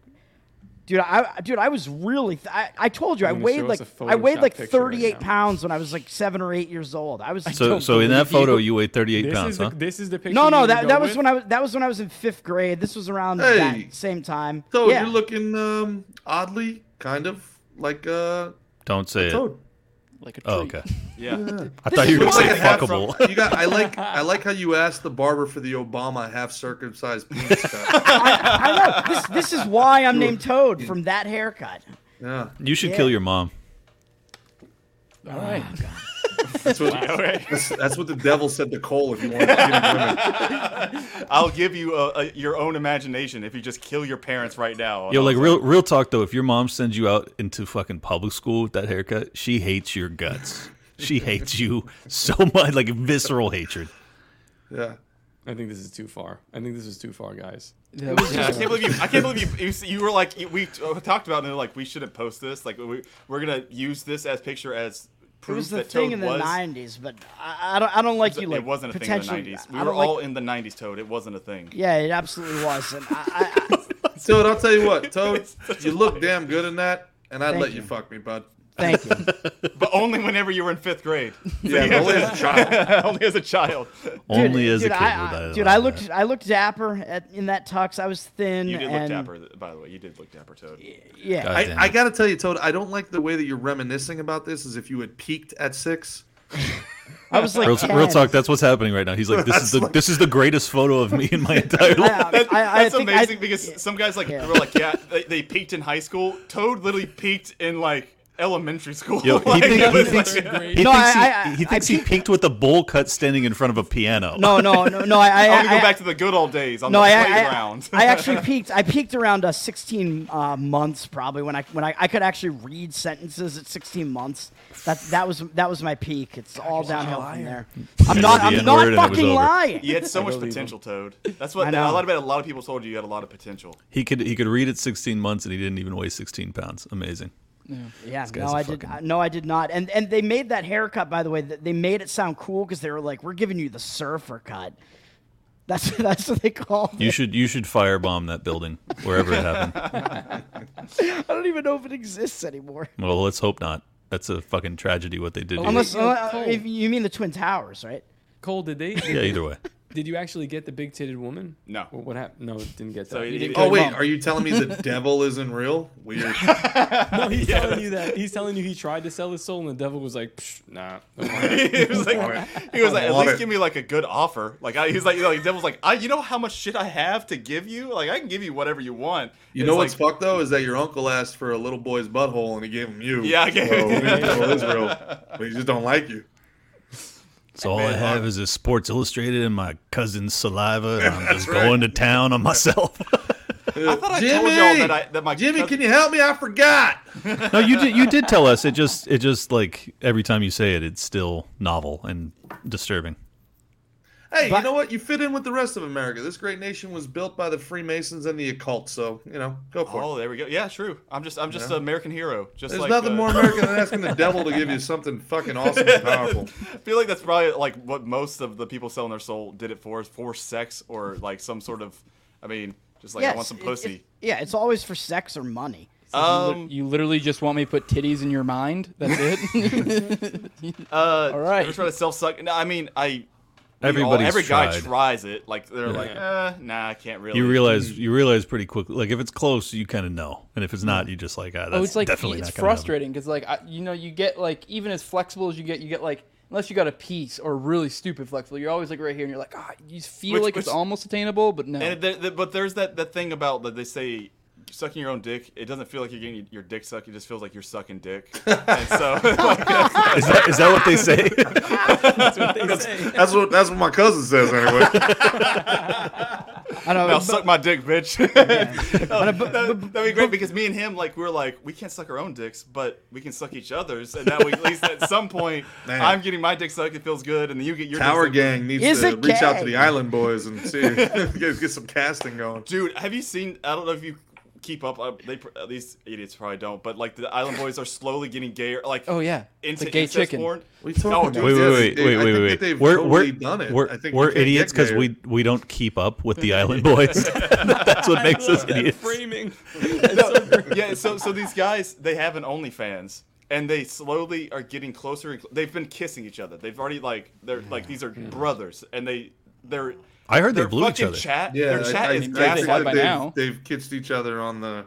dude, I dude, I was really. Th- I, I told you, I'm I gonna weighed show us like a I weighed Photoshop like picture right 38 now. pounds when I was like seven or eight years old. I was. So, so in that photo, you weighed 38 This pounds, is the, huh? this is the picture. [LAUGHS] no, no, you that go that was with? when I was that was when I was in fifth grade. This was around Hey. that same time. So yeah. you're looking um, oddly, kind of like uh, Don't say it. toad. Like Oh, okay. Yeah. I thought you were going to say [LAUGHS] fuckable. You got. I like. I like how you asked the barber for the Obama half circumcised penis cut. I know. This this is why [LAUGHS] I'm named Toad from that haircut. Yeah. You should Yeah. kill your mom. Oh, Oh, All right. That's what, that's, that's what the devil said to Cole if you want to get him women. I'll give you a, a, your own imagination if you just kill your parents right now. Yo, like real, real talk though. If your mom sends you out into fucking public school with that haircut, she hates your guts. she hates you so much, like visceral hatred. Yeah. I think this is too far. I think this is too far, guys. It was just- I can't believe you. I can't believe you. You, s- you were like you- we t- uh, talked about, it and they're like we shouldn't post this. Like we we're gonna use this as picture as It proof was the that thing Toad in the was. '90s, but I, I don't. I don't like you. Like it wasn't a thing in the potentially, nineties. We I were don't like- all in the nineties, Toad. It wasn't a thing. Yeah, it absolutely was. And I, I, [LAUGHS] Toad, I'll tell you what, Toad, you look damn good in that, and I'd Thank let you. you. fuck me, bud. Thank you. But only whenever you were in fifth [LAUGHS] grade. So Yeah, you but only as have a to- [LAUGHS] child. only as a child. Only as a dude, kid I, would I I, dude, I looked. I looked dapper at, in that tux. I was thin. You did look and dapper, th- by the way. You did look dapper, Toad. Yeah. God damn I, I it. gotta tell you, Toad, I don't like the way that you're reminiscing about this. As if you had peaked at six. I was like, real, ten. real talk. That's what's happening right now. He's like, this is the this is the greatest photo of me in my entire life. That- I that's think I- amazing because some guys like were like, yeah, they, they peaked in high school. Toad literally peaked in like elementary school. Yo, he, [LAUGHS] Like, think- it he was thinks, like- he, thinks I- he, he thinks he peaked with a bowl cut standing in front of a piano. No, no, no, no. I, [LAUGHS] I, I want to Oh, I- go back to the good old days on no, the I, I, playground. [LAUGHS] I actually peaked. I peaked around uh, 16 uh, months probably when I when I, I could actually read sentences at 16 months. That that was that was my peak. It's all downhill from there. I'm said not. the I'm N-word not and it was fucking over. lying. You had so I much believe potential, Toad. That's what I a know. lot of a lot of people told you. You had a lot of potential. [LAUGHS] He could he could read at 16 months and he didn't even weigh 16 pounds. Amazing. Yeah, This guy's no, a I did. I- No, I did not. And and they made that haircut, by the way. th- They made it sound cool because they were like, "We're giving you the surfer cut." That's [LAUGHS] that's what they called. You it. should you should firebomb that building wherever it [LAUGHS] happened. I don't even know if it exists anymore. Well, let's hope not. That's a fucking tragedy what they did. to you. Unless yeah, uh, cool. if you mean the Twin Towers, right? Cole, did they? yeah, either way. Did you actually get the big titted woman? No. What, what happened? No, it didn't get that. So he- You didn't oh get wait, it. are you telling me the [LAUGHS] devil isn't real? Weird. No, he's telling you that. He's telling you he tried to sell his soul, and the devil was like, Psh, "Nah." don't want it. he was Don't want like, it. he was like, Don't at want least it." give me like a good offer. Like I, he's like, you know, like Devil's like, I, you know how much shit I have to give you. Like I can give you whatever you want. You It's know like, what's fucked though is that your uncle asked for a little boy's butthole and he gave him you. Yeah, I gave- so, the devil is real, but he just don't like you. So all I have is a Sports Illustrated and my cousin's saliva, [LAUGHS] and I'm just going to town on myself. I thought I Jimmy, told y'all that I that my Jimmy, can you help me? I [LAUGHS] forgot. no, you did. You did tell us. It just it just like every time you say it, it's still novel and disturbing. Hey, you know what? You fit in with the rest of America. This great nation was built by the Freemasons and the occult, so you know, go for Oh, it. there we go. Yeah, true. I'm just, I'm just Yeah. an American hero. Just There's like, nothing uh, more [LAUGHS] American than asking the devil to give you something fucking awesome and [LAUGHS] powerful. [LAUGHS] I feel like that's probably like what most of the people selling their soul did it for is for sex or like some sort of, I mean, just like Oh, I want some it- pussy. it- yeah, it's always for sex or money. you, Um, li- you literally just want me to put titties in your [LAUGHS] mind. That's it. [LAUGHS] Uh, All right. Ever try to self suck? No, I mean, I we all- Everybody's every guy tried. tries it. Like they're Yeah. like, eh, nah, I can't really. You realize you realize pretty quickly. Like if it's close, you kind of know, and if it's not, you just like, ah, that's oh, it's like definitely it's not gonna happen. frustrating because like I, you know you get like even as flexible as you get, you get like unless you got a piece or really stupid flexible, you're always like right here and you're like ah, you feel Which- like it's which- almost attainable, but no. And there, there- but there's that, that thing about that they say sucking your own dick. It doesn't feel like you're getting your dick sucked. It just feels like you're sucking dick. And so [LAUGHS] Is that- is that what they [LAUGHS] say? that's what they That's- say. that's what- that's what my cousin says, anyway. I know, Now but- suck my dick, bitch. [LAUGHS] Oh, that, would be great because me and him, like, we're like, we can't suck our own dicks, but we can suck each other's, and that we at least at some point, Man. I'm getting my dick sucked, it feels good, and then you get your dick Tower sucked. Gang needs to reach out to the Island Boys and [LAUGHS] see get, get some casting going. Dude, have you seen? I don't know if you keep up. Uh, they pr- uh, these idiots probably don't, but like the Island Boys are slowly getting gayer. Like Oh, yeah. into The gay incest chicken. porn. What are you talking No, dude, about? Wait, Yes, wait, wait, they- wait, I wait, think wait. that they've we're totally we're, done it. we're, I think we're we can't idiots get because there. we we don't keep up with the Island Boys. That's what makes us idiots. Framing. No, yeah, so so these guys they have an OnlyFans and they slowly are getting closer. and cl- They've been kissing each other. They've already like they're like these are brothers and they they're. I heard they their blew each fucking other. Chat, Yeah, their chat I, is I, I gaslighting. think that they've, they've kissed each other on the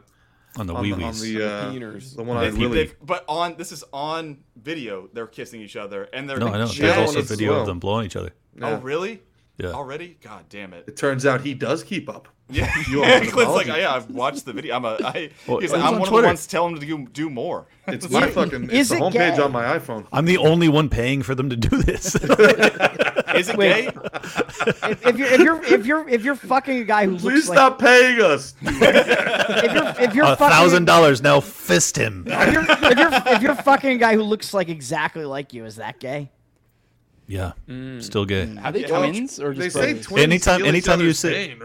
On the on wee-wees. the, uh, On the peeners. the one eyed They've- Willie. they've- But on this is on video. They're kissing each other and they're No, I know. There's jamming also as video well. of them blowing each other. Oh really? Yeah. Already? God damn it. It turns out he does keep up. Yeah, [LAUGHS] You are an Clint's like, apology. yeah, I've watched the video. I'm a, I, Well, he's it was like, I'm on one of Twitter. the ones telling him to do, do more. It's my fucking. It's the homepage on my iPhone. I'm the only one paying for them to do this. [LAUGHS] Is it Wait. gay? If, if you're if you're if you're if you're fucking a guy who Please looks stop paying us. like if you're if you're A fucking thousand dollars now. Fist him. if you're if you're fucking a guy who looks like exactly like you, is that gay? Yeah, still gay. Are they Yeah. twins or just brothers? anytime, anytime you say, [LAUGHS]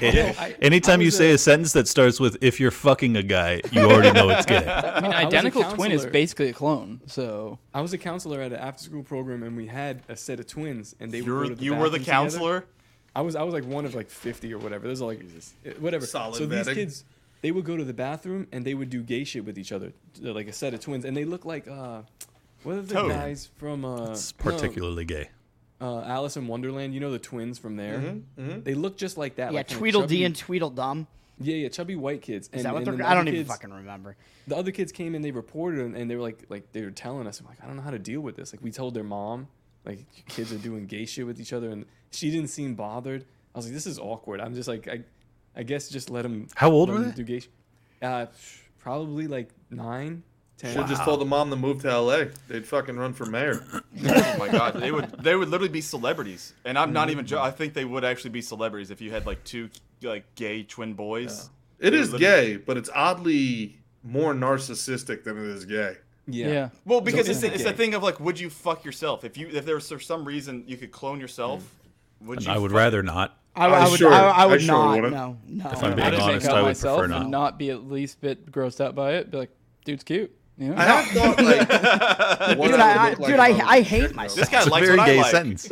Yeah, I- [LAUGHS] anytime I you was say a sentence that starts with "if you're fucking a guy," you already know it's gay. I mean, I was a identical twin is counselor. basically a clone. So I was a counselor at an after-school program, and we had a set of twins, and they would You're- go to the you were the bathroom together. counselor? I was. I was like one of like fifty or whatever. There's like it- whatever. Solid so vetting. these kids, they would go to the bathroom and they would do gay shit with each other, t- like a set of twins, and they look like uh, what are the Toad. guys from uh, It's no, particularly gay. uh, Alice in Wonderland. You know the twins from there. Mhm, Mm-hmm, mhm. They look just like that. yeah, like kinda Tweedledee chubby- and Tweedledum. Yeah, yeah, chubby white kids. Is that what then they're? the I other don't even kids- fucking remember. the other kids came and they reported and, and they were like like they were telling us I'm like I don't know how to deal with this like we told their mom like your kids are doing gay shit with each other and she didn't seem bothered I was like this is awkward I'm just like I I guess just let them How old were do gay sh- uh probably like nine ten Should have just told the mom to move to L.A. They'd fucking run for mayor. Oh my god, they would they would literally be celebrities, and I'm not even. Jo- I think they would actually be celebrities if you had like two like gay twin boys. It They is would literally- gay, but it's oddly more narcissistic than it is gay. Yeah. Well, because So it's, it's it's the gay. thing of like, would you fuck yourself if you if there was for some reason you could clone yourself? Would And you? I would [LAUGHS] fuck- rather not. I, I would. I, I would not. No, no. If I'm being I'd just make honest, out I would myself prefer not. And not be at least bit grossed out by it. Be like, dude's cute. You know? I have thought like, [LAUGHS] what Dude, I I, I, would look like dude, if I was I, I a hate chick, though. myself. This guy It's a likes very what I gay like. sentence.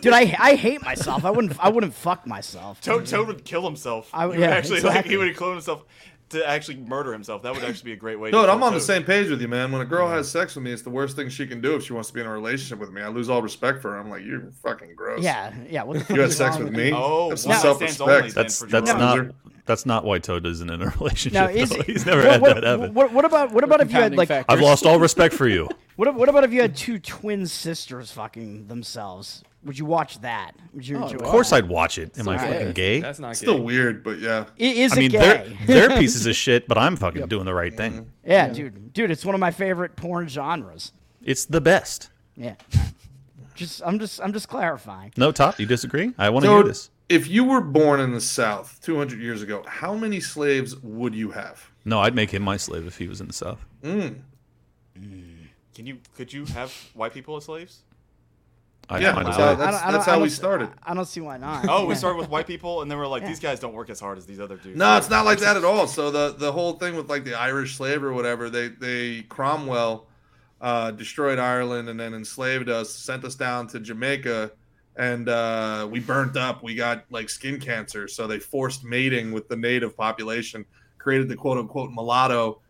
Dude, I, I hate myself. I wouldn't I wouldn't fuck myself. Toad, Toad would kill himself. I would- He would yeah, actually [LAUGHS] like exactly. he would clone himself to actually murder himself. That would actually be a great way. to Dude, kill I'm on the Toad. same page with you, man. When a girl has sex with me, it's the worst thing she can do if she wants to be in a relationship with me. I lose all respect for her. I'm like, you're fucking gross. Yeah, yeah. What the fuck you had is sex wrong with with me? you? Oh, Have some one night stands self-respect. That's that's Now- not that's not why Toad isn't in a [LAUGHS] relationship. Now, is though. it- He's never what, had what, that happen. What, what about what about if you had Confounding like? factors. I've lost all respect for [LAUGHS] you. What, what about if you had two twin sisters fucking themselves? Would you watch that? Would you? enjoy of course, that? I'd watch it. Am I Sorry. fucking gay? That's not Still weird, but yeah. It is I a mean, gay. [LAUGHS] they're they're pieces of shit, but I'm fucking doing the right Mm-hmm. thing. Yeah, dude, dude, it's one of my favorite porn genres. It's the best. Yeah. just I'm just I'm just clarifying. No, top, you disagree? I want to hear Dude, this. If you were born in the South 200 years ago, how many slaves would you have? No, I'd make him my slave if he was in the South. Mm. Can you could you have white people as [LAUGHS] slaves? I, Yeah, I don't so know. that's- I how we don't- started. I don't see why not. Oh, we Yeah. started with white people, and then we're like, Yeah. these guys don't work as hard as these other dudes. No, it's not like that at all. So the the whole thing with like the Irish slave or whatever, they they Cromwell uh, destroyed Ireland and then enslaved us, sent us down to Jamaica, and uh, we burnt up. We got like skin cancer, so they forced mating with the native population, created the quote unquote mulatto,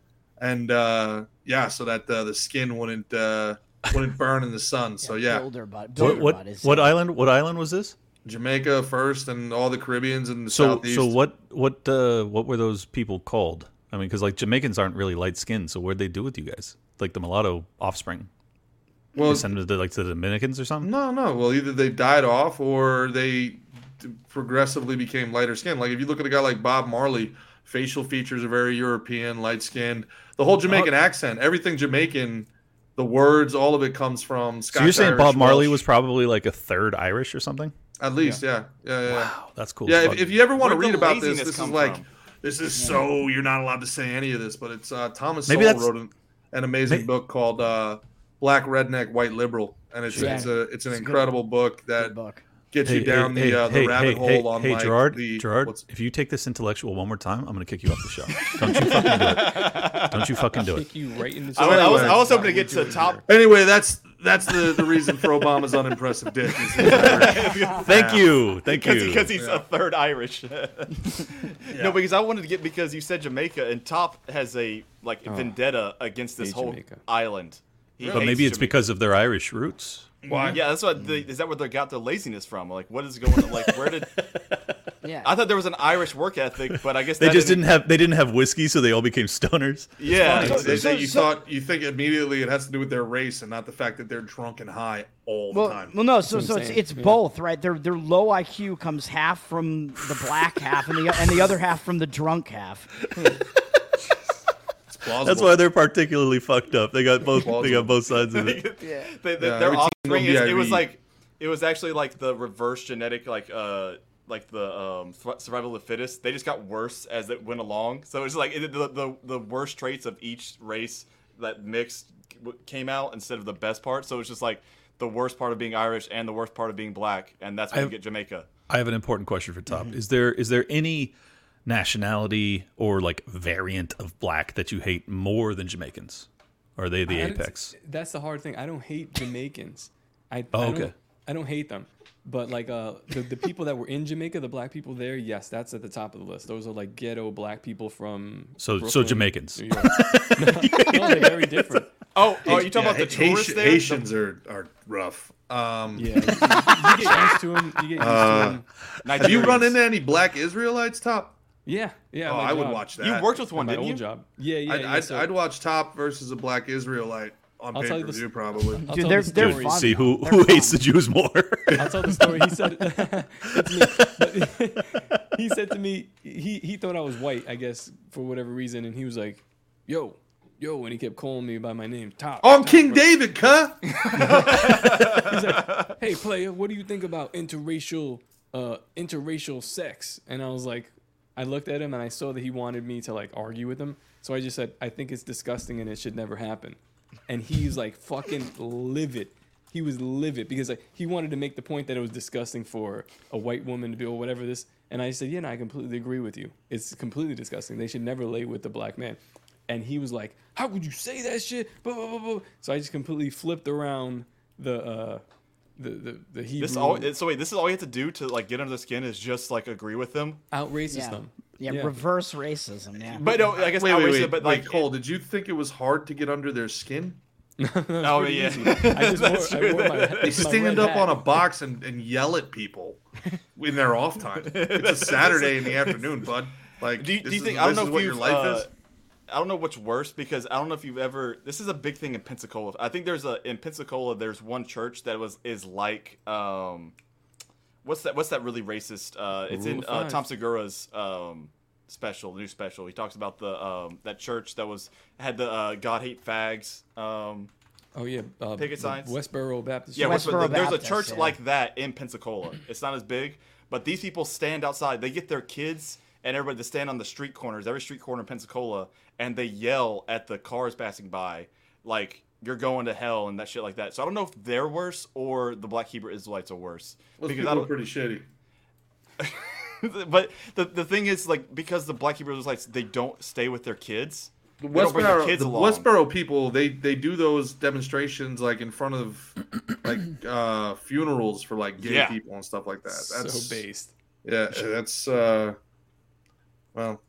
and uh, yeah, so that uh, the skin wouldn't uh, wouldn't burn in the sun. So yeah, Builder butt. What, what, what island? What island was this? Jamaica first, and all the Caribbeans and the So southeast. so what what uh, what were those people called? I mean, because like Jamaicans aren't really light skinned. So what'd they do with you guys? Like the mulatto offspring? Well- they send them to like to the Dominicans or something. No, no. Well, either they died off or they d- progressively became lighter skinned. Like if you look at a guy like Bob Marley, facial features are very European, light skinned. The whole Jamaican accent, everything Jamaican, the words, all of it comes from. Scotch, so you're saying Irish, Bob Marley Welsh. was probably like a third Irish or something? At least, yeah, yeah, yeah. yeah. Wow, that's cool Yeah, as if, fuck. if you ever want to Where'd read the about this, laziness this is come like, from? this is so you're not allowed to say any of this, but it's uh, Thomas Maybe Sowell that's- wrote an, an amazing book called uh, "Black Redneck White Liberal," and it's Yeah. it's a it's an It's a good incredible book that gets Hey, you down hey, the uh, hey, the rabbit hey, hey, hole on hey, like Gerard, the Gerard, if you take this intellectual one more time, I'm going to kick you off the show. Don't you fucking do it. Don't you fucking [LAUGHS] do it. Kick you right in the. I was- I was- I was Why would hoping to get you to do the it? top. Anyway, that's that's the, the reason for Obama's unimpressive dick. [LAUGHS] Thank you. Thank Because- you. Because he's a third Irish. [LAUGHS] Yeah. No, because I wanted to get because you said Jamaica and Top has a like Oh. vendetta against this Hate whole Jamaica. island. He But hates maybe it's Jamaica. because of their Irish roots. Why? Yeah, that's what. They, is that where they got their laziness from? Like, what is going? on? Like, where did? Yeah. I thought there was an Irish work ethic, but I guess They that just didn't have they didn't have whiskey, so they all became stoners. Yeah. It's funny So- that so- you so- thought you think immediately it has to do with their race and not the fact that they're drunk and high all the well, time. well, no. So, so it's, it's both, right? Their their low IQ comes half from the black half, and the and the other half from the drunk half. That's why they're particularly fucked up. They got both they got both sides of it. [LAUGHS] yeah. They, they, Yeah, their every team offspring will be is, it was Irene. like it was actually like the reverse genetic like uh like the um th- survival of the fittest. They just got worse as it went along. So it's like it, the, the the worst traits of each race that mixed w- came out instead of the best part. So it's just like the worst part of being Irish and the worst part of being black, and that's when you I've- get Jamaica. I have an important question for Mm-hmm. Top. Is there is there any nationality or like variant of black that you hate more than Jamaicans? Or are they the I- I don't- apex? That's the hard thing. I don't hate Jamaicans. I, Oh, I don't, okay. I don't hate them, but like uh, the the people that were in Jamaica, the black people there, yes, that's at the top of the list. Those are like ghetto black people from So- so Brooklyn, Jamaicans. New York. [LAUGHS] no, no, they're very different. Oh, Hey, oh, you talking yeah, about the Ha- tourists Haitian- there? Haitians are, are rough. Um, yeah, you, get used to 'em. You get used to Uh, 'em. Have you run Nigerians. into any black Israelites, Top? Yeah, yeah. Oh, my I would job. watch that. At my old Job. Yeah, yeah. I'd, yeah, I'd, so- I'd watch Top versus a black Israelite on I'll pay tell you per the view, s- probably. I'll Dude, tell they're- the they're story. fun, See who though. who They're hates the Jews more. [LAUGHS] [LAUGHS] I'll tell the story. He said, [LAUGHS] it's me. But he said to me, he he thought I was white, I guess, for whatever reason, and he was like, "Yo, yo," and he kept calling me by my name, Top. Oh, I'm Top, King bro. David, [LAUGHS] cuh. He's like, "Hey, player, what do you think about interracial uh interracial sex?" And I was like, I looked at him and I saw that he wanted me to like argue with him, so I just said, "I think it's disgusting and it should never happen." And he's like fucking livid. He was livid because like he wanted to make the point that it was disgusting for a white woman to be or whatever this. And I said, "Yeah, no, I completely agree with you. It's completely disgusting. They should never lay with the black man." And he was like, "How could you say that shit?" Blah, blah, blah, blah. So I just completely flipped around the uh, the the the Hebrew. This all so wait, this is all you have to do to like get under the skin is just like agree with them. Out races Yeah. Yeah, reverse racism. Yeah, But no, I guess wait, not wait, racist, wait, but, wait, like, Cole, did you think it was hard to get under their skin? Oh, pretty yeah. easy. I just That's wore- I true. [LAUGHS] wore my- my they red stand up hat. on a box and, and yell at people in their off [LAUGHS] time. It's a Saturday in the afternoon, bud. Like, [LAUGHS] do you, do this you is- think I don't this know is if what your you've, life uh, is? I don't know what's worse because I don't know if you've ever. This is a big thing in Pensacola. I think there's a in Pensacola. There's one church that was is like um, what's that? What's that really racist? Uh, it's Rule of in uh, five. Tom Segura's um special, new special. He talks about the um that church that was had the uh, God hate fags um Oh yeah, uh, picket the signs. Westboro Baptist. Yeah, Church. Westboro, there's a church like that in Pensacola. It's not as big, but these people stand outside. They get their kids and everybody to stand on the street corners, every street corner in Pensacola, and they yell at the cars passing by, like "You're going to hell" and that shit like that. So I don't know if they're worse or the Black Hebrew Israelites are worse. Those I people are don't- pretty shitty. [LAUGHS] but the, the thing is, like, because the Black Hebrew Israelites, they don't stay with their kids. The they don't bring their Westboro, kids the along. Westboro people, they they do those demonstrations like in front [CLEARS THROAT] of like uh funerals for like gay Yeah. people and stuff like that. So That's based. Yeah, that's uh well,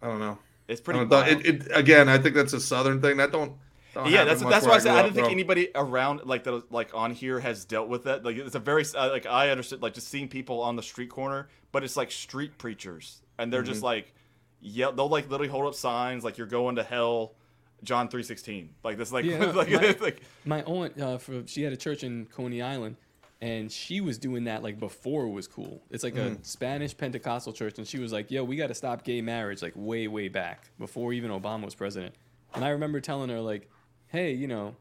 I don't know. It's pretty I don't know. wild. It, it, again, I think that's a southern thing. That don't that don't yeah, happen that's much that's where why I said grew I up, didn't think bro. anybody around like that like on here has dealt with that. Like it's a very uh, like I understood like just seeing people on the street corner, but it's like street preachers, and they're just Mhm. like, yeah, they'll like literally hold up signs like you're going to hell, John three sixteen. Like this, like Yeah, [LAUGHS] like, my, it's like my aunt, uh, for, she had a church in Coney Island, and she was doing that like before it was cool. It's like a Mm. Spanish Pentecostal church, and she was like, "Yo, we got to stop gay marriage like way, way back before even Obama was president." And I remember telling her like, "Hey, you know."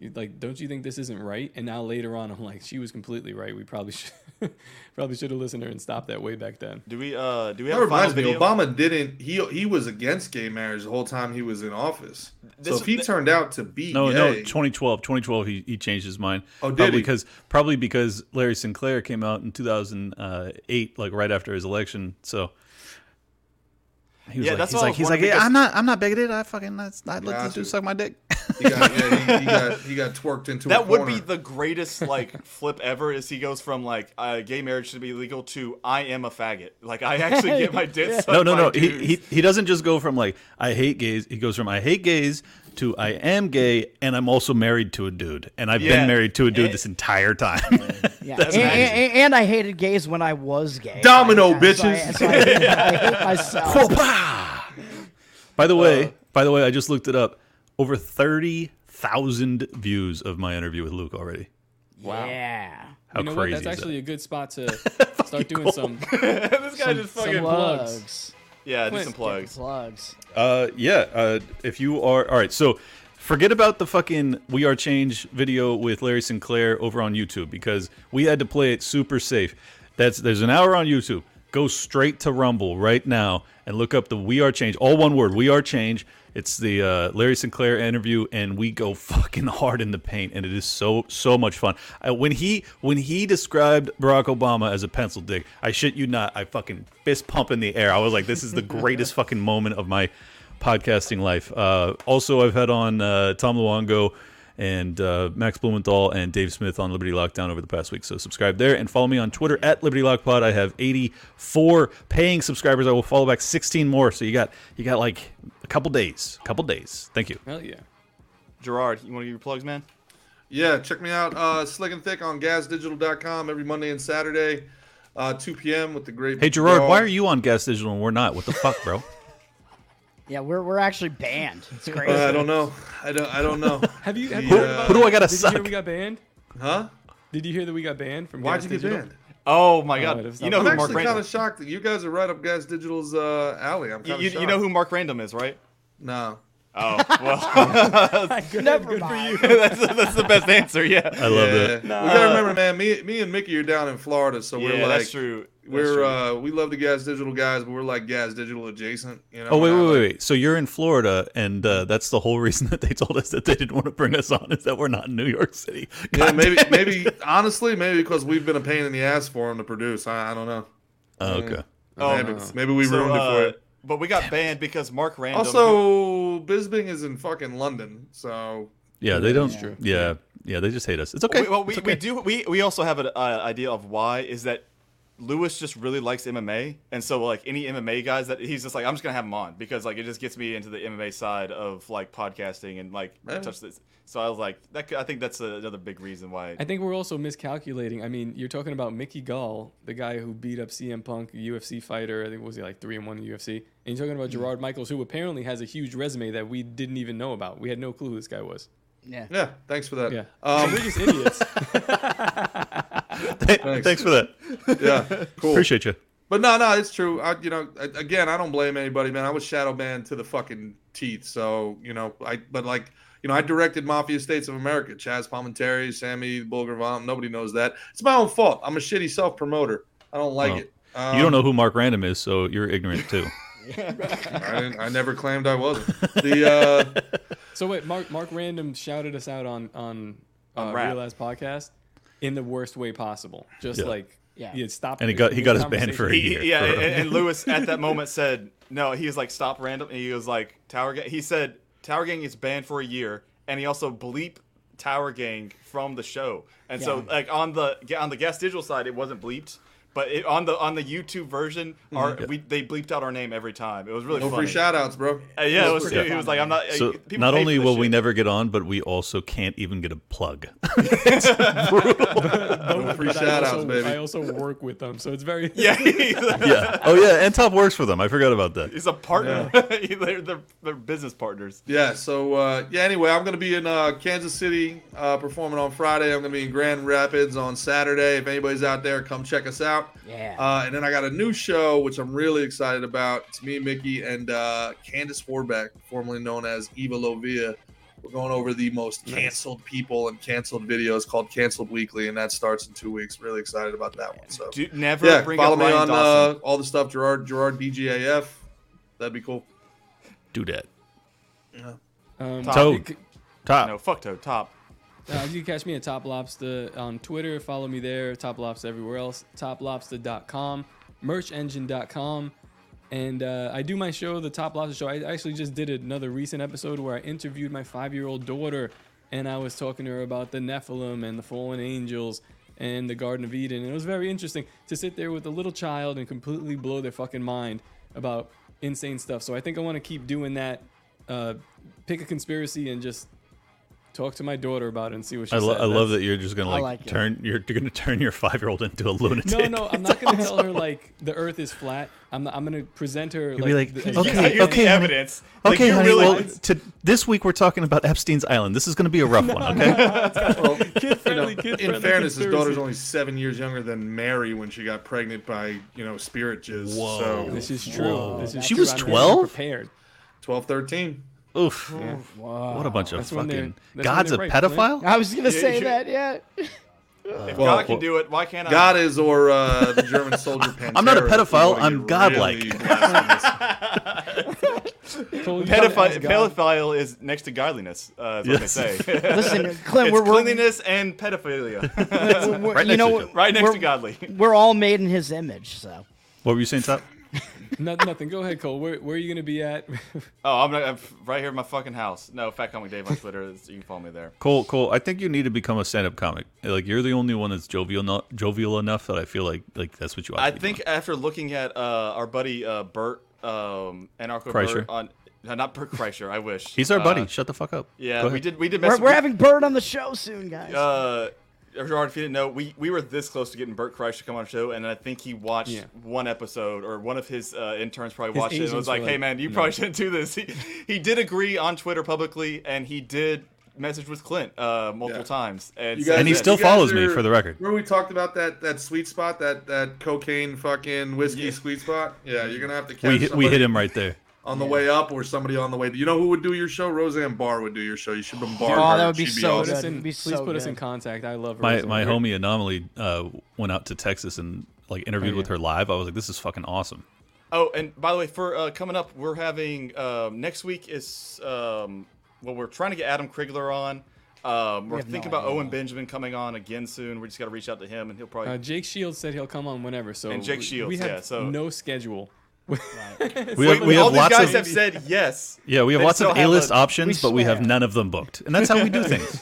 you- Like, don't you think this isn't right? And now later on, I'm like, she was completely right. We probably [LAUGHS] should, probably should have listened to her and stopped that way back then. Do we? Uh, do that reminds me. Obama didn't. He he was against gay marriage the whole time he was in office. This- so if he turned out to be No, gay, no, 2012. 2012, he, he changed his mind. Oh, did probably he? Because, probably because Larry Sinclair came out in 2008, like right after his election. So he was Yeah, like, that's he's what I like, was he's like, wondering, yeah, because- I'm not, I'm not bigoted. I fucking, I, I let this Gotcha. dude suck my dick. he got, yeah, he, he got he got twerked into. a that would corner. be the greatest like flip ever. Is he goes from like uh, gay marriage should be legal to I am a faggot. Like I actually get my dick. sucked no, no, by no. He, dudes. he he doesn't just go from like I hate gays. He goes from I hate gays to I am gay and I'm also married to a dude and I've Yeah. been married to a dude this entire time. [LAUGHS] Yeah. That's and, amazing. and- and I hated gays when I was gay. Domino, I- I- so I- bitches. so I, I hate myself. By the way, by the way, I just looked it up. Over thirty thousand views of my interview with Luke already. Wow. Yeah. How you know crazy what? That's is actually a good spot to start doing some. [LAUGHS] this guy some- just some fucking plugs. Yeah, do Clint, some plugs. Plugs. Uh, yeah. Uh, if you are all right, so forget about the fucking "We Are Change" video with Larry Sinclair over on YouTube because we had to play it super safe. That's there's an hour on YouTube. Go straight to Rumble right now and look up the "We Are Change" all one word. "We Are Change." It's the uh, Larry Sinclair interview, and we go fucking hard in the paint, and it is so so much fun. I, when he when he described Barack Obama as a pencil dick, I shit you not, I fucking fist pump in the air. I was like, this is the greatest fucking moment of my podcasting life. Uh, also, I've had on uh, Tom Luongo and uh, Max Blumenthal and Dave Smith on Liberty Lockdown over the past week. So subscribe there and follow me on Twitter at Liberty Lock Pod. I have 84 paying subscribers. I will follow back 16 more. So you got you got like a couple days, couple days. Thank you. Hell yeah. Gerard, you want to give your plugs, man? Yeah, check me out, uh, Slick and Thick on GasDigital.com every Monday and Saturday, uh, 2 p.m. with the great. Hey Gerard, why are you on Gas Digital and we're not? What the fuck, bro? Yeah, we're, we're actually banned. It's crazy. Uh, I don't know. I don't. I don't know. Have you? The, Have you heard uh, about- Did you hear we got banned? Huh? Did you hear that we got banned from? Why'd Gas you get Digital? banned? Oh my god! it was you not know I'm who Mark actually Randall? kind of shocked that you guys are right up Gas Digital's uh, alley. I'm You, kind of you, you know who Mark Random is, right? [LAUGHS] No. Oh well. Never mind. that's, that's the best answer. Yeah. I love Yeah. that. We gotta remember, man. Me, me, and Mickey are down in Florida, so we're Yeah, like, that's true. That's we're true. uh, we love the Gas Digital guys, but we're like Gas Digital adjacent. You know. Oh wait, we're not wait, like- wait, wait. So you're in Florida, and uh, that's the whole reason [LAUGHS] that they told us that they didn't want to bring us on is that we're not in New York City. Yeah, God maybe, damn it. maybe honestly, maybe because we've been a pain in the ass for him to produce. I, I don't know. Oh, [LAUGHS] okay. Oh, maybe, maybe we so, ruined uh, it for you. But we got banned because Mark Random. Also, Bisbing is in fucking London, so Yeah, they don't. Yeah, yeah, they just hate us. It's okay. We, well, we, we do. We we also have an uh, idea of why is that Lewis just really likes MMA, and so like any MMA guys that he's just like I'm just gonna have him on because like it just gets me into the MMA side of like podcasting and like Right. touch this. So I was like, that could, I think that's another big reason why. I think we're also miscalculating. I mean, you're talking about Mickey Gall, the guy who beat up CM Punk, a UFC fighter. I think what was he like three and one in the UFC. And you're talking about Gerard Michaels, who apparently has a huge resume that we didn't even know about. We had no clue who this guy was. Yeah. Yeah. Thanks for that. Yeah. Um, [LAUGHS] we're just idiots. Thanks. [LAUGHS] Thanks for that. Yeah. Cool. Appreciate you. But no, no, it's true. I, you know, I, again, I don't blame anybody, man. I was shadow banned to the fucking teeth. So you know, I but like you know, I directed Mafia States of America, Chaz Palminteri, Sammy Bulgar Vom. Nobody knows that. It's my own fault. I'm a shitty self promoter. I don't like Well, it. Um, Oh. you don't know who Mark Random is, so you're ignorant too. I, didn't, I never claimed I [LAUGHS] wasn't. The uh, So wait, Mark Mark Random shouted us out on on, uh, rap. Real As podcast in the worst way possible. Just Yeah. like yeah, he had stopped. And he the- got- he the got us banned for a conversation. year. Yeah, for- [LAUGHS] and, and Lewis at that moment said, "No." He was like, "Stop, random." And he was like, "Tower Gang." He said, "Tower Gang is banned for a year," and he also bleep Tower Gang from the show. And so, Yeah. like on the on the guest digital side, it wasn't bleeped, But it, on the on the YouTube version, Mm-hmm. our, we they bleeped out our name every time. It was really No funny. free shout-outs, bro. Uh, yeah, it No was. free He was like, I'm not. uh, So people not pay for only this will shit. we never get on, but we also can't even get a plug. [LAUGHS] But free I shout-outs, also- baby. I also work with them, so it's very [LAUGHS] Yeah. [LAUGHS] yeah. Oh yeah, and Top works for them. I forgot about that. He's a partner. [LAUGHS] they're, they're, they're business partners. Yeah. So uh, yeah. Anyway, I'm gonna be in uh, Kansas City uh, performing on Friday. I'm gonna be in Grand Rapids on Saturday. If anybody's out there, come check us out. Yeah. Uh, and then I got a new show which I'm really excited about. It's me, Mickey, and uh, Candace Warbeck, formerly known as Eva Lovia. We're going over the most canceled people and canceled videos called Canceled Weekly, and that starts in two weeks. Really excited about that one. So Do- never yeah, bring follow up me on Ryan uh, Dawson. all the stuff Gerard Gerard DGAF. That'd be cool. Do that. Um, Toad. Top. No, fuck Toad. Top. Uh, you can catch me at Top Lobster on Twitter. Follow me there. Top Lobster everywhere else. TopLobster.com, MerchEngine.com, and uh, I do my show, the Top Lobster Show. I actually just did another recent episode where I interviewed my five-year-old daughter, and I was talking to her about the Nephilim and the fallen angels and the Garden of Eden. And it was very interesting to sit there with a little child and completely blow their fucking mind about insane stuff. So I think I want to keep doing that. Uh, pick a conspiracy and just talk to my daughter about it and see what she I, lo- said. I That's- love that you're just gonna I like, like it. turn you're, you're gonna turn your five year old into a lunatic. No, no, I'm not gonna tell her like the Earth is flat. I'm not, I'm gonna present her. You'll be like, the- okay, here's the okay, honey. Like, [LAUGHS] Okay, you're honey. really- well, to, this week we're talking about Epstein's Island. This is going to be a rough one, okay? [LAUGHS] You know, in fairness, his daughter's only seven years younger than Mary when she got pregnant by you know spirit jizz. Whoa. So This is true. Whoa. This is She true. was I'm really 12? Prepared. 12, 13. Oof. Yeah. What a bunch of That's when they're- fucking that's when God's a they're raped, pedophile. [LAUGHS] man. I was gonna Yeah, say you should- that. Yeah. If Well, God can well, do it, why can't I? God is or uh, the German soldier Pantera. [LAUGHS] I'm not a if you pedophile. wanna get I'm godlike. really- [LAUGHS] Pedophi- pedophile is next to godliness. Uh, is what Yes. [LAUGHS] they say. Listen, Clint, it's we're- we're- cleanliness and pedophilia. [LAUGHS] We're- right you next know, to each other. right next we're- to godly. We're all made in His image, so. What were you saying, Top? No, nothing. Go ahead, Cole. Where, where are you gonna be at? [LAUGHS] Oh, I'm, not, I'm right here in my fucking house. No, Fat Comic Dave on Twitter. it's- You can follow me there. Cole, Cole, I think you need to become a stand up comic. Like you're the only one that's jovial, not, jovial enough that I feel like like that's what you ought I to be. think after looking at uh, our buddy uh, Bert, um, Anarcho Kreischer. Bert on no, not Bert Kreischer. I wish He's our Uh, buddy. Shut the fuck up. Yeah, Go we ahead. did. We did. We're, Mess we're having Bird on the show soon, guys. Uh, Gerard, if you didn't know, we, we were this close to getting Bert Kreischer to come on the show, and I think he watched Yeah. one episode or one of his uh, interns probably His watched it and agents was were like, "Hey like, man, you no." probably shouldn't do this." [LAUGHS] He, he did agree on Twitter publicly, and he did message with Clint uh, multiple times, and You said guys- And he you still guys follows me, for the record. Remember we talked about that that sweet spot, that that cocaine fucking whiskey sweet spot. Yeah, you're gonna have to catch. we hit, we hit somebody him right there. on the way up, or somebody on the way. You know who would do your show? Roseanne Barr would do your show. You should have been Barr. Oh, her. that would be She'd so awesome. good. Listen, It'd be please so put us good. in contact. I love her. My so my much. homie Anomaly uh, went out to Texas and like interviewed with her live. I was like, this is fucking awesome. Oh, and by the way, for uh, coming up, we're having um, next week is um, well, we're trying to get Adam Krigler on. Um, we're have no thinking about Owen Benjamin coming on again soon. We just got to reach out to him, and he'll probably Uh, Jake Shields said he'll come on whenever. So And Jake we- Shields, we have yeah, so- no schedule. Uh, We have, we all have these lots guys of have said yes. Yeah, we have They lots still of have A list a- options, but we have none of them booked, and that's how we do things.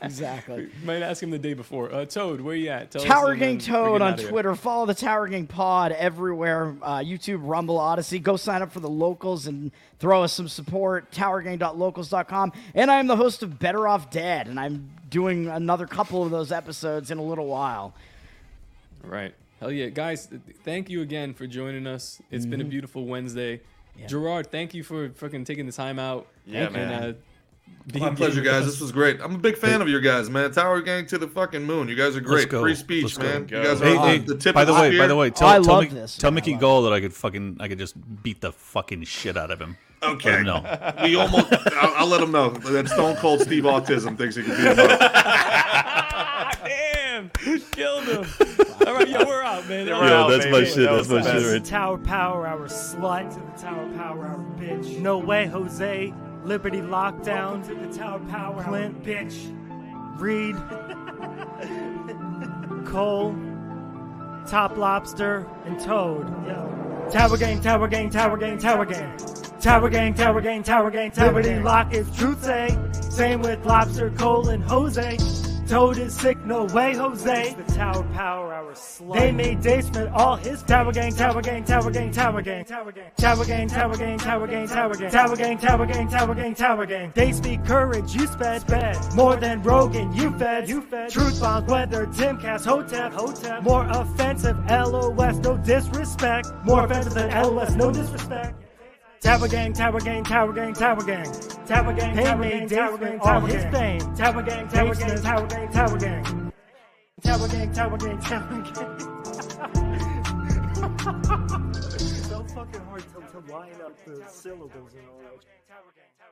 exactly. Might ask him the day before. Uh, Toad, where you at? Tell us Tower and Gang then we're Toad getting on out of here. Twitter. Follow the Tower Gang Pod everywhere. Uh, YouTube, Rumble, Odyssey. Go sign up for the locals and throw us some support. TowerGang.locals.com. And I am the host of Better Off Dead, and I'm doing another couple of those episodes in a little while. Right. Hell yeah. Guys, th- thank you again for joining us. It's been a Mhm. beautiful Wednesday. Gerard, thank you for fucking taking the time out. Yeah, and, man. uh, being My here pleasure, with guys. us. This was great. I'm a big fan of your guys, man. Tower Gang to the fucking moon. You guys are great. go. Free speech, Let's go. man. You guys are Hey, on hey, the tip by of the the way, by spear. the way, tell, tell, Mick- tell Mickey Gall that I could fucking, I could just beat the fucking shit out of him. Okay. Oh, No. [LAUGHS] We almost. I'll, I'll let him know that Stone Cold Steve Autism thinks he can beat him up. Damn! Killed him. All right, yo, we're out, man. Yeah, we're out, that's my baby. shit, That that's was my the shit best. right Tower Power Hour slut. To the Tower Power Hour bitch. No way, Jose. Liberty Lockdown. to the Tower Power Clint, bitch. Reed. Cole. Top Lobster. And Toad. Tower Gang, Tower Gang, Tower Gang, Tower Gang. Tower Gang, Tower Gang, Tower Gang, Tower Gang. Liberty Lock is Truth Say. Same with Lobster, Cole, and Jose. Toad is sick, no way, Jose. It's the Tower Power Hour slut. They made Dave Smith all his Tower Gang, Tower Gang, Tower Gang, Tower Gang, Tower Gang, Tower Gang, Tower Gang, Tower Gang, Tower Gang, Tower Gang, Tower Gang, Tower Gang, Tower Gang. They speak courage, you sped, sped. More than Rogan, you fed, you fed. Truth bomb, weather, Timcast, Hotep, Hotep. More offensive, LOS, no disrespect. More offensive than LOS, no disrespect. Tower gang, tower gang, tower gang, tower gang. Tower gang, tower gang, tower gang, tower gang. Tower gang, tower gang, tower gang, tower gang. Tower gang, tower gang, tower gang. So fucking hard to, to line up the syllables and all that.